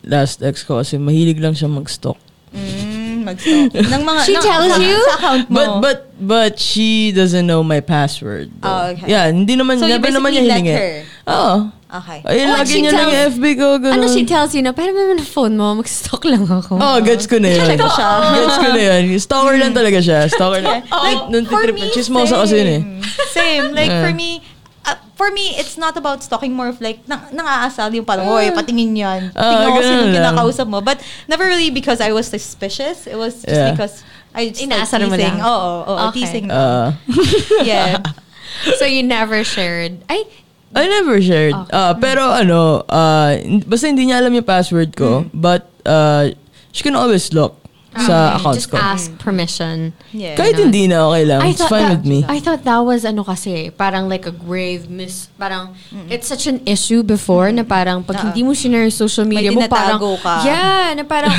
Speaker 3: last ex ko kasi mahilig lang siya mag-stalk.
Speaker 5: Mm, mag-stalk. Ng mga,
Speaker 2: She
Speaker 5: ng-
Speaker 2: tells
Speaker 5: sa-
Speaker 2: you?
Speaker 5: Sa account mo.
Speaker 3: But but but she doesn't know my password. though.
Speaker 5: Oh, okay.
Speaker 3: Yeah, hindi naman
Speaker 5: So you
Speaker 3: never naman niya
Speaker 5: basically let
Speaker 3: hilingi.
Speaker 5: her?
Speaker 3: Oo.
Speaker 5: okay.
Speaker 3: Ayun,
Speaker 2: Oh,
Speaker 3: lagi
Speaker 2: she
Speaker 3: niya lang yung
Speaker 2: tells-
Speaker 3: FB ko. Ganun.
Speaker 2: Ano she tells you na parang naman phone mo, mag-stalk lang ako.
Speaker 3: Oh,
Speaker 5: Uh-huh.
Speaker 3: gets ko na yun.
Speaker 5: Check ko siya.
Speaker 3: gets ko na yun. Stalker lang talaga siya. Stalker lang.
Speaker 2: Oh.
Speaker 3: Like, nung titrip na. Chismosa kasi yun eh.
Speaker 5: Oh, Same. Like,
Speaker 3: Yeah.
Speaker 5: for me, uh, for me, it's not about stalking, more of like, nang, nangaasal yung parang, oy, patingin yan.
Speaker 3: Ah,
Speaker 5: Tingnan ko sino
Speaker 3: ganun lang.
Speaker 5: kinakausap mo. But never really because I was suspicious. It was just
Speaker 3: Yeah.
Speaker 5: because I just
Speaker 2: Inaasar
Speaker 5: like
Speaker 2: mo
Speaker 5: teasing.
Speaker 2: lang.
Speaker 5: Oo, oh, oh,
Speaker 2: Okay.
Speaker 5: teasing.
Speaker 3: Uh,
Speaker 5: yeah.
Speaker 2: So you never shared. Ay,
Speaker 3: I never shared.
Speaker 5: Oh.
Speaker 3: Ah, pero ano, ah, hin- basta hindi niya alam yung password ko.
Speaker 5: Mm.
Speaker 3: But uh, she can always look
Speaker 5: Ah,
Speaker 3: sa accounts
Speaker 2: um, just
Speaker 3: ko.
Speaker 2: ask permission.
Speaker 5: yeah.
Speaker 3: Kahit hindi na, okay lang. It's fine
Speaker 2: that,
Speaker 3: with me.
Speaker 2: I thought that was ano kasi, parang like a grave mis... Parang, it's such an issue before na parang pag hindi mo sinare yung social media mo, parang...
Speaker 5: tinatago ka.
Speaker 2: Yeah, na parang...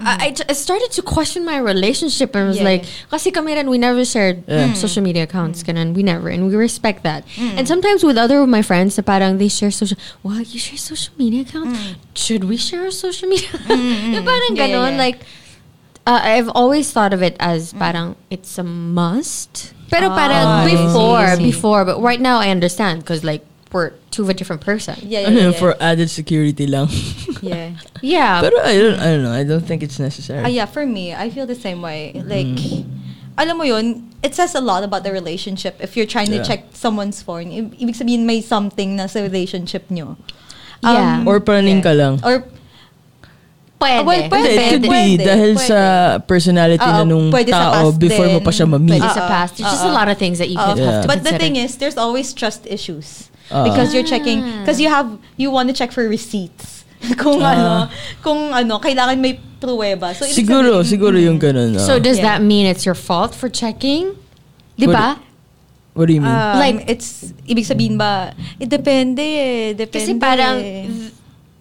Speaker 2: I, I ju- I started to question my relationship and was
Speaker 5: Yeah,
Speaker 2: like, kasi kami rin, we never shared
Speaker 3: Hmm.
Speaker 2: um, social media accounts, ganun, we never, and we respect that.
Speaker 5: Hmm.
Speaker 2: And sometimes with other of my friends, na parang they share social, what, you share social media accounts?
Speaker 5: Hmm.
Speaker 2: Should we share our social media? Na parang
Speaker 5: Yeah, yeah,
Speaker 2: ganun,
Speaker 5: yeah.
Speaker 2: like, uh, I've always thought of it as parang it's a must. Pero
Speaker 5: Mm. Ah,
Speaker 2: parang
Speaker 5: I see,
Speaker 2: before,
Speaker 5: I see.
Speaker 2: before. But right now I understand because like we're two of a different person.
Speaker 5: Yeah, yeah,
Speaker 3: Ano
Speaker 5: yeah.
Speaker 3: yun, for added security lang.
Speaker 5: yeah.
Speaker 2: Yeah.
Speaker 3: Pero I don't, I don't know. I don't think it's necessary.
Speaker 5: Ah, yeah, for me, I feel the same way. Like, alam mo yun, it says a lot about the relationship if you're trying to
Speaker 3: Yeah.
Speaker 5: check someone's phone. I- ibig sabihin may something na sa relationship nyo. Um,
Speaker 2: Yeah.
Speaker 3: Or praning ka lang.
Speaker 5: Or,
Speaker 2: pwede.
Speaker 5: well, pwede.
Speaker 3: Hindi, it could be
Speaker 5: Pwede,
Speaker 3: dahil
Speaker 5: pwede.
Speaker 3: sa personality na
Speaker 5: Oo,
Speaker 3: nung
Speaker 5: pwede sa
Speaker 3: tao
Speaker 5: past
Speaker 3: before mo
Speaker 5: din. Ah,
Speaker 3: pa siya ma-meet.
Speaker 2: Pwede sa past. There's just a lot of things that you could
Speaker 3: Yeah.
Speaker 2: have to
Speaker 5: uh, but the
Speaker 2: consider.
Speaker 5: thing is, there's always trust issues.
Speaker 3: Ah.
Speaker 5: because you're checking, because you have, you want to check for receipts. kung
Speaker 3: Ah.
Speaker 5: ano, kung ano, kailangan may pruweba. So, ibig
Speaker 3: Siguro,
Speaker 5: sabihin- mm.
Speaker 3: siguro yung ganun. ah.
Speaker 2: so does
Speaker 5: Yeah.
Speaker 2: that mean it's your fault for checking? Diba?
Speaker 3: What do you mean?
Speaker 5: Um,
Speaker 2: Like-
Speaker 5: it's, ibig sabihin ba, it depende eh, depende.
Speaker 2: Kasi parang
Speaker 5: eh.
Speaker 2: th-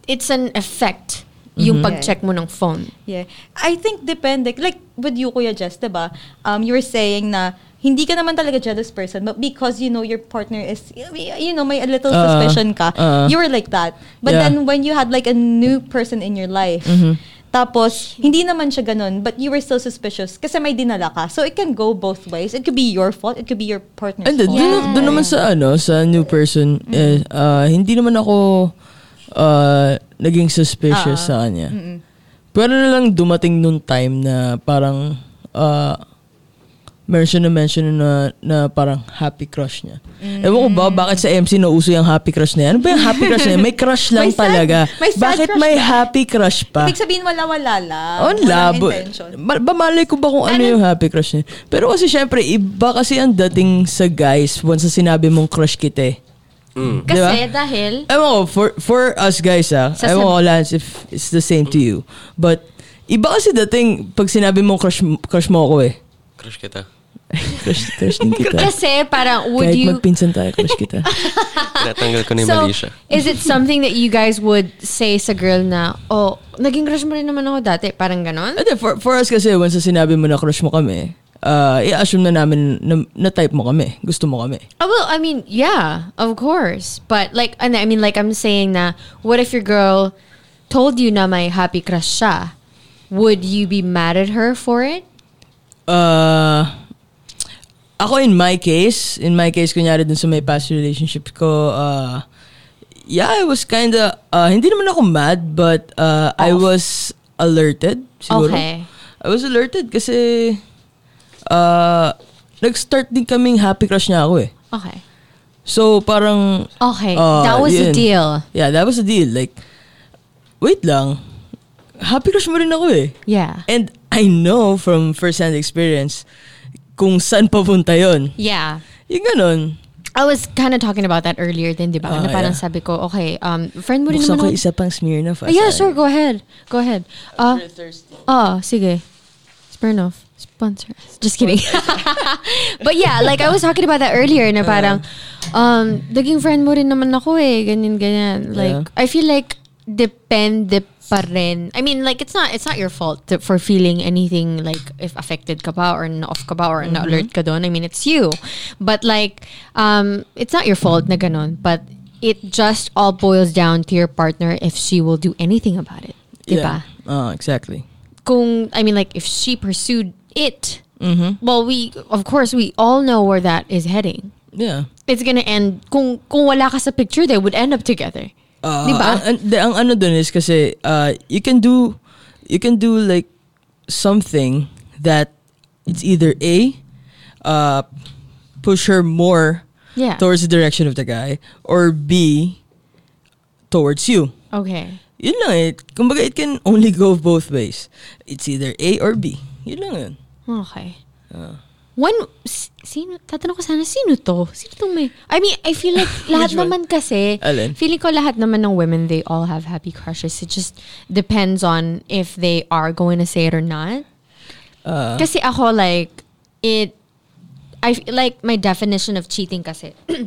Speaker 2: it's an effect
Speaker 3: Mm-hmm.
Speaker 2: yung pag-check mo ng phone.
Speaker 5: Yeah. I think depende. Like, with you, Kuya Jess, diba? Um, you were saying na, hindi ka naman talaga jealous person, but because you know your partner is, you know, may a little
Speaker 3: Uh,
Speaker 5: suspicion ka,
Speaker 3: uh.
Speaker 5: you were like that. But
Speaker 3: Yeah.
Speaker 5: then, when you had like a new person in your life, tapos, hindi naman siya ganun, but you were still suspicious kasi may dinala ka. So, it can go both ways. It could be your fault, it could be your partner's
Speaker 3: And then,
Speaker 5: fault.
Speaker 3: doon, doon naman sa ano, sa new person, eh, ah, hindi naman ako ah, naging
Speaker 5: Ah.
Speaker 3: suspicious sa kanya. Pero na lang dumating nung time na parang uh, meron siya na mention na, na parang happy crush niya.
Speaker 5: Mm.
Speaker 3: Ewan ko ba, bakit sa MC nauso yung happy crush na yan? Ano ba yung happy crush na yan? May crush lang
Speaker 5: May sad-
Speaker 3: talaga.
Speaker 5: may sad
Speaker 3: bakit
Speaker 5: crush
Speaker 3: may
Speaker 5: lang.
Speaker 3: happy crush pa?
Speaker 5: Ibig sabihin, wala-wala lang.
Speaker 2: Um,
Speaker 3: On
Speaker 5: Walang
Speaker 3: labo.
Speaker 5: intention.
Speaker 3: Ba, ba malay ko ba kung ano, yung happy crush niya? Pero kasi syempre, iba kasi ang dating sa guys once na sinabi mong crush kita eh.
Speaker 2: Kasi
Speaker 3: Diba?
Speaker 2: dahil,
Speaker 3: Ewan ko, for, for us guys ah,
Speaker 2: Sa sab-
Speaker 3: ewan ko Lance if it's the same to you. But, iba kasi dating pag sinabi mo crush, crush mo ako eh.
Speaker 4: Crush kita.
Speaker 3: crush, crush din kita.
Speaker 2: kasi parang would
Speaker 3: Kahit
Speaker 2: you...
Speaker 3: magpinsan tayo, crush kita.
Speaker 4: Natanggal ko na yung
Speaker 2: so,
Speaker 4: mali siya.
Speaker 2: is it something that you guys would say sa girl na, oh, naging crush mo rin naman ako dati? Parang ganon?
Speaker 3: Hindi, for, for us kasi, once na sinabi mo na crush mo kami, uh, i-assume na namin na, na type mo kami. Gusto mo kami.
Speaker 2: Oh, well, I mean, yeah, of course. But like, ano, I mean, like I'm saying na, what if your girl told you na may happy crush siya? Would you be mad at her for it?
Speaker 3: Uh, ako in my case, in my case, kunyari dun sa may past relationship ko, uh, yeah, I was kinda, uh, hindi naman ako mad, but uh, I was alerted, siguro.
Speaker 2: Okay.
Speaker 3: I was alerted kasi uh, nag-start din kaming happy crush niya ako eh.
Speaker 2: Okay.
Speaker 3: So, parang
Speaker 2: Okay.
Speaker 3: Ah,
Speaker 2: that was the
Speaker 3: yun.
Speaker 2: deal.
Speaker 3: Yeah, that was the deal. Like, wait lang. Happy crush mo rin ako eh.
Speaker 2: Yeah.
Speaker 3: And I know from first-hand experience kung saan papunta yon.
Speaker 2: Yeah.
Speaker 3: Yung ganun.
Speaker 2: I was kind of talking about that earlier din, di ba?
Speaker 3: Ah,
Speaker 2: na parang
Speaker 3: yeah.
Speaker 2: sabi ko, okay, um, friend mo rin
Speaker 3: Buksan ko
Speaker 2: naman ako.
Speaker 3: isa pang smear na
Speaker 2: Ah, yeah, sure, go ahead. Go ahead. Ah, ah, sige. Smirnoff. Sponsor. us. Just kidding. but yeah, like I was talking about that earlier na parang, um, naging friend mo rin naman ako eh, ganyan, ganyan. Like, I feel like depende pa rin. I mean, like, it's not it's not your fault to- for feeling anything like if affected ka ba or na-off ka ba or na-alert ka doon. I mean, it's you. But like, um, it's not your fault na ganun. But it just all boils down to your partner if she will do anything about it. Di ba?
Speaker 3: Yeah. Ah, exactly.
Speaker 2: kung I mean like if she pursued it,
Speaker 3: Mm-hmm.
Speaker 2: well we of course we all know where that is heading.
Speaker 3: Yeah.
Speaker 2: It's gonna end kung kung wala ka sa picture, they would end up together.
Speaker 3: Ah,
Speaker 2: Di ba?
Speaker 3: Ang, ang, de- ang ano dun is kasi uh, you can do you can do like something that it's either A uh, push her more
Speaker 2: Yeah.
Speaker 3: towards the direction of the guy or B towards you.
Speaker 2: Okay.
Speaker 3: Yun lang eh. Kumbaga it can only go both ways. It's either A or B. Yun lang yun.
Speaker 2: Okay. When s- sino tatanong ko sana sino to? Sino tong may I mean, I feel like lahat
Speaker 3: Which one?
Speaker 2: naman kasi
Speaker 3: Alin?
Speaker 2: feeling ko lahat naman ng women they all have happy crushes. It just depends on if they are going to say it or not.
Speaker 3: Uh.
Speaker 2: kasi ako like it I f- like my definition of cheating kasi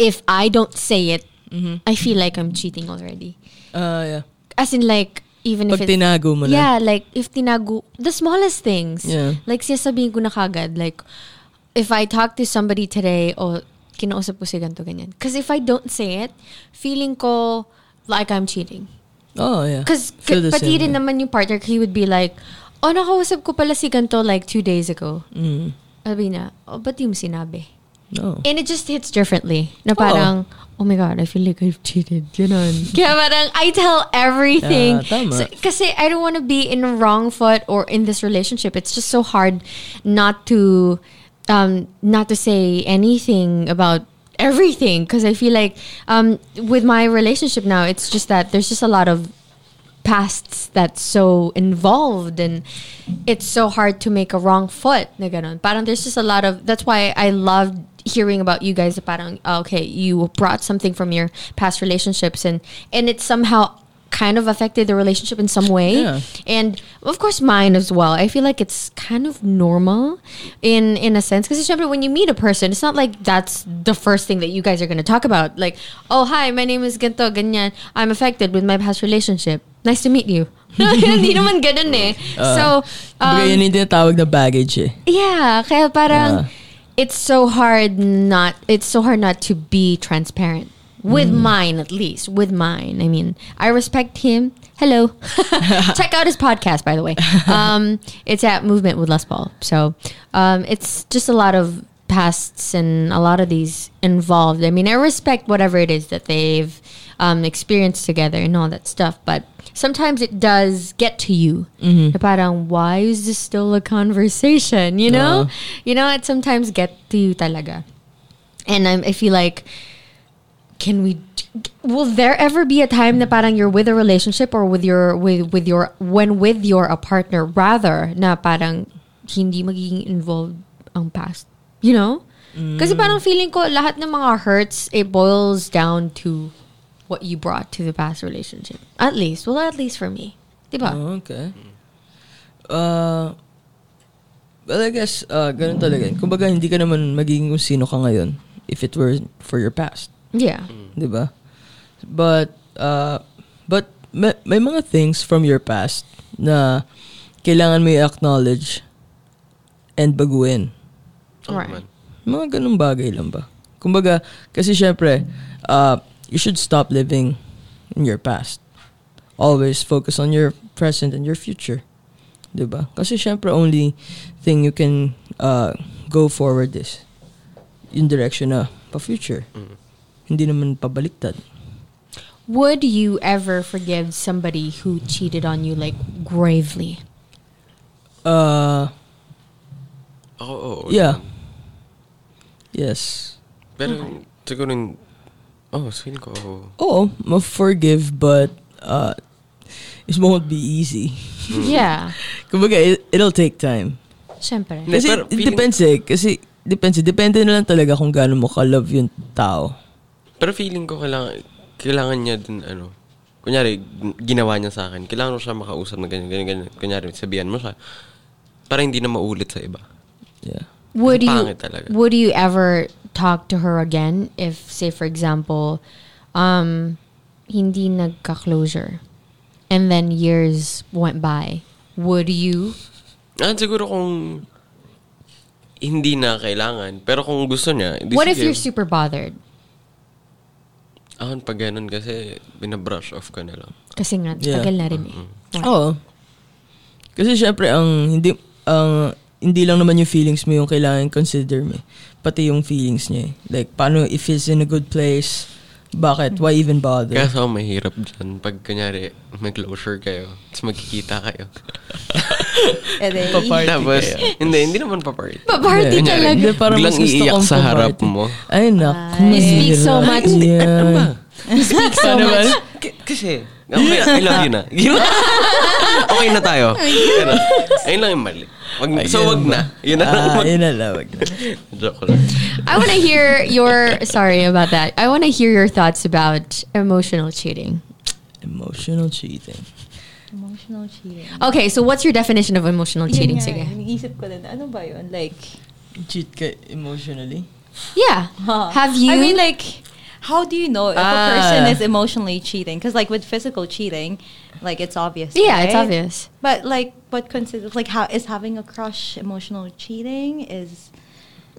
Speaker 2: if I don't say it,
Speaker 3: Mm-hmm.
Speaker 2: I feel like I'm cheating already.
Speaker 3: Ah, yeah.
Speaker 2: As in like even if
Speaker 3: Pag
Speaker 2: it's
Speaker 3: tinago mo na.
Speaker 2: Yeah, like if tinago the smallest things.
Speaker 3: Yeah.
Speaker 2: Like sasabihin ko na kagad like if I talk to somebody today o kinausap ko si ganto ganyan. Cause if I don't say it, feeling ko like I'm cheating.
Speaker 3: Oh, yeah.
Speaker 2: Cause
Speaker 3: Feel
Speaker 2: k-
Speaker 3: the
Speaker 2: pati rin
Speaker 3: same way.
Speaker 2: naman yung partner ko, he would be like, oh nakausap ko pala si ganto like two days ago.
Speaker 3: Mm.
Speaker 2: Sabi na, oh ba't di mo sinabi?
Speaker 3: No.
Speaker 2: And it just hits differently. Na parang, oh my God, I feel like I've cheated. Ganon. Kaya parang, I tell everything.
Speaker 3: Yeah, tama.
Speaker 2: So, kasi I don't want to be in the wrong foot or in this relationship. It's just so hard not to, um, not to say anything about everything. Because I feel like um, with my relationship now, it's just that there's just a lot of pasts that's so involved and it's so hard to make a wrong foot na ganun. Parang there's just a lot of that's why I loved hearing about you guys na parang ah, okay you brought something from your past relationships and and it somehow kind of affected the relationship in some way
Speaker 3: Yeah.
Speaker 2: and of course mine as well I feel like it's kind of normal in in a sense because when you meet a person it's not like that's the first thing that you guys are going to talk about like oh hi my name is ganto ganyan I'm affected with my past relationship nice to meet you hindi naman ganun eh so
Speaker 3: Kumbaga, yun
Speaker 2: um,
Speaker 3: yung tinatawag na baggage eh.
Speaker 2: yeah kaya
Speaker 3: Ah.
Speaker 2: parang it's so hard not it's so hard not to be transparent with mine at least with mine i mean i respect him hello check out his podcast by the way um, it's at movement with les paul so um, it's just a lot of pasts and a lot of these involved i mean i respect whatever it is that they've um, experienced together and all that stuff but sometimes it does get to you mm parang why is this still a conversation you know
Speaker 3: Ah.
Speaker 2: you know it sometimes get to you talaga and I'm, I feel like, can we? Will there ever be a time na parang you're with a relationship or with your with with your when with your a partner rather na parang hindi magiging involved ang past? You know, Kasi parang feeling ko lahat ng mga hurts, it boils down to what you brought to the past relationship. At least, well at least for me. Diba?
Speaker 3: Oh, okay. Uh, well, I guess, uh, ganun talaga. yun. Kumbaga, hindi ka naman magiging kung sino ka ngayon if it were for your past.
Speaker 2: Yeah.
Speaker 3: Di ba? But, uh, but may, may mga things from your past na kailangan mo i-acknowledge and baguhin.
Speaker 2: Alright.
Speaker 3: Mga ganun bagay lang ba? Kumbaga, kasi syempre, uh, you should stop living in your past. Always focus on your present and your future. 'Di ba? Kasi syempre, only thing you can uh, go forward is yung direction na pa-future. Hindi naman pabaliktad.
Speaker 2: Would you ever forgive somebody who cheated on you like gravely?
Speaker 3: Uh,
Speaker 4: Ako, oo.
Speaker 3: yeah. Yes.
Speaker 4: Pero siguro, yung- oh, feeling ko, oo.
Speaker 3: Oo, ma-forgive, but uh, it won't be easy.
Speaker 2: Yeah.
Speaker 3: Kumbaga, it, it'll take time.
Speaker 2: Siyempre.
Speaker 4: Hindi,
Speaker 3: Kasi
Speaker 4: pero
Speaker 3: it
Speaker 4: feeling-
Speaker 3: depends eh. Kasi depends. eh. Depende na lang talaga kung gaano mo ka-love yung tao.
Speaker 4: Pero feeling ko kailangan, kailangan niya din, ano, kunyari, gin- ginawa niya sa akin, kailangan ko siya makausap na ganyan, ganyan, ganyan. Kunyari, sabihan mo siya, para hindi na maulit sa iba.
Speaker 3: Yeah.
Speaker 2: Would you
Speaker 4: Pangit talaga.
Speaker 2: would you ever talk to her again if say for example um hindi nagka-closure and then years went by would you
Speaker 4: Ah, siguro kung hindi na kailangan. Pero kung gusto niya, di
Speaker 2: What if
Speaker 4: sige.
Speaker 2: you're super bothered
Speaker 4: Ah, pag ganun kasi, binabrush off ka na lang.
Speaker 2: kasi nga
Speaker 3: Yeah.
Speaker 2: tagal na rin eh
Speaker 4: Mm-hmm. Mm.
Speaker 5: Oh.
Speaker 3: Oo. Kasi syempre, ang hindi, ang hindi lang naman yung feelings mo yung kailangan consider mo. eh. Pati yung feelings niya eh. Like, paano if he's in a good place, bakit? Why even bother?
Speaker 4: Kaso mahirap dyan. Pag kunyari, may closure kayo, tapos magkikita kayo.
Speaker 5: Eh, Aray.
Speaker 4: tapos, hindi, hindi naman pa-party.
Speaker 2: Paparty
Speaker 4: Kunyari,
Speaker 2: talaga Ah,
Speaker 3: Hindi, parang mas
Speaker 4: biglang
Speaker 3: gusto
Speaker 4: iiyak
Speaker 3: kong
Speaker 4: sa
Speaker 3: pumarty.
Speaker 4: harap mo.
Speaker 3: Ay, naku.
Speaker 2: You speak so much.
Speaker 3: Ano ba?
Speaker 2: speak so
Speaker 3: ano
Speaker 2: much
Speaker 4: K- kasi, okay, I love you na. Yun na. okay na tayo. Ayun na. Ayun lang yung mali. Wag, so, wag na. Yun na.
Speaker 3: Ah,
Speaker 4: Wag-
Speaker 3: yun na lang. wag na.
Speaker 4: Joke lang.
Speaker 2: I want to hear your sorry about that I want to hear your thoughts about emotional cheating
Speaker 3: Emotional cheating.
Speaker 5: Emotional cheating.
Speaker 2: okay so what's your definition of emotional cheating sige
Speaker 5: Iniisip ko din, ano ba yun? Like,
Speaker 3: Cheat ka emotionally?
Speaker 2: yeah have you
Speaker 5: I mean, like, how do you know if a person
Speaker 3: Ah.
Speaker 5: is emotionally cheating? Because, like, with physical cheating, like, it's obvious.
Speaker 2: yeah
Speaker 5: right?
Speaker 2: it's obvious
Speaker 5: But, like, what considers, like, how is having a crush emotional cheating? Is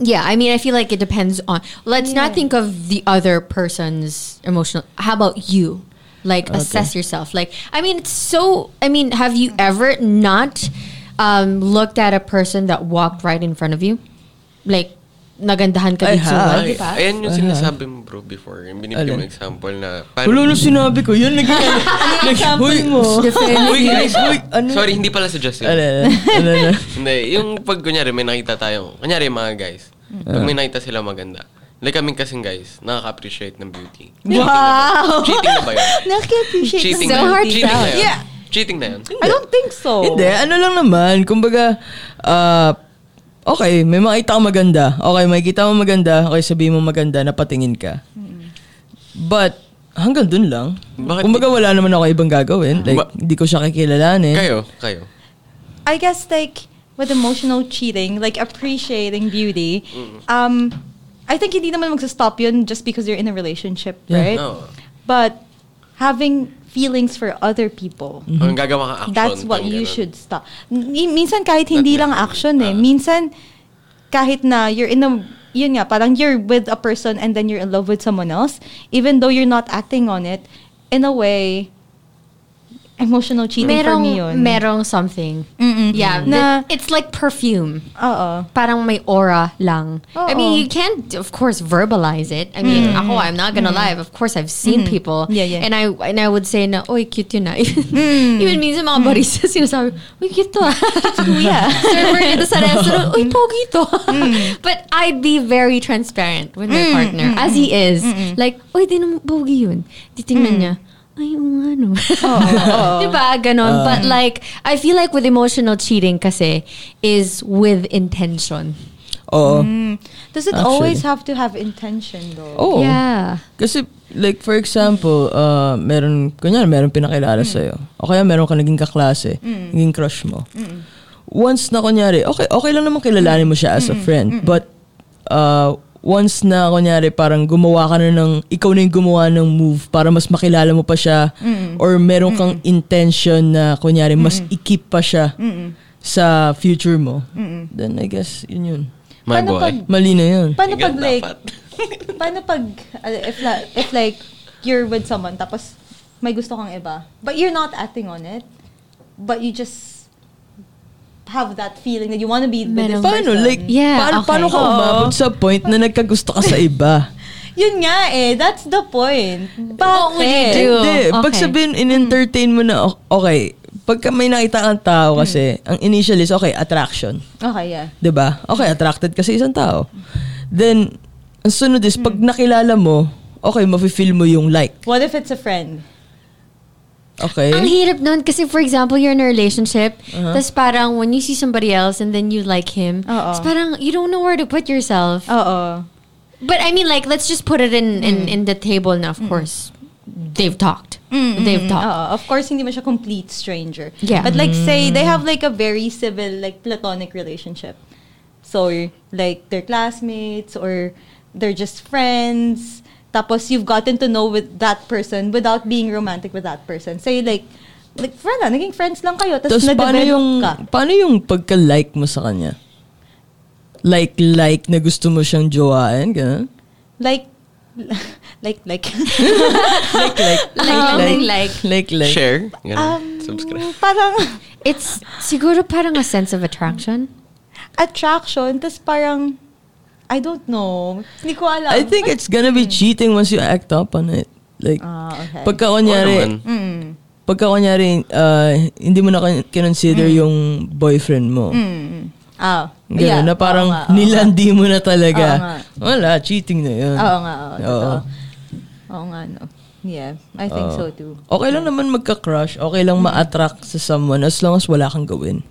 Speaker 2: Yeah, I mean, I feel like it depends on. Let's not
Speaker 5: Yeah.
Speaker 2: think of the other person's emotional. How about you? Like, assess yourself. Like, I mean, it's so. I mean, have you ever not um, looked at a person that walked right in front of you? Like, nagandahan ka
Speaker 3: I
Speaker 2: dito.
Speaker 3: have.
Speaker 2: di ba?
Speaker 4: Ayan yung
Speaker 3: Aha.
Speaker 4: sinasabi mo bro before. Yung binigyan mo
Speaker 3: Alin?
Speaker 4: example na
Speaker 3: Wala na sinabi ko. Yun nag-
Speaker 4: Ano
Speaker 3: nag- Uy,
Speaker 4: Uy, guys,
Speaker 3: uy, ano?
Speaker 4: Sorry, hindi pala suggestion.
Speaker 3: Ano na? Ano na?
Speaker 4: Hindi, yung pag kunyari may nakita tayo, kunyari mga guys, pag may nakita sila maganda, like kaming kasing guys, nakaka-appreciate ng beauty.
Speaker 5: wow,
Speaker 4: Cheating na ba yun?
Speaker 5: appreciate
Speaker 4: Cheating
Speaker 2: So
Speaker 4: na yun.
Speaker 2: hard
Speaker 4: Cheating
Speaker 2: to
Speaker 4: na
Speaker 2: tell.
Speaker 4: yun.
Speaker 5: Yeah.
Speaker 4: Cheating na yun.
Speaker 5: I don't think so.
Speaker 3: Hindi, ano lang naman. Kumbaga, ah, okay, may makita ka maganda. Okay, may kita mo maganda. Okay, sabihin mo maganda, napatingin ka. But, hanggang dun lang.
Speaker 4: Bakit-
Speaker 3: Kumbaga, wala naman ako ibang gagawin. Like,
Speaker 4: Ba-
Speaker 3: hindi ko siya kikilalanin.
Speaker 4: Kayo, kayo.
Speaker 5: I guess like with emotional cheating, like appreciating beauty,
Speaker 4: Mm.
Speaker 5: um, I think hindi naman magsa-stop yun just because you're in a relationship,
Speaker 3: Yeah.
Speaker 5: right?
Speaker 4: No.
Speaker 5: But having feeling for other people,
Speaker 2: Mm-hmm.
Speaker 4: Ang gagawa ka action.
Speaker 5: that's what
Speaker 4: pang
Speaker 5: you
Speaker 4: ganun.
Speaker 5: should stop. Ni- Minsan kahit hindi
Speaker 4: That-
Speaker 5: lang action eh.
Speaker 4: Ah.
Speaker 5: Minsan kahit na you're in a yun nga, parang you're with a person and then you're in love with someone else, even though you're not acting on it, in a way, emotional cheating for
Speaker 2: Merong,
Speaker 5: me yun.
Speaker 2: merong something. Yeah,
Speaker 5: Na-
Speaker 2: th- it's like perfume.
Speaker 5: Oo.
Speaker 2: parang may aura lang. I
Speaker 5: Oo.
Speaker 2: mean, you can't, of course, verbalize it. I mean, ako, I'm not gonna lie. Of course, I've seen people.
Speaker 5: Mm. Mm-hmm. Yeah, Mm. yeah.
Speaker 2: And I and I would say na, oy, cute yun ah." Even minsan mga buddies na sinasabi, uy, cute to ah."
Speaker 5: Kuya.
Speaker 2: Server nito sa
Speaker 5: Mm.
Speaker 2: restaurant, uy, pogi to. But I'd be very transparent with
Speaker 5: Mm,
Speaker 2: my partner, as he is. Like, uy, di naman pogi yun.
Speaker 5: Mm.
Speaker 2: Titingnan niya, ay, oo nga no.
Speaker 5: Oh,
Speaker 2: diba? Ganon.
Speaker 5: Uh.
Speaker 2: But like, I feel like with emotional cheating kasi is with intention.
Speaker 3: Oo.
Speaker 4: Mm,
Speaker 5: Does it
Speaker 3: Actually.
Speaker 5: always have to have intention though?
Speaker 4: Oh,
Speaker 3: Oo.
Speaker 7: Yeah.
Speaker 3: Kasi, like, for example, uh, meron, kunyari, meron pinakilala sa'yo. O kaya meron ka naging kaklase, naging crush mo. Once na, kunyari, okay, okay lang naman kilalanin mo siya as a friend. But, uh, once na, kunyari, parang gumawa ka na ng, ikaw na yung gumawa ng move para mas makilala mo pa siya. Or meron kang intention na, kunyari, mas ikip pa siya sa future mo. Then, I guess, yun yun.
Speaker 4: My
Speaker 5: Paano
Speaker 4: boy.
Speaker 5: pag-
Speaker 3: Mali na yun.
Speaker 5: Paano pag
Speaker 4: Ingat
Speaker 5: like,
Speaker 4: dapat.
Speaker 5: paano pag, uh, if, la, if like, you're with someone, tapos may gusto kang iba, but you're not acting on it, but you just have that feeling that you want to be with this
Speaker 2: Merong-
Speaker 5: person.
Speaker 3: Paano? Like,
Speaker 2: Yeah,
Speaker 3: paano,
Speaker 2: okay.
Speaker 3: paano ka
Speaker 2: Oo.
Speaker 3: umabot sa point na nagkagusto ka sa iba?
Speaker 5: Yun nga eh, that's the point. What
Speaker 2: would you do?
Speaker 3: Hindi.
Speaker 2: Eh, Okay. Mm.
Speaker 3: Pag sabihin, in-entertain mo na, o- okay, pagka may nakita kang tao kasi, ang initial is, okay, attraction.
Speaker 5: Okay, yeah.
Speaker 3: 'Di ba? Okay,
Speaker 2: Mm.
Speaker 3: attracted ka sa isang tao. Then, ang sunod is,
Speaker 2: Mm.
Speaker 3: pag nakilala mo, okay, mafe-feel mo yung like.
Speaker 5: What if it's a friend?
Speaker 2: Ang
Speaker 3: Okay?
Speaker 2: hirap nun kasi for example, you're in a relationship, tas parang when you see somebody else and then you like him,
Speaker 5: Oo.
Speaker 2: tas parang you don't know where to put yourself.
Speaker 5: Oo.
Speaker 2: But I mean like, let's just put it in in, in the table na of course, they've talked. They've talked.
Speaker 5: Oo, Ah, of course, hindi mo siya complete stranger.
Speaker 2: Yeah.
Speaker 5: But like, say, they have like a very civil, like, platonic relationship. So, like, they're classmates or they're just friends. Tapos, you've gotten to know with that person without being romantic with that person. Say, like, like, friend ah, naging friends lang kayo. Tapos,
Speaker 3: Tapos, paano
Speaker 5: na-develop
Speaker 3: yung,
Speaker 5: ka.
Speaker 3: paano yung pagka-like mo sa kanya? Like, like, na gusto mo siyang jowain, gano'n?
Speaker 5: Like, like, like.
Speaker 3: Like, like,
Speaker 2: Like, like,
Speaker 3: like, like.
Speaker 4: Share. Ganun.
Speaker 5: um,
Speaker 4: Subscribe.
Speaker 5: parang,
Speaker 2: It's siguro parang a sense of attraction.
Speaker 5: attraction, tapos parang, I don't know. Hindi ko alam.
Speaker 3: I think it's gonna be cheating once you act up on it. Like,
Speaker 5: Hmm. Ah, okay.
Speaker 3: pagka
Speaker 4: Oo
Speaker 3: kunyari,
Speaker 4: naman.
Speaker 5: Mm.
Speaker 3: pagka kunyari, uh, hindi mo na kin- kinonsider
Speaker 5: Hmm.
Speaker 3: yung boyfriend mo.
Speaker 5: Ah.
Speaker 3: Ganun, na parang
Speaker 5: oo nga, oo
Speaker 3: nilandi mo na
Speaker 5: Oo
Speaker 3: talaga.
Speaker 5: nga.
Speaker 3: Wala, cheating na yun.
Speaker 5: nga. Oo nga, oo. totoo.
Speaker 3: Oo.
Speaker 5: Oo nga, no. Yeah, I think so too.
Speaker 3: Okay lang naman magka-crush. Okay
Speaker 5: Hmm.
Speaker 3: lang ma-attract sa someone as long as wala kang gawin.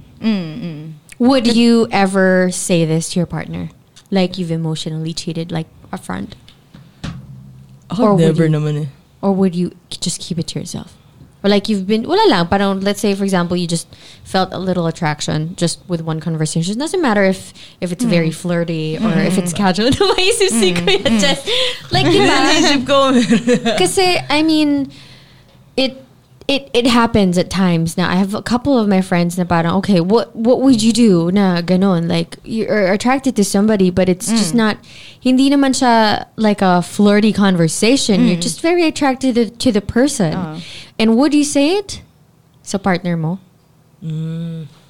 Speaker 2: Would you ever say this to your partner? Like you've emotionally cheated, like upfront? Or
Speaker 3: Ako
Speaker 2: would
Speaker 3: never
Speaker 2: you-
Speaker 3: naman eh.
Speaker 2: Or would you k- just keep it to yourself? Or like you've been, wala lang, parang let's say for example, you just felt a little attraction just with one conversation. It doesn't matter if if it's very flirty or if it's casual. Napaisip si Kuya Jess. Like, di ba?
Speaker 3: Naisip ko,
Speaker 2: Kasi, I mean, it it it happens at times. Now, I have a couple of my friends na parang, okay, what what would you do na ganon? Like, you're attracted to somebody, but it's just not, hindi naman siya like a flirty conversation. You're just very attracted to, to the person. And would you say it? Sa partner mo?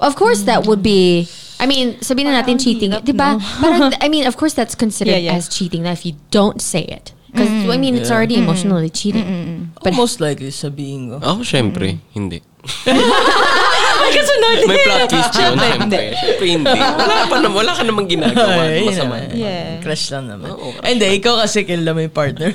Speaker 2: Of course, that would be. I mean, sabihin na natin cheating, di ba? Parang, I mean, of course, that's considered
Speaker 5: Yeah, Mm-hmm.
Speaker 2: as
Speaker 5: yeah.
Speaker 2: cheating if you don't say it. Because, I mean, it's already emotionally cheating.
Speaker 5: Mm-hmm.
Speaker 3: but most likely sabihin ko.
Speaker 5: Mm.
Speaker 4: Ako, Oh, syempre, hindi. May plot twist yun, syempre. Syempre, hindi. Wala, pa naman, wala ka namang ginagawa. Ano
Speaker 3: Ay, yun
Speaker 4: Masama.
Speaker 3: naman.
Speaker 5: Yeah.
Speaker 3: Crush lang naman.
Speaker 4: Oo,
Speaker 3: Ay, Hindi, ikaw kasi kilala mo yung partner.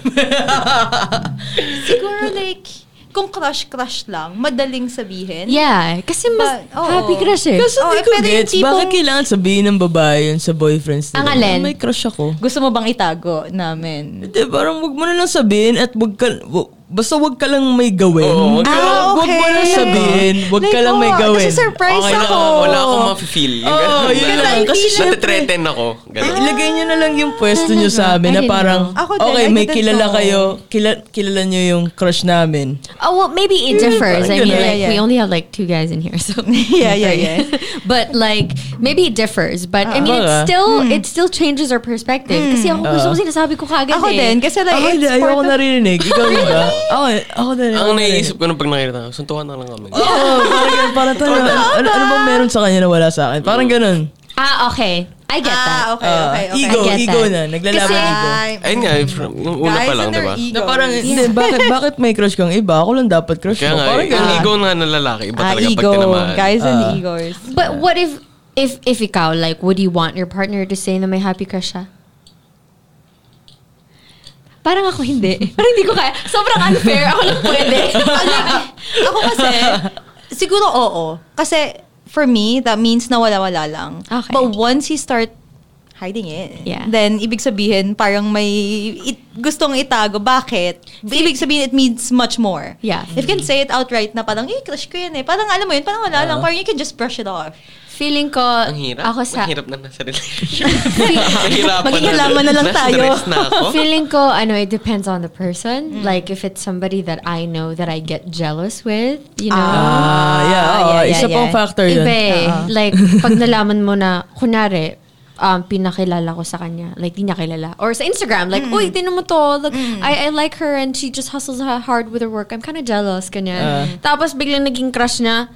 Speaker 5: Siguro like, kung crush-crush lang, madaling sabihin.
Speaker 2: Yeah, kasi mas
Speaker 5: But, oo.
Speaker 2: happy crush eh.
Speaker 3: Kasi
Speaker 5: Oh,
Speaker 3: hindi
Speaker 5: eh,
Speaker 3: ko
Speaker 5: pero yung
Speaker 3: gets,
Speaker 5: tipong-
Speaker 3: bakit kailangan sabihin ng babae yun sa boyfriends nila? Ah,
Speaker 2: Ang alin?
Speaker 3: May crush ako.
Speaker 5: Gusto mo bang itago namin?
Speaker 3: Hindi, parang wag mo na lang sabihin at wag ka, wa- basta wag ka lang may gawin.
Speaker 4: Oo, wag ka
Speaker 5: lang- Ah,
Speaker 3: Wag mo
Speaker 5: okay.
Speaker 3: lang sabihin, wag ka
Speaker 5: Like,
Speaker 3: lang may
Speaker 5: oh,
Speaker 3: gawin.
Speaker 5: nasi-surprise
Speaker 4: Okay lang,
Speaker 5: ako. Oh,
Speaker 4: wala akong ma-feel.
Speaker 3: Oo, yun lang. Kasi syempre,
Speaker 4: Natatreten ako.
Speaker 3: Eh,
Speaker 4: Ganun.
Speaker 3: ilagay nyo na lang yung pwesto nyo sa amin na parang,
Speaker 5: know. Ako din,
Speaker 3: okay,
Speaker 5: I
Speaker 3: may
Speaker 5: didn't
Speaker 3: kilala
Speaker 5: know.
Speaker 3: kayo, kilala, kilala nyo yung crush namin.
Speaker 2: Oh, well, maybe it differs. I
Speaker 3: parang
Speaker 2: mean,
Speaker 3: ganun.
Speaker 2: like,
Speaker 5: Mm-hmm. Yeah, yeah.
Speaker 2: we only have like two guys in here, so.
Speaker 5: Yeah, yeah, yeah.
Speaker 2: but like, maybe it differs. But I mean, it
Speaker 3: Baka.
Speaker 5: Uh-huh.
Speaker 2: still
Speaker 5: Mm.
Speaker 2: it still changes our perspective. oh, Kasi ako gusto ko sinasabi ko kagad
Speaker 5: Ako
Speaker 2: eh.
Speaker 5: din, kasi like,
Speaker 3: Ako,
Speaker 5: it's
Speaker 3: Ah, hindi,
Speaker 5: part
Speaker 3: ayoko
Speaker 5: of-
Speaker 3: naririnig. Ikaw rin ba? Ako, ako din. ako
Speaker 4: Ang
Speaker 3: narinig.
Speaker 4: naiisip ko nung pag nakita ko, suntukan na lang kami.
Speaker 3: Oo, parang ganun, parang tayo, ano, ano bang meron sa kanya na wala sa akin? Parang ganun.
Speaker 2: Ah, okay. I get that.
Speaker 5: Ah, okay, okay, okay.
Speaker 3: Ego,
Speaker 2: I get
Speaker 3: ego
Speaker 2: that.
Speaker 3: na. Naglalaban
Speaker 2: Kasi-
Speaker 3: ng ego.
Speaker 4: Ayun nga, from, yung una
Speaker 5: Guys ano,
Speaker 4: pa lang,
Speaker 5: and their
Speaker 4: diba?
Speaker 5: egos.
Speaker 3: Na parang, hindi, bakit, bakit may crush kang iba? Ako lang dapat crush
Speaker 4: Kaya
Speaker 3: mo.
Speaker 4: nga, eh.
Speaker 3: Parang
Speaker 4: yung
Speaker 3: ganun.
Speaker 4: ego nga ng lalaki, iba
Speaker 5: Oh Ah,
Speaker 4: talaga
Speaker 5: ego.
Speaker 4: pag tinamaan.
Speaker 5: Guys and
Speaker 3: Ah.
Speaker 5: egos.
Speaker 2: But what if if if ikaw like would you want your partner to say na may happy crush siya? Parang ako hindi. Parang hindi ko kaya. Sobrang unfair. Ako lang pwede.
Speaker 5: Ako kasi, siguro oo. Kasi, for me, that means na wala-wala lang.
Speaker 2: Okay.
Speaker 5: But once you start hiding it.
Speaker 2: Yeah.
Speaker 5: Then, ibig sabihin, parang may it, gustong itago. Bakit? Ibig sabihin, it means much more.
Speaker 2: Yeah.
Speaker 5: If you can say it outright na parang, eh, crush ko yan eh. Parang alam mo yun, parang wala
Speaker 3: Uh-huh.
Speaker 5: lang. Parang you can just brush it off.
Speaker 2: Feeling ko,
Speaker 4: Ang hirap.
Speaker 2: ako sa,
Speaker 4: Ang hirap na nasa relationship. Mahirapan
Speaker 5: Maghihalaman na lang tayo.
Speaker 4: Na-stress na ako.
Speaker 2: feeling ko, ano, it depends on the person. Like, if it's somebody that I know that I get jealous with, you know?
Speaker 3: Ah, yeah, oo,
Speaker 5: yeah, yeah,
Speaker 3: isa pang
Speaker 5: yeah.
Speaker 3: factor yun.
Speaker 2: Iba eh. Like, pag nalaman mo na, kunwari, um, pinakilala ko sa kanya. Like, di niya kilala. Or sa Instagram, like, uy, tinan mo to. Look, I, I like her and she just hustles ha- hard with her work. I'm kind of jealous, ganyan.
Speaker 3: Ah.
Speaker 2: Tapos, biglang naging crush na,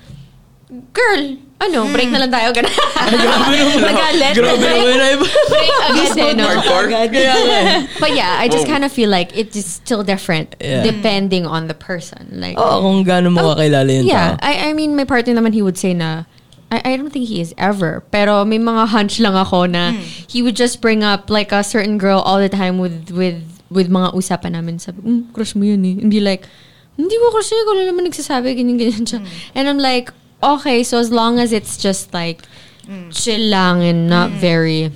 Speaker 2: girl, ano, break na lang tayo, ganun. Magalit.
Speaker 3: Ah, Grabe naman na iba.
Speaker 2: Break agad eh, no?
Speaker 4: Hardcore.
Speaker 3: Kaya nga eh.
Speaker 2: But yeah, I just
Speaker 4: Whoa.
Speaker 2: kind of feel like it is still different
Speaker 3: Yeah.
Speaker 2: depending on the person. Like,
Speaker 3: Oo, kung gaano mo kakilala yung
Speaker 2: yeah,
Speaker 3: tao.
Speaker 2: I, I mean, my partner naman, he would say na, I, I don't think he is ever. Pero may mga hunch lang ako na he would just bring up like a certain girl all the time with with with mga usapan namin. Sabi, mm, crush mo yun eh. And be like, hindi mo crush yun. Ikaw lang naman nagsasabi, ganyan, ganyan siya. And I'm like, okay, so as long as it's just like, chill lang and not very,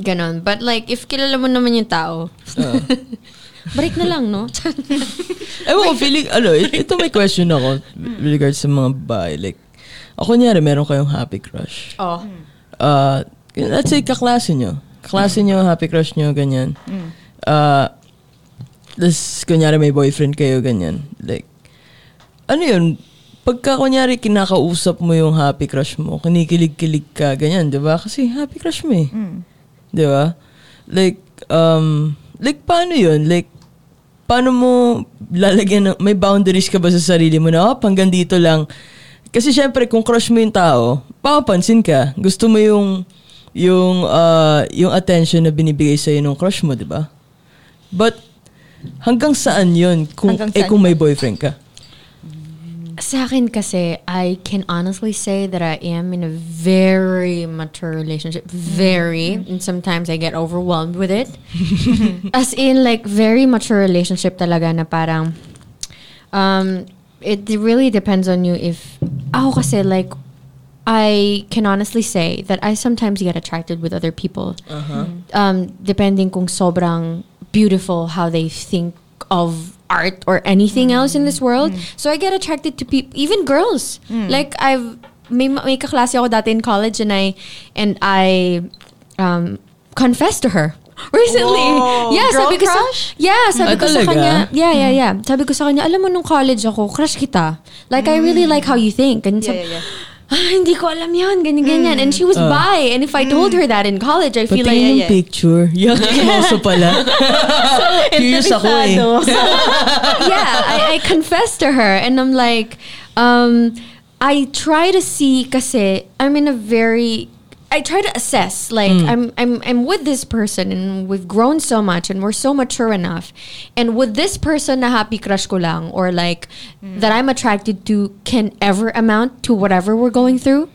Speaker 2: ganon. But like, if kilala mo naman yung tao,
Speaker 3: Ah.
Speaker 2: break na lang, no?
Speaker 3: Ewan ko, feeling, ano, it- ito may question ako with regards sa mga babae. Like, ako nyari, meron kayong happy crush.
Speaker 2: oh.
Speaker 3: Uh, let's say, kaklase nyo. Kaklase nyo, happy crush nyo, ganyan. Uh, Tapos, kunyari, may boyfriend kayo, ganyan. Like, ano yun, pagka kunyari kinakausap mo yung happy crush mo, kinikilig-kilig ka, ganyan, di ba? Kasi happy crush mo eh.
Speaker 5: Mm.
Speaker 3: Di ba? Like, um, like paano yun? Like, paano mo lalagyan ng, may boundaries ka ba sa sarili mo na, oh, hanggang dito lang. Kasi syempre, kung crush mo yung tao, papansin ka. Gusto mo yung, yung, ah, yung attention na binibigay sa'yo ng crush mo, di ba? But, hanggang saan yun? Kung,
Speaker 5: Hanggang
Speaker 3: eh,
Speaker 5: saan
Speaker 3: kung may boyfriend ka.
Speaker 2: Sa akin kasi, I can honestly say that I am in a very mature relationship. Very. And sometimes I get overwhelmed with it. As in, like, very mature relationship talaga na parang, um, it really depends on you if, ako kasi, like, I can honestly say that I sometimes get attracted with other people. Um, depending kung sobrang beautiful how they think of art or anything else in this world. So I get attracted to people, even girls. Like I've may, may kaklase ako dati in college and I and I um, confessed to her recently. yeah,
Speaker 5: Girl
Speaker 2: sabi ko sa,
Speaker 5: crush? Hmm.
Speaker 2: yeah, sabi
Speaker 3: Ah,
Speaker 2: ko sa
Speaker 3: talaga?
Speaker 2: kanya, yeah, yeah, yeah. Sabi ko sa kanya, alam mo nung college ako, crush kita. Like I really like how you think. And
Speaker 5: Yeah,
Speaker 2: sabi-
Speaker 5: Hmm. yeah, Hmm. Ah. yeah.
Speaker 2: ah, hindi ko alam yun, ganyan, ganyan. And she was bi. And if I told
Speaker 5: Hmm.
Speaker 2: her that in college, I
Speaker 3: Pati
Speaker 2: feel like,
Speaker 3: yung picture. Yuck, yeah. pala. Curious ako eh.
Speaker 2: yeah, I, I confessed to her. And I'm like, um, I try to see, kasi I'm in a very, I try to assess, like, I'm, I'm, I'm with this person and we've grown so much and we're so mature enough. And would this person na happy crush ko lang or like that I'm attracted to can ever amount to whatever we're going through?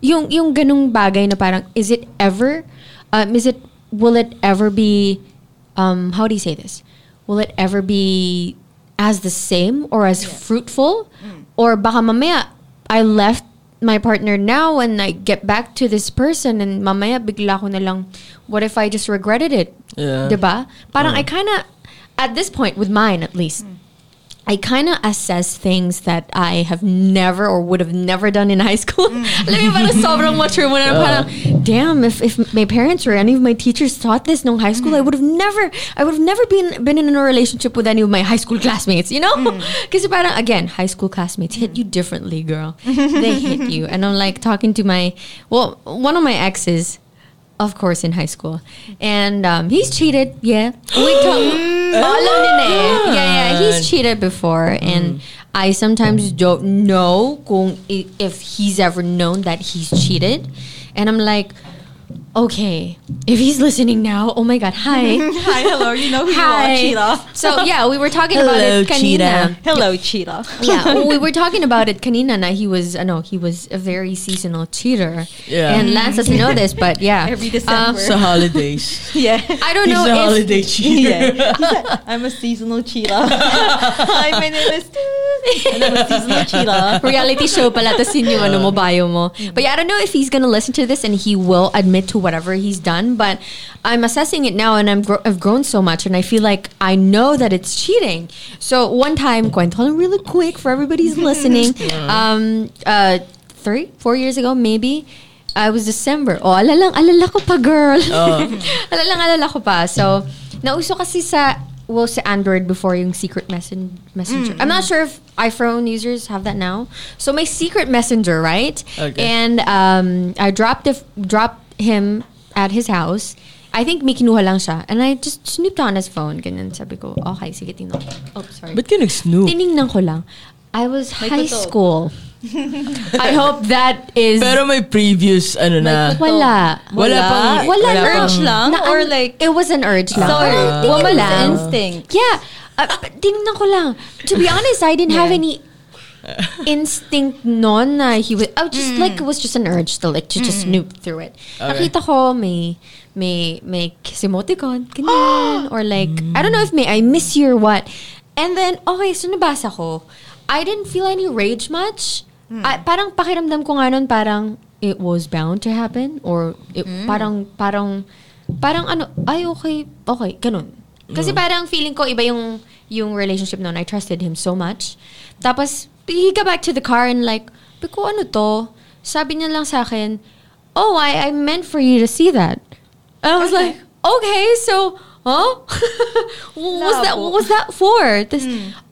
Speaker 2: yung yung ganung bagay na parang is it ever um, is it will it ever be um how do you say this will it ever be as the same or as fruitful or baka mamaya I left my partner now and I get back to this person and mamaya bigla ko na lang what if I just regretted it
Speaker 3: Yeah.
Speaker 2: diba parang I kind of at this point with mine at least I kind of assess things that I have never or would have never done in high school. Alam mo parang sobrang mature mo na parang, damn, if, if my parents or any of my teachers taught this nung high school, I would have never, I would have never been been in a relationship with any of my high school classmates, you know? Kasi parang, again, high school classmates hit you differently, girl. they hit you. And I'm like talking to my, well, one of my exes, of course, in high school. And um, he's cheated, yeah. We talk, alam nila eh. Yeah, yeah, he's cheated before.
Speaker 5: Mm.
Speaker 2: And I sometimes don't know kung i- if he's ever known that he's cheated. And I'm like, okay, if he's listening now, oh my God, hi.
Speaker 5: Hi, hello. You know who
Speaker 2: hi.
Speaker 5: you are, Cheetah.
Speaker 2: So yeah, we were talking about
Speaker 3: Hello,
Speaker 2: it. Kanina.
Speaker 3: Cheetah.
Speaker 5: Hello, Cheetah.
Speaker 2: yeah, well, we were talking about it kanina na he was uh, no, he was a very seasonal cheater.
Speaker 3: Yeah.
Speaker 2: And Lance doesn't know this, but yeah. Um,
Speaker 5: Every December.
Speaker 3: Sa holidays.
Speaker 5: Yeah.
Speaker 2: I don't
Speaker 3: He's
Speaker 2: know
Speaker 3: a
Speaker 2: if
Speaker 3: holiday cheater.
Speaker 5: yeah. He's like, I'm a seasonal Cheetah. Hi, my name is And I'm a seasonal Cheetah.
Speaker 2: reality show pala tapos yun yung ano mo bio mo but yeah I don't know if he's gonna listen to this and he will admit to to whatever he's done, but I'm assessing it now and I'm gro- I've grown so much and I feel like I know that it's cheating. So one time, kwento lang really quick for everybody's listening. Um, uh, three, four years ago, maybe. I was December. Oh, alalang, alala ko pa, girl. alalang, alala ko pa. So, nauso kasi sa, well, sa Android before yung secret messen- messenger. I'm not sure if iPhone users have that now. So, my secret messenger, right?
Speaker 3: Okay.
Speaker 2: And um, I dropped, if, dropped him at his house. I think may kinuha lang siya. And I just snooped on his phone. Ganyan sabi ko, okay, sige, tingnan ko. Oh, sorry.
Speaker 3: Ba't ka nag-snoop?
Speaker 2: Tiningnan ko lang. I was high
Speaker 5: tutok.
Speaker 2: school. I hope that is...
Speaker 3: Pero may previous, ano na.
Speaker 2: Wala.
Speaker 3: Wala pang...
Speaker 2: Wala
Speaker 3: pang-
Speaker 5: urge lang?
Speaker 2: Na- um,
Speaker 5: or like,
Speaker 2: It was an urge lang.
Speaker 5: so,
Speaker 2: Parang tingin
Speaker 5: woman's
Speaker 2: lang.
Speaker 5: instinct.
Speaker 2: Yeah. Uh, but tingnan ko lang. To be honest, I didn't have any instinct non na he was, I was just like, it was just an urge to like, to just snoop through it.
Speaker 3: Okay.
Speaker 2: Nakita ko may, may, may kiss emoticon, ganyan. or like, I don't know if may, I miss you or what. And then, okay, so nabasa ko. I didn't feel any rage much. I, parang pakiramdam ko nga nun, parang it was bound to happen or it, parang, parang, parang ano, ay okay, okay, ganun. Kasi parang feeling ko iba yung yung relationship noon. I trusted him so much. Tapos he got back to the car and like, "Biko ano to?" Sabi niya lang sa akin, "Oh, I I meant for you to see that." And I was like, "Okay, so Huh? what was that what was that for? This,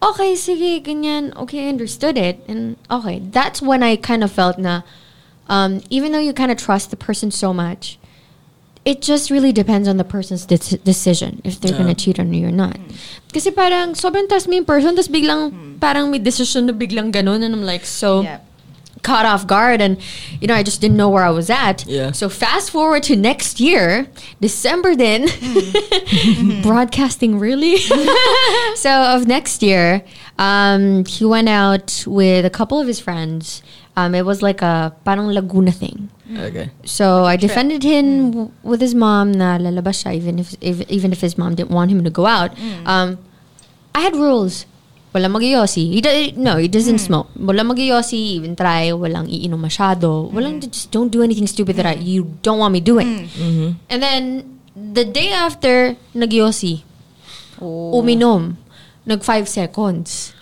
Speaker 2: Okay, sige, ganyan. Okay, I understood it. And okay, that's when I kind of felt na um, even though you kind of trust the person so much, it just really depends on the person's de- decision if they're gonna cheat on you or not. Kasi parang sobrang tas may person, tas biglang parang may decision na biglang ganun and I'm like so
Speaker 5: Yeah.
Speaker 2: caught off guard and you know I just didn't know where I was at.
Speaker 3: Yeah.
Speaker 2: So fast forward to next year, December then, broadcasting really. so of next year, um, he went out with a couple of his friends. Um, it was like a parang Laguna thing.
Speaker 3: Okay.
Speaker 2: So I defended him w- with his mom na lalabas siya even if, if even if his mom didn't want him to go out. Um, I had rules. Wala magyosi. He do, no, he doesn't smoke. Wala magyosi, even try, walang iinom masyado. Walang just don't do anything stupid that I, you don't want me doing. And then the day after nagyosi, Oh. uminom, nag 5 seconds.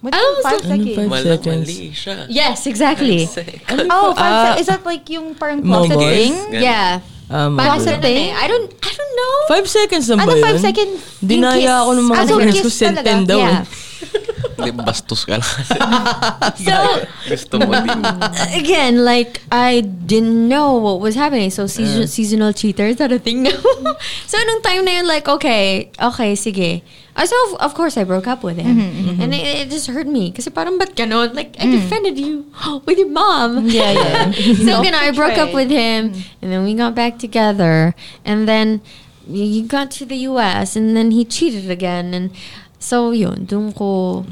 Speaker 5: What
Speaker 2: Alam mo,
Speaker 5: five
Speaker 2: so-
Speaker 5: seconds?
Speaker 3: Five
Speaker 4: Malang
Speaker 3: seconds.
Speaker 4: mali siya.
Speaker 2: Yes, exactly.
Speaker 5: Oh, five
Speaker 3: Ah.
Speaker 5: sec- Is that like yung parang
Speaker 3: No,
Speaker 5: closet
Speaker 3: boy.
Speaker 5: thing?
Speaker 4: Ganun.
Speaker 2: Yeah.
Speaker 3: Um,
Speaker 2: Parang
Speaker 5: Closet
Speaker 2: sa thing,
Speaker 5: na eh.
Speaker 2: I don't I don't know.
Speaker 3: Five seconds lang
Speaker 5: Ano
Speaker 3: ba yun?
Speaker 5: five seconds?
Speaker 3: Dinaya ako ng mga
Speaker 5: Ano,
Speaker 3: friends ko,
Speaker 5: kiss
Speaker 3: said
Speaker 5: talaga?
Speaker 3: 10 daw eh.
Speaker 2: Yeah.
Speaker 4: Hindi, bastos ka lang.
Speaker 2: So
Speaker 4: Gusto mo din.
Speaker 2: again, like I didn't know what was happening. So season, seasonal cheaters that a thing now. so nung time na yun, like okay, okay, sige. I so of, of course I broke up with
Speaker 3: Mm-hmm,
Speaker 2: him, and it, it just hurt me because parang ba't ganon? Like
Speaker 3: Mm.
Speaker 2: I defended you with your mom.
Speaker 5: Yeah, yeah.
Speaker 2: so you know, Mm. I broke up
Speaker 5: betrayed.
Speaker 2: with him, and then we got back together, and then he got to the U.S., and then he cheated again, and so yun, dun ko,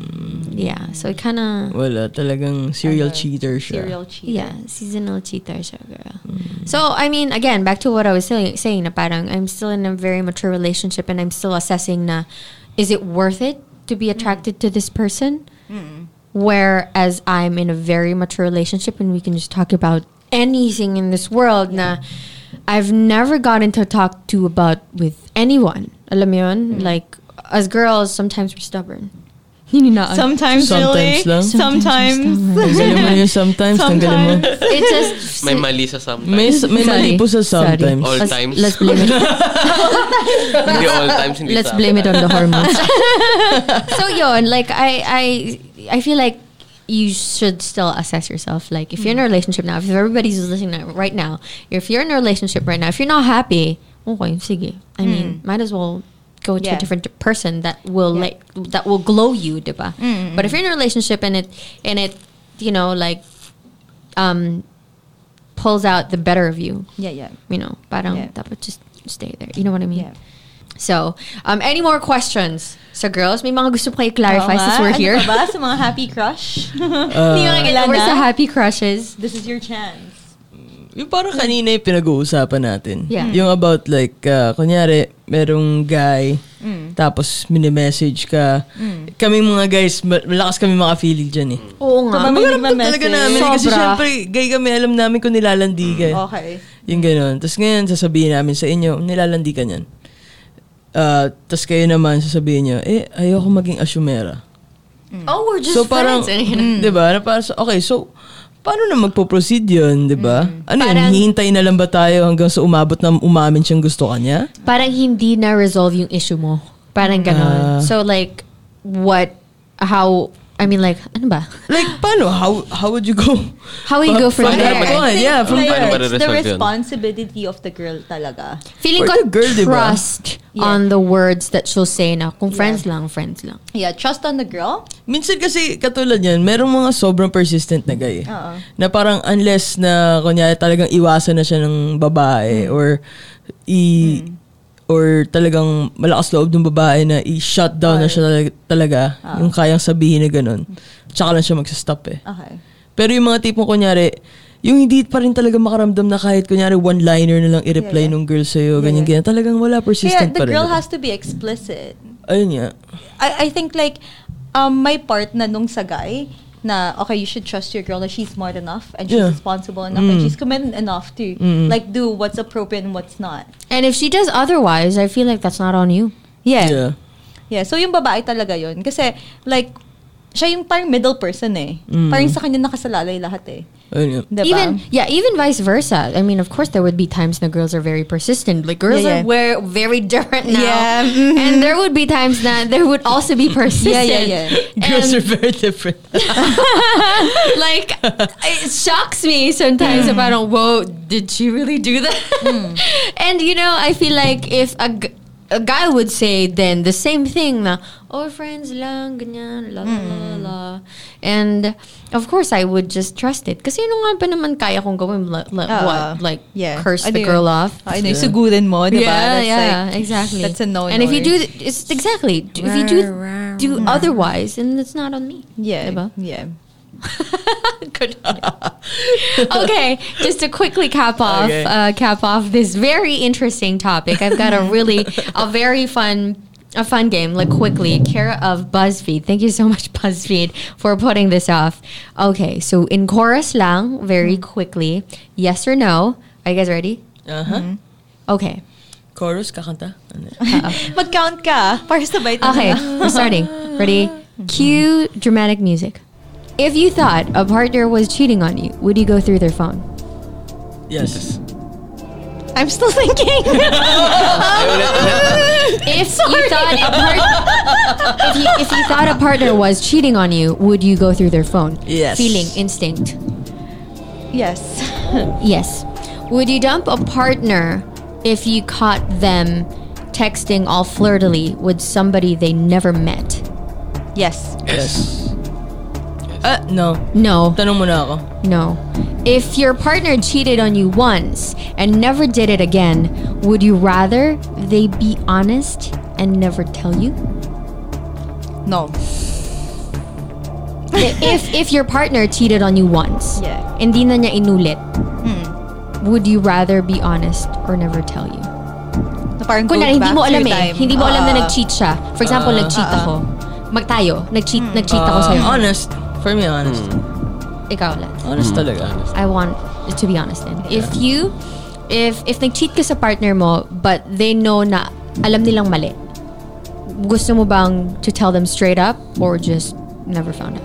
Speaker 2: yeah. So it kind of.
Speaker 3: Wala, talagang serial cheater siya.
Speaker 5: Ano? Serial cheater.
Speaker 2: Yeah, seasonal cheater siya, girl. So, I mean, again, back to what I was saying, saying na parang I'm still in a very mature relationship and I'm still assessing na, is it worth it to be attracted to this person? Whereas I'm in a very mature relationship and we can just talk about anything in this world na I've never gotten to talk to about with anyone. Alam mo yun? Like, as girls, sometimes we're stubborn. Yun na.
Speaker 5: Sometimes,
Speaker 3: Ah, Sometimes
Speaker 5: really.
Speaker 3: lang.
Speaker 5: Sometimes.
Speaker 3: Tanggalin mo na yung sometimes, tanggalin mo.
Speaker 2: it just...
Speaker 4: May mali sa sometimes.
Speaker 3: May, may mali
Speaker 2: Sorry.
Speaker 3: po sa sometimes.
Speaker 4: All
Speaker 2: Let's-
Speaker 4: times.
Speaker 2: Let's blame it.
Speaker 4: Hindi all times, hindi
Speaker 2: Let's
Speaker 4: sa
Speaker 2: blame it
Speaker 4: akin.
Speaker 2: on the hormones. so yon, like I, I, I feel like you should still assess yourself. Like if you're in a relationship now, if everybody's listening now- right now, if you're in a relationship right now, if you're not happy, okay, sige. I mean, might as well go to
Speaker 5: Hmm.
Speaker 2: a
Speaker 5: Yeah.
Speaker 2: different person that will like that will glow you, diba?
Speaker 5: Hmm,
Speaker 2: But if you're in a relationship and it and it, you know, like, um, pulls out the better of you,
Speaker 5: Yeah, yeah.
Speaker 2: you know, parang
Speaker 5: Yeah.
Speaker 2: dapat just stay there. You know what I mean?
Speaker 5: Yeah.
Speaker 2: So, um, any more questions? So, girls, may mga gusto po kayo clarify
Speaker 5: Oo
Speaker 2: since
Speaker 5: nga.
Speaker 2: we're here.
Speaker 5: Ano ka ba sa mga happy crush?
Speaker 3: Uh,
Speaker 5: Hindi ka
Speaker 2: We're sa
Speaker 5: kailangan.
Speaker 2: happy crushes.
Speaker 5: This is your chance.
Speaker 3: Yung parang kanina yung pinag-uusapan natin.
Speaker 8: Yeah. Mm.
Speaker 3: Yung about like, uh, kunyari, merong guy, tapos mini-message ka. Kaming mga guys, mal- malakas kami makafeeling dyan eh.
Speaker 2: Oo nga.
Speaker 5: Kami
Speaker 3: Magaramdam talaga namin.
Speaker 5: nagma-message.
Speaker 3: eh, Kasi
Speaker 2: Sobra.
Speaker 3: syempre, gay kami, alam namin kung nilalandi ka. eh.
Speaker 5: Okay.
Speaker 3: Yung ganun. Tapos ngayon, sasabihin namin sa inyo, nilalandi ka niyan. Uh, Tapos kayo naman, sasabihin nyo, eh, ayoko maging asyumera.
Speaker 8: Oh, we're just
Speaker 3: so parang,
Speaker 2: eh,
Speaker 8: friends.
Speaker 3: di ba? Na parang, okay, so, paano na magpo-proceed yun, di ba? Ano yun,
Speaker 2: Parang-
Speaker 3: hihintay na lang ba tayo hanggang sa umabot na umamin siyang gusto ka niya?
Speaker 2: Parang hindi na resolve yung issue mo. Parang
Speaker 3: Ah.
Speaker 2: ganon. so like, what, how, I mean like, ano ba?
Speaker 3: Like, paano? How, how would you go?
Speaker 2: How will you go from
Speaker 3: from that
Speaker 2: there?
Speaker 3: point, yeah, from
Speaker 4: Like,
Speaker 3: there.
Speaker 4: Paano ba
Speaker 5: it's the
Speaker 4: re-resolve yun?
Speaker 5: responsibility of the girl talaga.
Speaker 2: Feeling
Speaker 3: For
Speaker 2: ko
Speaker 3: the girl, diba?
Speaker 2: trust
Speaker 5: Yeah.
Speaker 2: on the words that she'll say na kung friends lang, friends lang.
Speaker 5: Yeah, trust on the girl.
Speaker 3: Minsan kasi katulad yan, merong mga sobrang persistent na guy. eh.
Speaker 5: Oo.
Speaker 3: Na parang unless na kunyari talagang iwasan na siya ng babae or i or talagang malakas loob ng babae na i-shutdown na siya talaga, talaga yung kayang sabihin na ganun. Tsaka lang siya magsa-stop eh.
Speaker 5: Okay.
Speaker 3: Pero yung mga tipong kunyari, yung hindi pa rin talaga makaramdam na kahit kunyari one-liner na lang i-reply
Speaker 5: Yeah, yeah.
Speaker 3: nung girl sa'yo, ganyan, ganyan. Talagang wala,
Speaker 5: Yeah,
Speaker 3: persistent
Speaker 5: the
Speaker 3: pa rin.
Speaker 5: girl
Speaker 3: ako.
Speaker 5: has to be explicit.
Speaker 3: Ayun nga.
Speaker 5: I, I think like um, my part na nung sa guy na okay you should trust your girl that she's smart enough and she's
Speaker 3: Yeah.
Speaker 5: responsible enough
Speaker 2: Mm.
Speaker 5: and she's committed enough to like do what's appropriate and what's not.
Speaker 2: And if she does otherwise, I feel like that's not on you.
Speaker 3: Yeah.
Speaker 5: Yeah, so yung babae talaga yun. Kasi, like, siya yung parang middle person eh. Parang sa kanya nakasalalay lahat eh.
Speaker 3: Ayun nga.
Speaker 2: Mm.
Speaker 5: Diba?
Speaker 2: Even yeah, even vice versa. I mean, of course, there would be times the girls are very persistent. Like girls are
Speaker 5: Yeah, yeah.
Speaker 2: we're very different now,
Speaker 5: Yeah.
Speaker 2: and there would be times that there would also be persistent.
Speaker 5: Yeah, yeah, yeah.
Speaker 3: Girls are very different.
Speaker 2: Like it shocks me sometimes if I don't. Whoa, did she really do that? and you know, I feel like if a, g- a guy would say then the same thing, na, oh friends lang ganyan la la la
Speaker 5: Hmm.
Speaker 2: la, and of course I would just trust it. Kasi ano nga ba naman kaya kong gawin la, la,
Speaker 5: Oo.
Speaker 2: what like
Speaker 5: Ah, Yeah.
Speaker 2: curse
Speaker 5: Ano
Speaker 2: the
Speaker 5: yun?
Speaker 2: girl off?
Speaker 5: Ay, no, sugurin mo, diba?
Speaker 2: Yeah,
Speaker 5: That's
Speaker 2: yeah,
Speaker 5: like-
Speaker 2: exactly.
Speaker 5: That's a no
Speaker 2: And if you do, th- it's exactly. d- If you do do otherwise, and it's not on me.
Speaker 5: Yeah,
Speaker 2: diba?
Speaker 5: yeah.
Speaker 2: Good. okay, just to quickly cap off,
Speaker 3: Okay.
Speaker 2: uh, cap off this very interesting topic. I've got a really, a very fun. A fun game, like quickly, care of BuzzFeed. Thank you so much, BuzzFeed, for putting this off. Okay, so in chorus lang, very quickly, yes or no. Are you guys ready?
Speaker 3: Aha.
Speaker 5: Mm-hmm.
Speaker 2: Okay.
Speaker 3: Uh-huh. Chorus, kakanta? Ano?
Speaker 5: Mag-count ka. Para sabay tayo
Speaker 2: Okay,
Speaker 5: na.
Speaker 2: we're starting. Ready? Cue dramatic music. If you thought a partner was cheating on you, would you go through their phone?
Speaker 3: Yes.
Speaker 5: I'm still thinking.
Speaker 2: If you thought a partner, if, you, if you thought a partner was cheating on you, would you go through their phone?
Speaker 3: Yes.
Speaker 2: Feeling, instinct.
Speaker 5: yes.
Speaker 2: Yes. Would you dump a partner if you caught them texting all flirtily with somebody they never met?
Speaker 5: Yes.
Speaker 3: Yes. Ah, no.
Speaker 2: No.
Speaker 3: Tanong muna ako.
Speaker 2: No. If your partner cheated on you once and never did it again, would you rather they be honest and never tell you?
Speaker 5: No.
Speaker 2: if if your partner cheated on you once,
Speaker 5: Yeah. Hmm.
Speaker 2: and di na niya inulit, would you rather be honest or never tell you?
Speaker 5: Na parang go
Speaker 2: Kunwari, hindi
Speaker 5: back
Speaker 2: mo
Speaker 5: to
Speaker 2: alam
Speaker 5: your
Speaker 2: eh.
Speaker 5: time.
Speaker 2: Hindi mo alam
Speaker 5: Ah,
Speaker 2: na nag-cheat siya. For example, nag-cheat ako. Magtayo. Nag-cheat,
Speaker 5: Hmm.
Speaker 2: nag-cheat ako
Speaker 3: Ah,
Speaker 2: sa'yo.
Speaker 5: Oh,
Speaker 3: honest. For me, honest.
Speaker 2: Ikaw ulit.
Speaker 3: Mm-hmm. Honest talaga.
Speaker 2: I want it to be honest then. If you, if, if nag-cheat ka sa partner mo, but they know na alam nilang mali, gusto mo bang to tell them straight up or just never found out?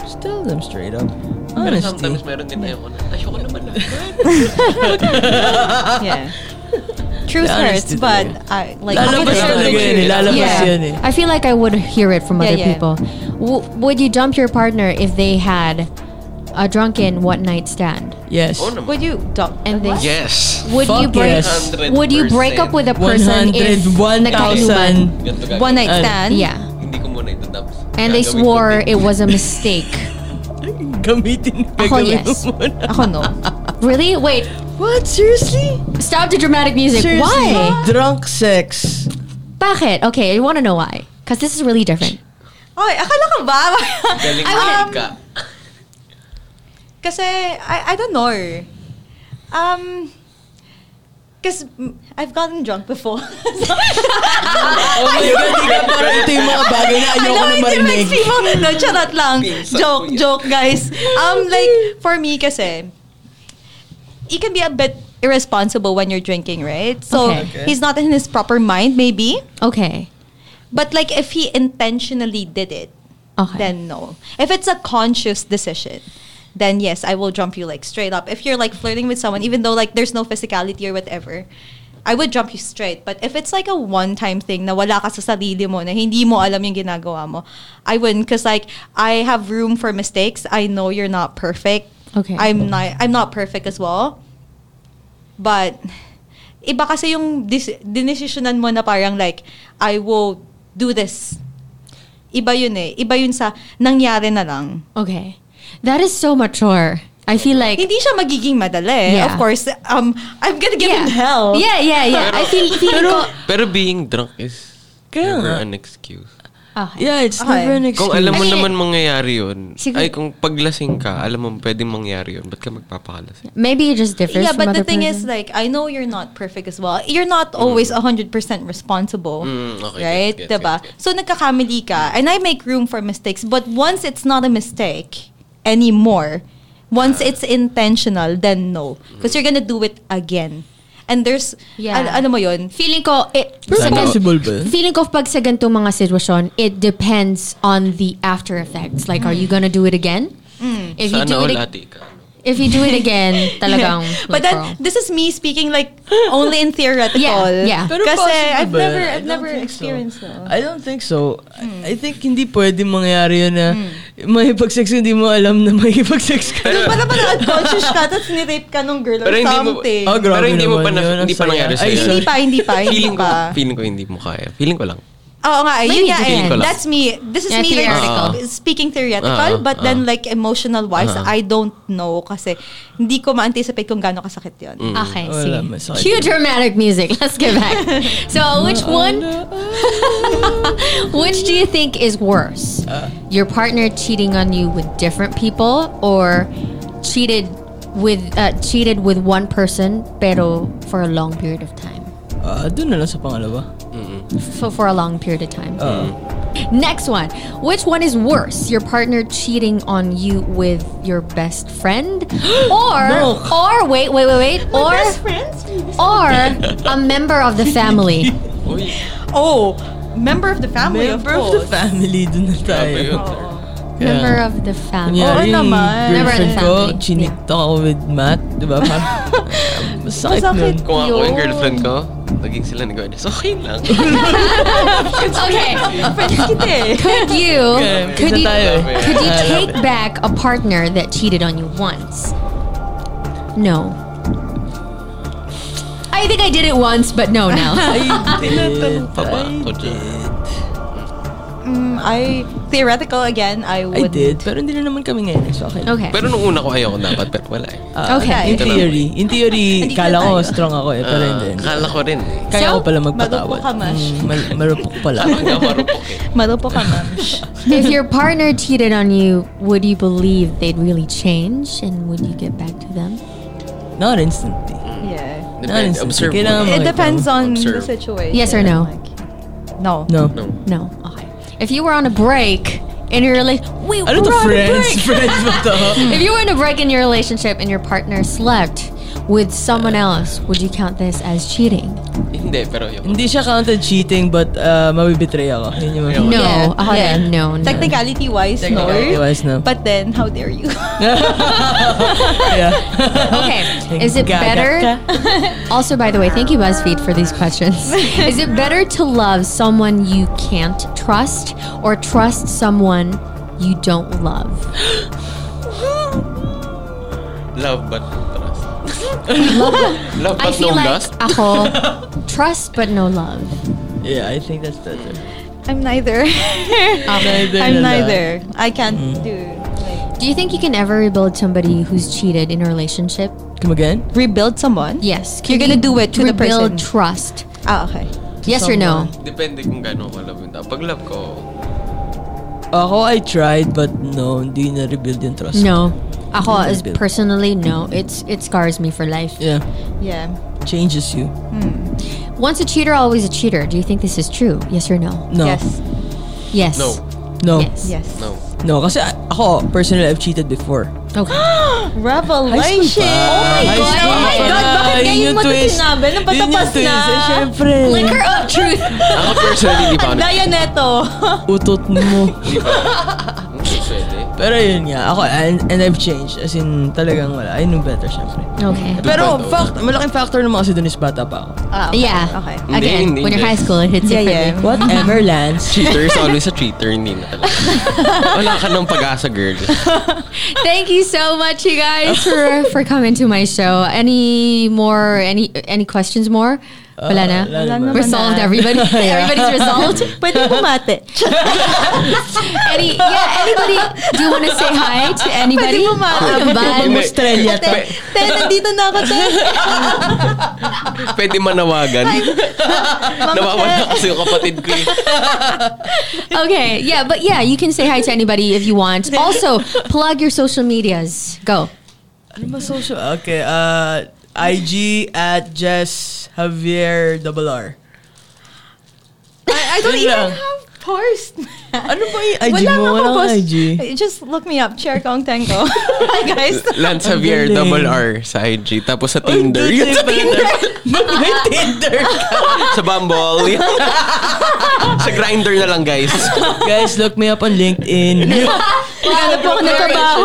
Speaker 3: Just tell them straight up.
Speaker 4: Pero
Speaker 3: Honesty.
Speaker 4: sometimes meron din tayo na, ayoko naman lang.
Speaker 5: Yeah. Truth
Speaker 3: Yeah,
Speaker 5: hurts,
Speaker 3: honesty
Speaker 5: but
Speaker 3: talaga.
Speaker 5: I like
Speaker 3: Lalabas
Speaker 5: Ako
Speaker 3: talaga
Speaker 5: din.
Speaker 3: yun eh. Lalabas
Speaker 5: Yeah.
Speaker 3: yun eh.
Speaker 2: I feel like I would hear it from
Speaker 5: Yeah,
Speaker 2: other
Speaker 5: yeah.
Speaker 2: people. W- would you dump your partner if they had a drunken one night stand?
Speaker 3: Yes.
Speaker 4: Oo naman.
Speaker 5: Would you dump
Speaker 2: And they,
Speaker 4: Yes.
Speaker 2: would you
Speaker 3: Fuck
Speaker 2: break?
Speaker 3: yes.
Speaker 2: Would you break up with a person if nagkainuman?
Speaker 3: 101,000.
Speaker 4: Ganito gagawin.
Speaker 5: one night
Speaker 3: Ano?
Speaker 5: stand?
Speaker 2: Yeah.
Speaker 4: Hindi ko muna ito tapos.
Speaker 2: And they
Speaker 4: Gagawin ko
Speaker 2: swore
Speaker 4: din.
Speaker 2: it was a mistake.
Speaker 3: Gamitin.
Speaker 2: Ako,
Speaker 3: gagawin
Speaker 2: yes.
Speaker 3: mo muna.
Speaker 5: Ako no.
Speaker 2: Really? Wait.
Speaker 3: What? Seriously?
Speaker 2: Stop the dramatic music.
Speaker 3: Seriously?
Speaker 2: Why?
Speaker 3: Drunk sex.
Speaker 2: Bakit? Okay, I want to know why. Because this is really different.
Speaker 5: Ay, akala ka ba?
Speaker 4: Galing
Speaker 5: I
Speaker 4: um,
Speaker 5: wouldn't.
Speaker 4: ka.
Speaker 5: Kasi, I, I don't know. Um, because I've gotten drunk before.
Speaker 3: Oh my God, ikaw parang ito yung mga bagay na
Speaker 5: I
Speaker 3: ayoko
Speaker 5: know
Speaker 3: na
Speaker 5: it
Speaker 3: marinig.
Speaker 5: makes people, no, charot lang.
Speaker 4: Pinsan
Speaker 5: joke,
Speaker 4: ko yan.
Speaker 5: joke, guys. Um, like, for me kasi, he can be a bit irresponsible when you're drinking, right? So,
Speaker 9: Okay.
Speaker 3: Okay.
Speaker 5: he's not in his proper mind, maybe.
Speaker 9: Okay.
Speaker 5: But like, if he intentionally did it,
Speaker 9: Okay.
Speaker 5: then no. If it's a conscious decision, then yes, I will jump you like straight up. If you're like flirting with someone, even though like there's no physicality or whatever, I would jump you straight. But if it's like a one-time thing na wala ka sa sarili mo, na hindi mo alam yung ginagawa mo, I wouldn't. Cause like, I have room for mistakes. I know you're not perfect.
Speaker 9: Okay.
Speaker 5: I'm not, I'm not perfect as well. But, iba kasi yung dis- dinesisyonan mo na parang like, I will do this. Iba yun eh. Iba yun sa nangyari na lang.
Speaker 9: Okay. That is so mature. I feel like
Speaker 5: Hindi siya magiging madali. eh.
Speaker 9: Yeah.
Speaker 5: Of course, um, I'm gonna give
Speaker 9: yeah.
Speaker 5: him hell.
Speaker 9: Yeah, yeah, yeah. I feel feeling ko.
Speaker 4: Pero being drunk is
Speaker 3: Kaya nga.
Speaker 4: never an excuse.
Speaker 2: Ah,
Speaker 9: Okay.
Speaker 3: Yeah, it's
Speaker 5: Okay.
Speaker 3: never an excuse.
Speaker 4: Kung alam mo
Speaker 9: I mean,
Speaker 4: naman mangyayari yun,
Speaker 9: siguro-
Speaker 4: ay kung paglasing ka, alam mo pwedeng mangyari yun, ba't ka magpapakalasing?
Speaker 9: Maybe it just differs. from
Speaker 5: Yeah, but
Speaker 9: other
Speaker 5: the thing is,
Speaker 9: person.
Speaker 5: like, I know you're not perfect as well. You're not
Speaker 3: Mm.
Speaker 5: always 100% responsible.
Speaker 4: Mm, okay,
Speaker 5: right?
Speaker 4: gets, gets,
Speaker 5: diba?
Speaker 4: gets, gets.
Speaker 5: So, nagkakamali ka. And I make room for mistakes. But once it's not a mistake anymore, once it's intentional, then
Speaker 3: Mm.
Speaker 5: no. Because you're gonna do it again. And there's,
Speaker 2: Yeah.
Speaker 5: al- alam mo yun?
Speaker 2: Feeling ko, eh,
Speaker 3: Pero
Speaker 2: sa gan-
Speaker 3: possible ba?
Speaker 2: feeling ko pag sa ganitong mga sitwasyon, it depends on the after effects. Like, are you
Speaker 9: Mm.
Speaker 2: gonna do it again? If you
Speaker 4: Sana
Speaker 2: do
Speaker 4: all
Speaker 2: it,
Speaker 4: ate ka.
Speaker 2: if you do it again, Mm, talagang.
Speaker 5: But
Speaker 2: like, oh.
Speaker 5: then, this is me speaking like only in theoretical.
Speaker 2: Yeah, yeah.
Speaker 3: Pero
Speaker 5: Kasi
Speaker 3: possible
Speaker 5: I've
Speaker 3: ba?
Speaker 5: never,
Speaker 3: I
Speaker 5: I've
Speaker 3: don't
Speaker 5: never
Speaker 3: think so.
Speaker 5: experienced that.
Speaker 3: I don't think so. I, I think hindi pwede mangyari yun na may sex hindi mo alam na may sex ka.
Speaker 5: Pero pala pala unconscious ka, tapos nirape ka nung girl or
Speaker 4: Pero hindi mo-
Speaker 5: something.
Speaker 3: Oh, grabe
Speaker 4: Pero hindi mo
Speaker 3: naman
Speaker 4: pa na-
Speaker 3: yun. Ang
Speaker 4: hindi pa
Speaker 3: saya.
Speaker 4: nangyari sa'yo.
Speaker 3: Ay,
Speaker 5: hindi
Speaker 3: sorry.
Speaker 5: pa, hindi pa, hindi
Speaker 4: Feeling ko,
Speaker 5: pa.
Speaker 4: feeling ko hindi mo kaya. Feeling ko lang.
Speaker 5: Oo nga, eh,
Speaker 2: Maybe
Speaker 5: yun nga eh.
Speaker 4: Feeling ko lang.
Speaker 5: That's me. This is
Speaker 2: Yeah,
Speaker 5: me like,
Speaker 2: theoretical.
Speaker 5: sp- speaking theoretical,
Speaker 4: Ah,
Speaker 5: but
Speaker 4: ah.
Speaker 5: then like emotional wise,
Speaker 4: Ah.
Speaker 5: I don't know kasi hindi ko ma-anticipate kung gaano kasakit yun.
Speaker 4: Mm.
Speaker 2: okay,
Speaker 3: Hmm, Wala,
Speaker 2: sige.
Speaker 3: masakit.
Speaker 2: Cue dramatic music. Let's get back. so, which one, which do you think is worse? Your partner cheating on you with different people or cheated with, uh, cheated with one person pero for a long period of time?
Speaker 3: Ah, doon na lang sa pangalawa.
Speaker 2: for, for a long period of time. Next one. Which one is worse? Your partner cheating on you with your best friend? Or
Speaker 3: No.
Speaker 2: or wait, wait, wait, wait. Or
Speaker 5: friends?
Speaker 2: or a member of the family.
Speaker 5: Oh, member of the family,
Speaker 3: Member
Speaker 5: of
Speaker 3: of the
Speaker 5: course.
Speaker 3: family, doon na tayo.
Speaker 4: Sabi yun.
Speaker 3: Kaya-
Speaker 2: member of the family.
Speaker 3: Kunyari,
Speaker 5: Oo
Speaker 3: yung
Speaker 5: naman.
Speaker 3: girlfriend
Speaker 2: Never
Speaker 3: ko,
Speaker 2: family.
Speaker 3: chinikta ako with Matt. Diba? Parang, masakit,
Speaker 5: Masakit.
Speaker 3: masakit.
Speaker 4: Kung ako yung
Speaker 5: Yun.
Speaker 4: girlfriend ko, naging sila ni Gordon. Okay lang.
Speaker 2: Okay.
Speaker 5: Friends kita eh.
Speaker 2: Could you
Speaker 3: Okay,
Speaker 2: could
Speaker 3: isa
Speaker 2: you
Speaker 3: tayo.
Speaker 2: could you
Speaker 3: Ah,
Speaker 2: take back a partner that cheated on you once? No. I think I did it once, but no now.
Speaker 3: I did.
Speaker 4: pa ba
Speaker 3: I
Speaker 4: ako dyan?
Speaker 3: did.
Speaker 5: Mm, I, theoretical again,
Speaker 3: I
Speaker 5: I would.
Speaker 3: did. Pero hindi na naman kami ngayon. eh, So, okay. lang.
Speaker 2: Okay.
Speaker 4: Pero nung una ko ayoko dapat, pero wala eh.
Speaker 3: Ah,
Speaker 2: Okay.
Speaker 3: In theory. In theory,
Speaker 5: Nandito
Speaker 3: kala
Speaker 5: na
Speaker 3: ko
Speaker 5: tayo.
Speaker 3: strong ako eh. Pero hindi.
Speaker 4: Ah, kala ko rin eh.
Speaker 3: Kaya
Speaker 2: So,
Speaker 3: ko pala magpatawad.
Speaker 5: marupok ka, Mash.
Speaker 3: Mm, mal- marupok pala.
Speaker 4: Sabi nga, marupok eh.
Speaker 5: Marupo ka, ma'am.
Speaker 2: if your partner cheated on you, would you believe they'd really change and would you get back to them?
Speaker 3: Not instantly.
Speaker 5: yeah.
Speaker 3: Not
Speaker 4: Depende.
Speaker 3: instantly.
Speaker 4: Observe
Speaker 3: Ah,
Speaker 4: mo.
Speaker 3: Kailangan
Speaker 5: It
Speaker 3: makita
Speaker 5: depends
Speaker 3: mo.
Speaker 5: on the
Speaker 4: Observe.
Speaker 5: situation.
Speaker 2: Yes or no?
Speaker 5: Like, no.
Speaker 3: No.
Speaker 4: No.
Speaker 2: No. Okay. If you were on a break and you're like, we were
Speaker 3: Ano to,
Speaker 2: on a
Speaker 3: friends?
Speaker 2: break.
Speaker 3: Friends ba to?
Speaker 2: If you were in a break in your relationship and your partner slept with someone else, would you count this as cheating?
Speaker 4: Hindi, pero ayoko.
Speaker 3: Hindi siya counted cheating but uh, mabibitray ako. Yun yung
Speaker 4: Ayoko.
Speaker 2: No.
Speaker 5: Yeah.
Speaker 2: Oh,
Speaker 5: Yeah.
Speaker 2: no, no.
Speaker 5: Technicality wise, no.
Speaker 3: Technicality-wise, no.
Speaker 5: But then, how dare you?
Speaker 3: yeah.
Speaker 2: Okay. Is it
Speaker 3: Gaga
Speaker 2: better?
Speaker 3: ka.
Speaker 2: Also, by the way, thank you, BuzzFeed, for these questions. Is it better to love someone you can't trust or trust someone you don't love?
Speaker 4: Love but trust. Love
Speaker 2: I
Speaker 4: but no
Speaker 2: feel like
Speaker 4: lust.
Speaker 2: ako, trust but no love.
Speaker 3: Yeah, I think that's better.
Speaker 5: I'm neither.
Speaker 3: Neither Mm.
Speaker 5: I'm
Speaker 3: na lang.
Speaker 5: neither. I can't do like
Speaker 2: Do you think you can ever rebuild somebody who's cheated in a relationship?
Speaker 3: Come again?
Speaker 5: rebuild someone.
Speaker 2: Yes.
Speaker 5: You're gonna do it to the
Speaker 2: rebuild
Speaker 5: person.
Speaker 2: trust.
Speaker 5: Ah, okay.
Speaker 2: yes or no?
Speaker 4: Depende kung gaano ko love yung tao. Pag love ko,
Speaker 3: Ako, I tried, but no, hindi na-rebuild yung trust.
Speaker 2: No. Ako, as
Speaker 3: Build.
Speaker 2: personally, no. It's It scars me for life.
Speaker 3: Yeah,
Speaker 5: Yeah.
Speaker 3: changes you.
Speaker 2: Once a cheater, always a cheater. Do you think this is true? Yes or no?
Speaker 3: No.
Speaker 5: Yes.
Speaker 2: Yes. Oh.
Speaker 3: No.
Speaker 4: No.
Speaker 2: Yes.
Speaker 5: Yes.
Speaker 4: No.
Speaker 3: No, kasi a- ako, personally, I've cheated before.
Speaker 2: Okay.
Speaker 5: Revelation.
Speaker 3: High
Speaker 2: God.
Speaker 3: school
Speaker 2: Oh my
Speaker 3: pa.
Speaker 2: God,
Speaker 5: bakit
Speaker 3: Yun
Speaker 5: ngayon
Speaker 3: yung
Speaker 5: mo to
Speaker 3: twist.
Speaker 5: sinabi? Nung
Speaker 3: Yun yung
Speaker 5: patapas
Speaker 3: twist.
Speaker 5: na.
Speaker 3: Eh, syempre.
Speaker 2: Liquor of truth.
Speaker 4: Ako personally, hindi pa ako
Speaker 5: Ang daya neto.
Speaker 3: Utot mo.
Speaker 4: Hindi pwede.
Speaker 3: Pero yun nga, ako, and, and I've changed. As in, talagang wala. I knew better, syempre.
Speaker 2: Okay.
Speaker 3: Pero,
Speaker 4: Bata.
Speaker 3: fact, malaking factor naman kasi dun is bata pa ako.
Speaker 5: Ah, okay.
Speaker 2: Yeah.
Speaker 5: Okay.
Speaker 2: Again,
Speaker 4: Hindi,
Speaker 2: when
Speaker 4: hindi.
Speaker 2: you're high school, it hits
Speaker 5: Yeah, yeah.
Speaker 2: differently.
Speaker 3: Whatever, Lance.
Speaker 4: Cheater is always a cheater, hindi na talaga. Wala ka ng pag-asa, girl.
Speaker 2: Thank you so much, you guys, for, for coming to my show. Any more? Any any questions more? Wala na?
Speaker 3: wala Wala naman.
Speaker 2: Resolved. Everybody. Everybody's resolved.
Speaker 5: Pwede bumate.
Speaker 2: Any yeah. Anybody? Do you want to say hi to anybody?
Speaker 5: Pwede bumati.
Speaker 2: Welcome
Speaker 4: Hindi.
Speaker 2: back.
Speaker 3: Australia to.
Speaker 4: Pe-
Speaker 5: Te, nandito na ako, te.
Speaker 4: pwede manawagan.
Speaker 5: Mama,
Speaker 4: Nawawala
Speaker 5: te.
Speaker 4: kasi yung kapatid ko. eh.
Speaker 2: Okay. Yeah, but yeah, you can say hi to anybody if you want. Also, plug your social medias. Go.
Speaker 3: Ano ba social? Okay, uh, IG at Jess Javier double R.
Speaker 5: I, I don't
Speaker 3: Yun lang.
Speaker 5: even have post.
Speaker 3: Ano ba yung IG mo?
Speaker 5: Wala nga
Speaker 3: Wala
Speaker 5: akong
Speaker 3: kang
Speaker 5: post.
Speaker 3: IG.
Speaker 5: Just look me up. Cher Kong Tango. Hi, guys.
Speaker 4: Lance Javier,
Speaker 3: galing.
Speaker 4: double R sa IG. Tapos sa Tinder.
Speaker 3: Ay,
Speaker 4: Yun sa
Speaker 3: Tinder.
Speaker 4: Tinder.
Speaker 3: May Tinder ka.
Speaker 4: sa Bumble. Yun. sa Grindr na lang, guys.
Speaker 3: Guys, look me up on LinkedIn.
Speaker 5: Lalo po ako nagkabaho.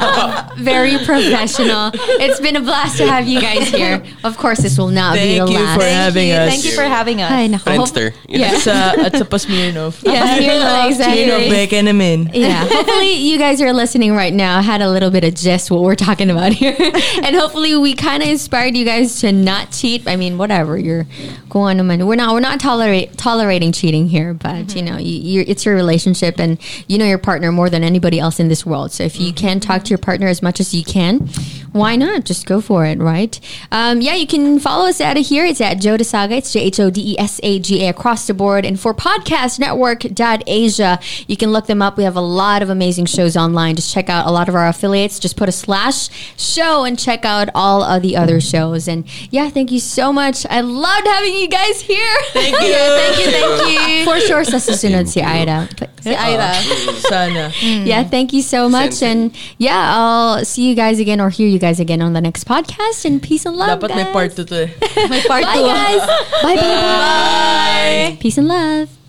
Speaker 2: Very professional. It's been a blast to have you guys here. Of course, this will not be the
Speaker 3: Thank you
Speaker 2: last.
Speaker 3: for having us.
Speaker 5: Thank you for having us.
Speaker 2: Ay, nako.
Speaker 4: Friendster.
Speaker 2: Yeah.
Speaker 3: sa, at sa Pasmirnov.
Speaker 2: Yeah, you know,
Speaker 3: Pasmirnov,
Speaker 2: exactly.
Speaker 3: back in a min.
Speaker 2: Yeah, hopefully you guys are listening right now had a little bit of just what we're talking about here, and hopefully we kind of inspired you guys to not cheat. I mean, whatever you're going on, we're not we're not tolerate tolerating cheating here, but you know, you, you're, it's your relationship, and you know your partner more than anybody else in this world. So if you can talk to your partner as much as you can, why not? Just go for it, right? Um, yeah, you can follow us out of here. It's at Joe Desaga. It's J H O D E S A G A across the board. And for Podcast Network Asia, you can look them up. We have a lot of amazing shows online. Just check out a lot of our affiliates. Just put a slash show and check out all of the other shows. And yeah, thank you so much. I loved having you guys here. Thank you. thank you. Thank you. For sure, sa susunod si Aida. But-
Speaker 3: Sana.
Speaker 2: yeah, thank you so much.
Speaker 4: Sensei.
Speaker 2: And yeah, I'll see you guys again or hear you guys again on the next podcast. And peace and love.
Speaker 3: Dapat may
Speaker 2: guys.
Speaker 3: part 2 to eh.
Speaker 2: Bye, guys. Bye, bye, bye. Peace and love.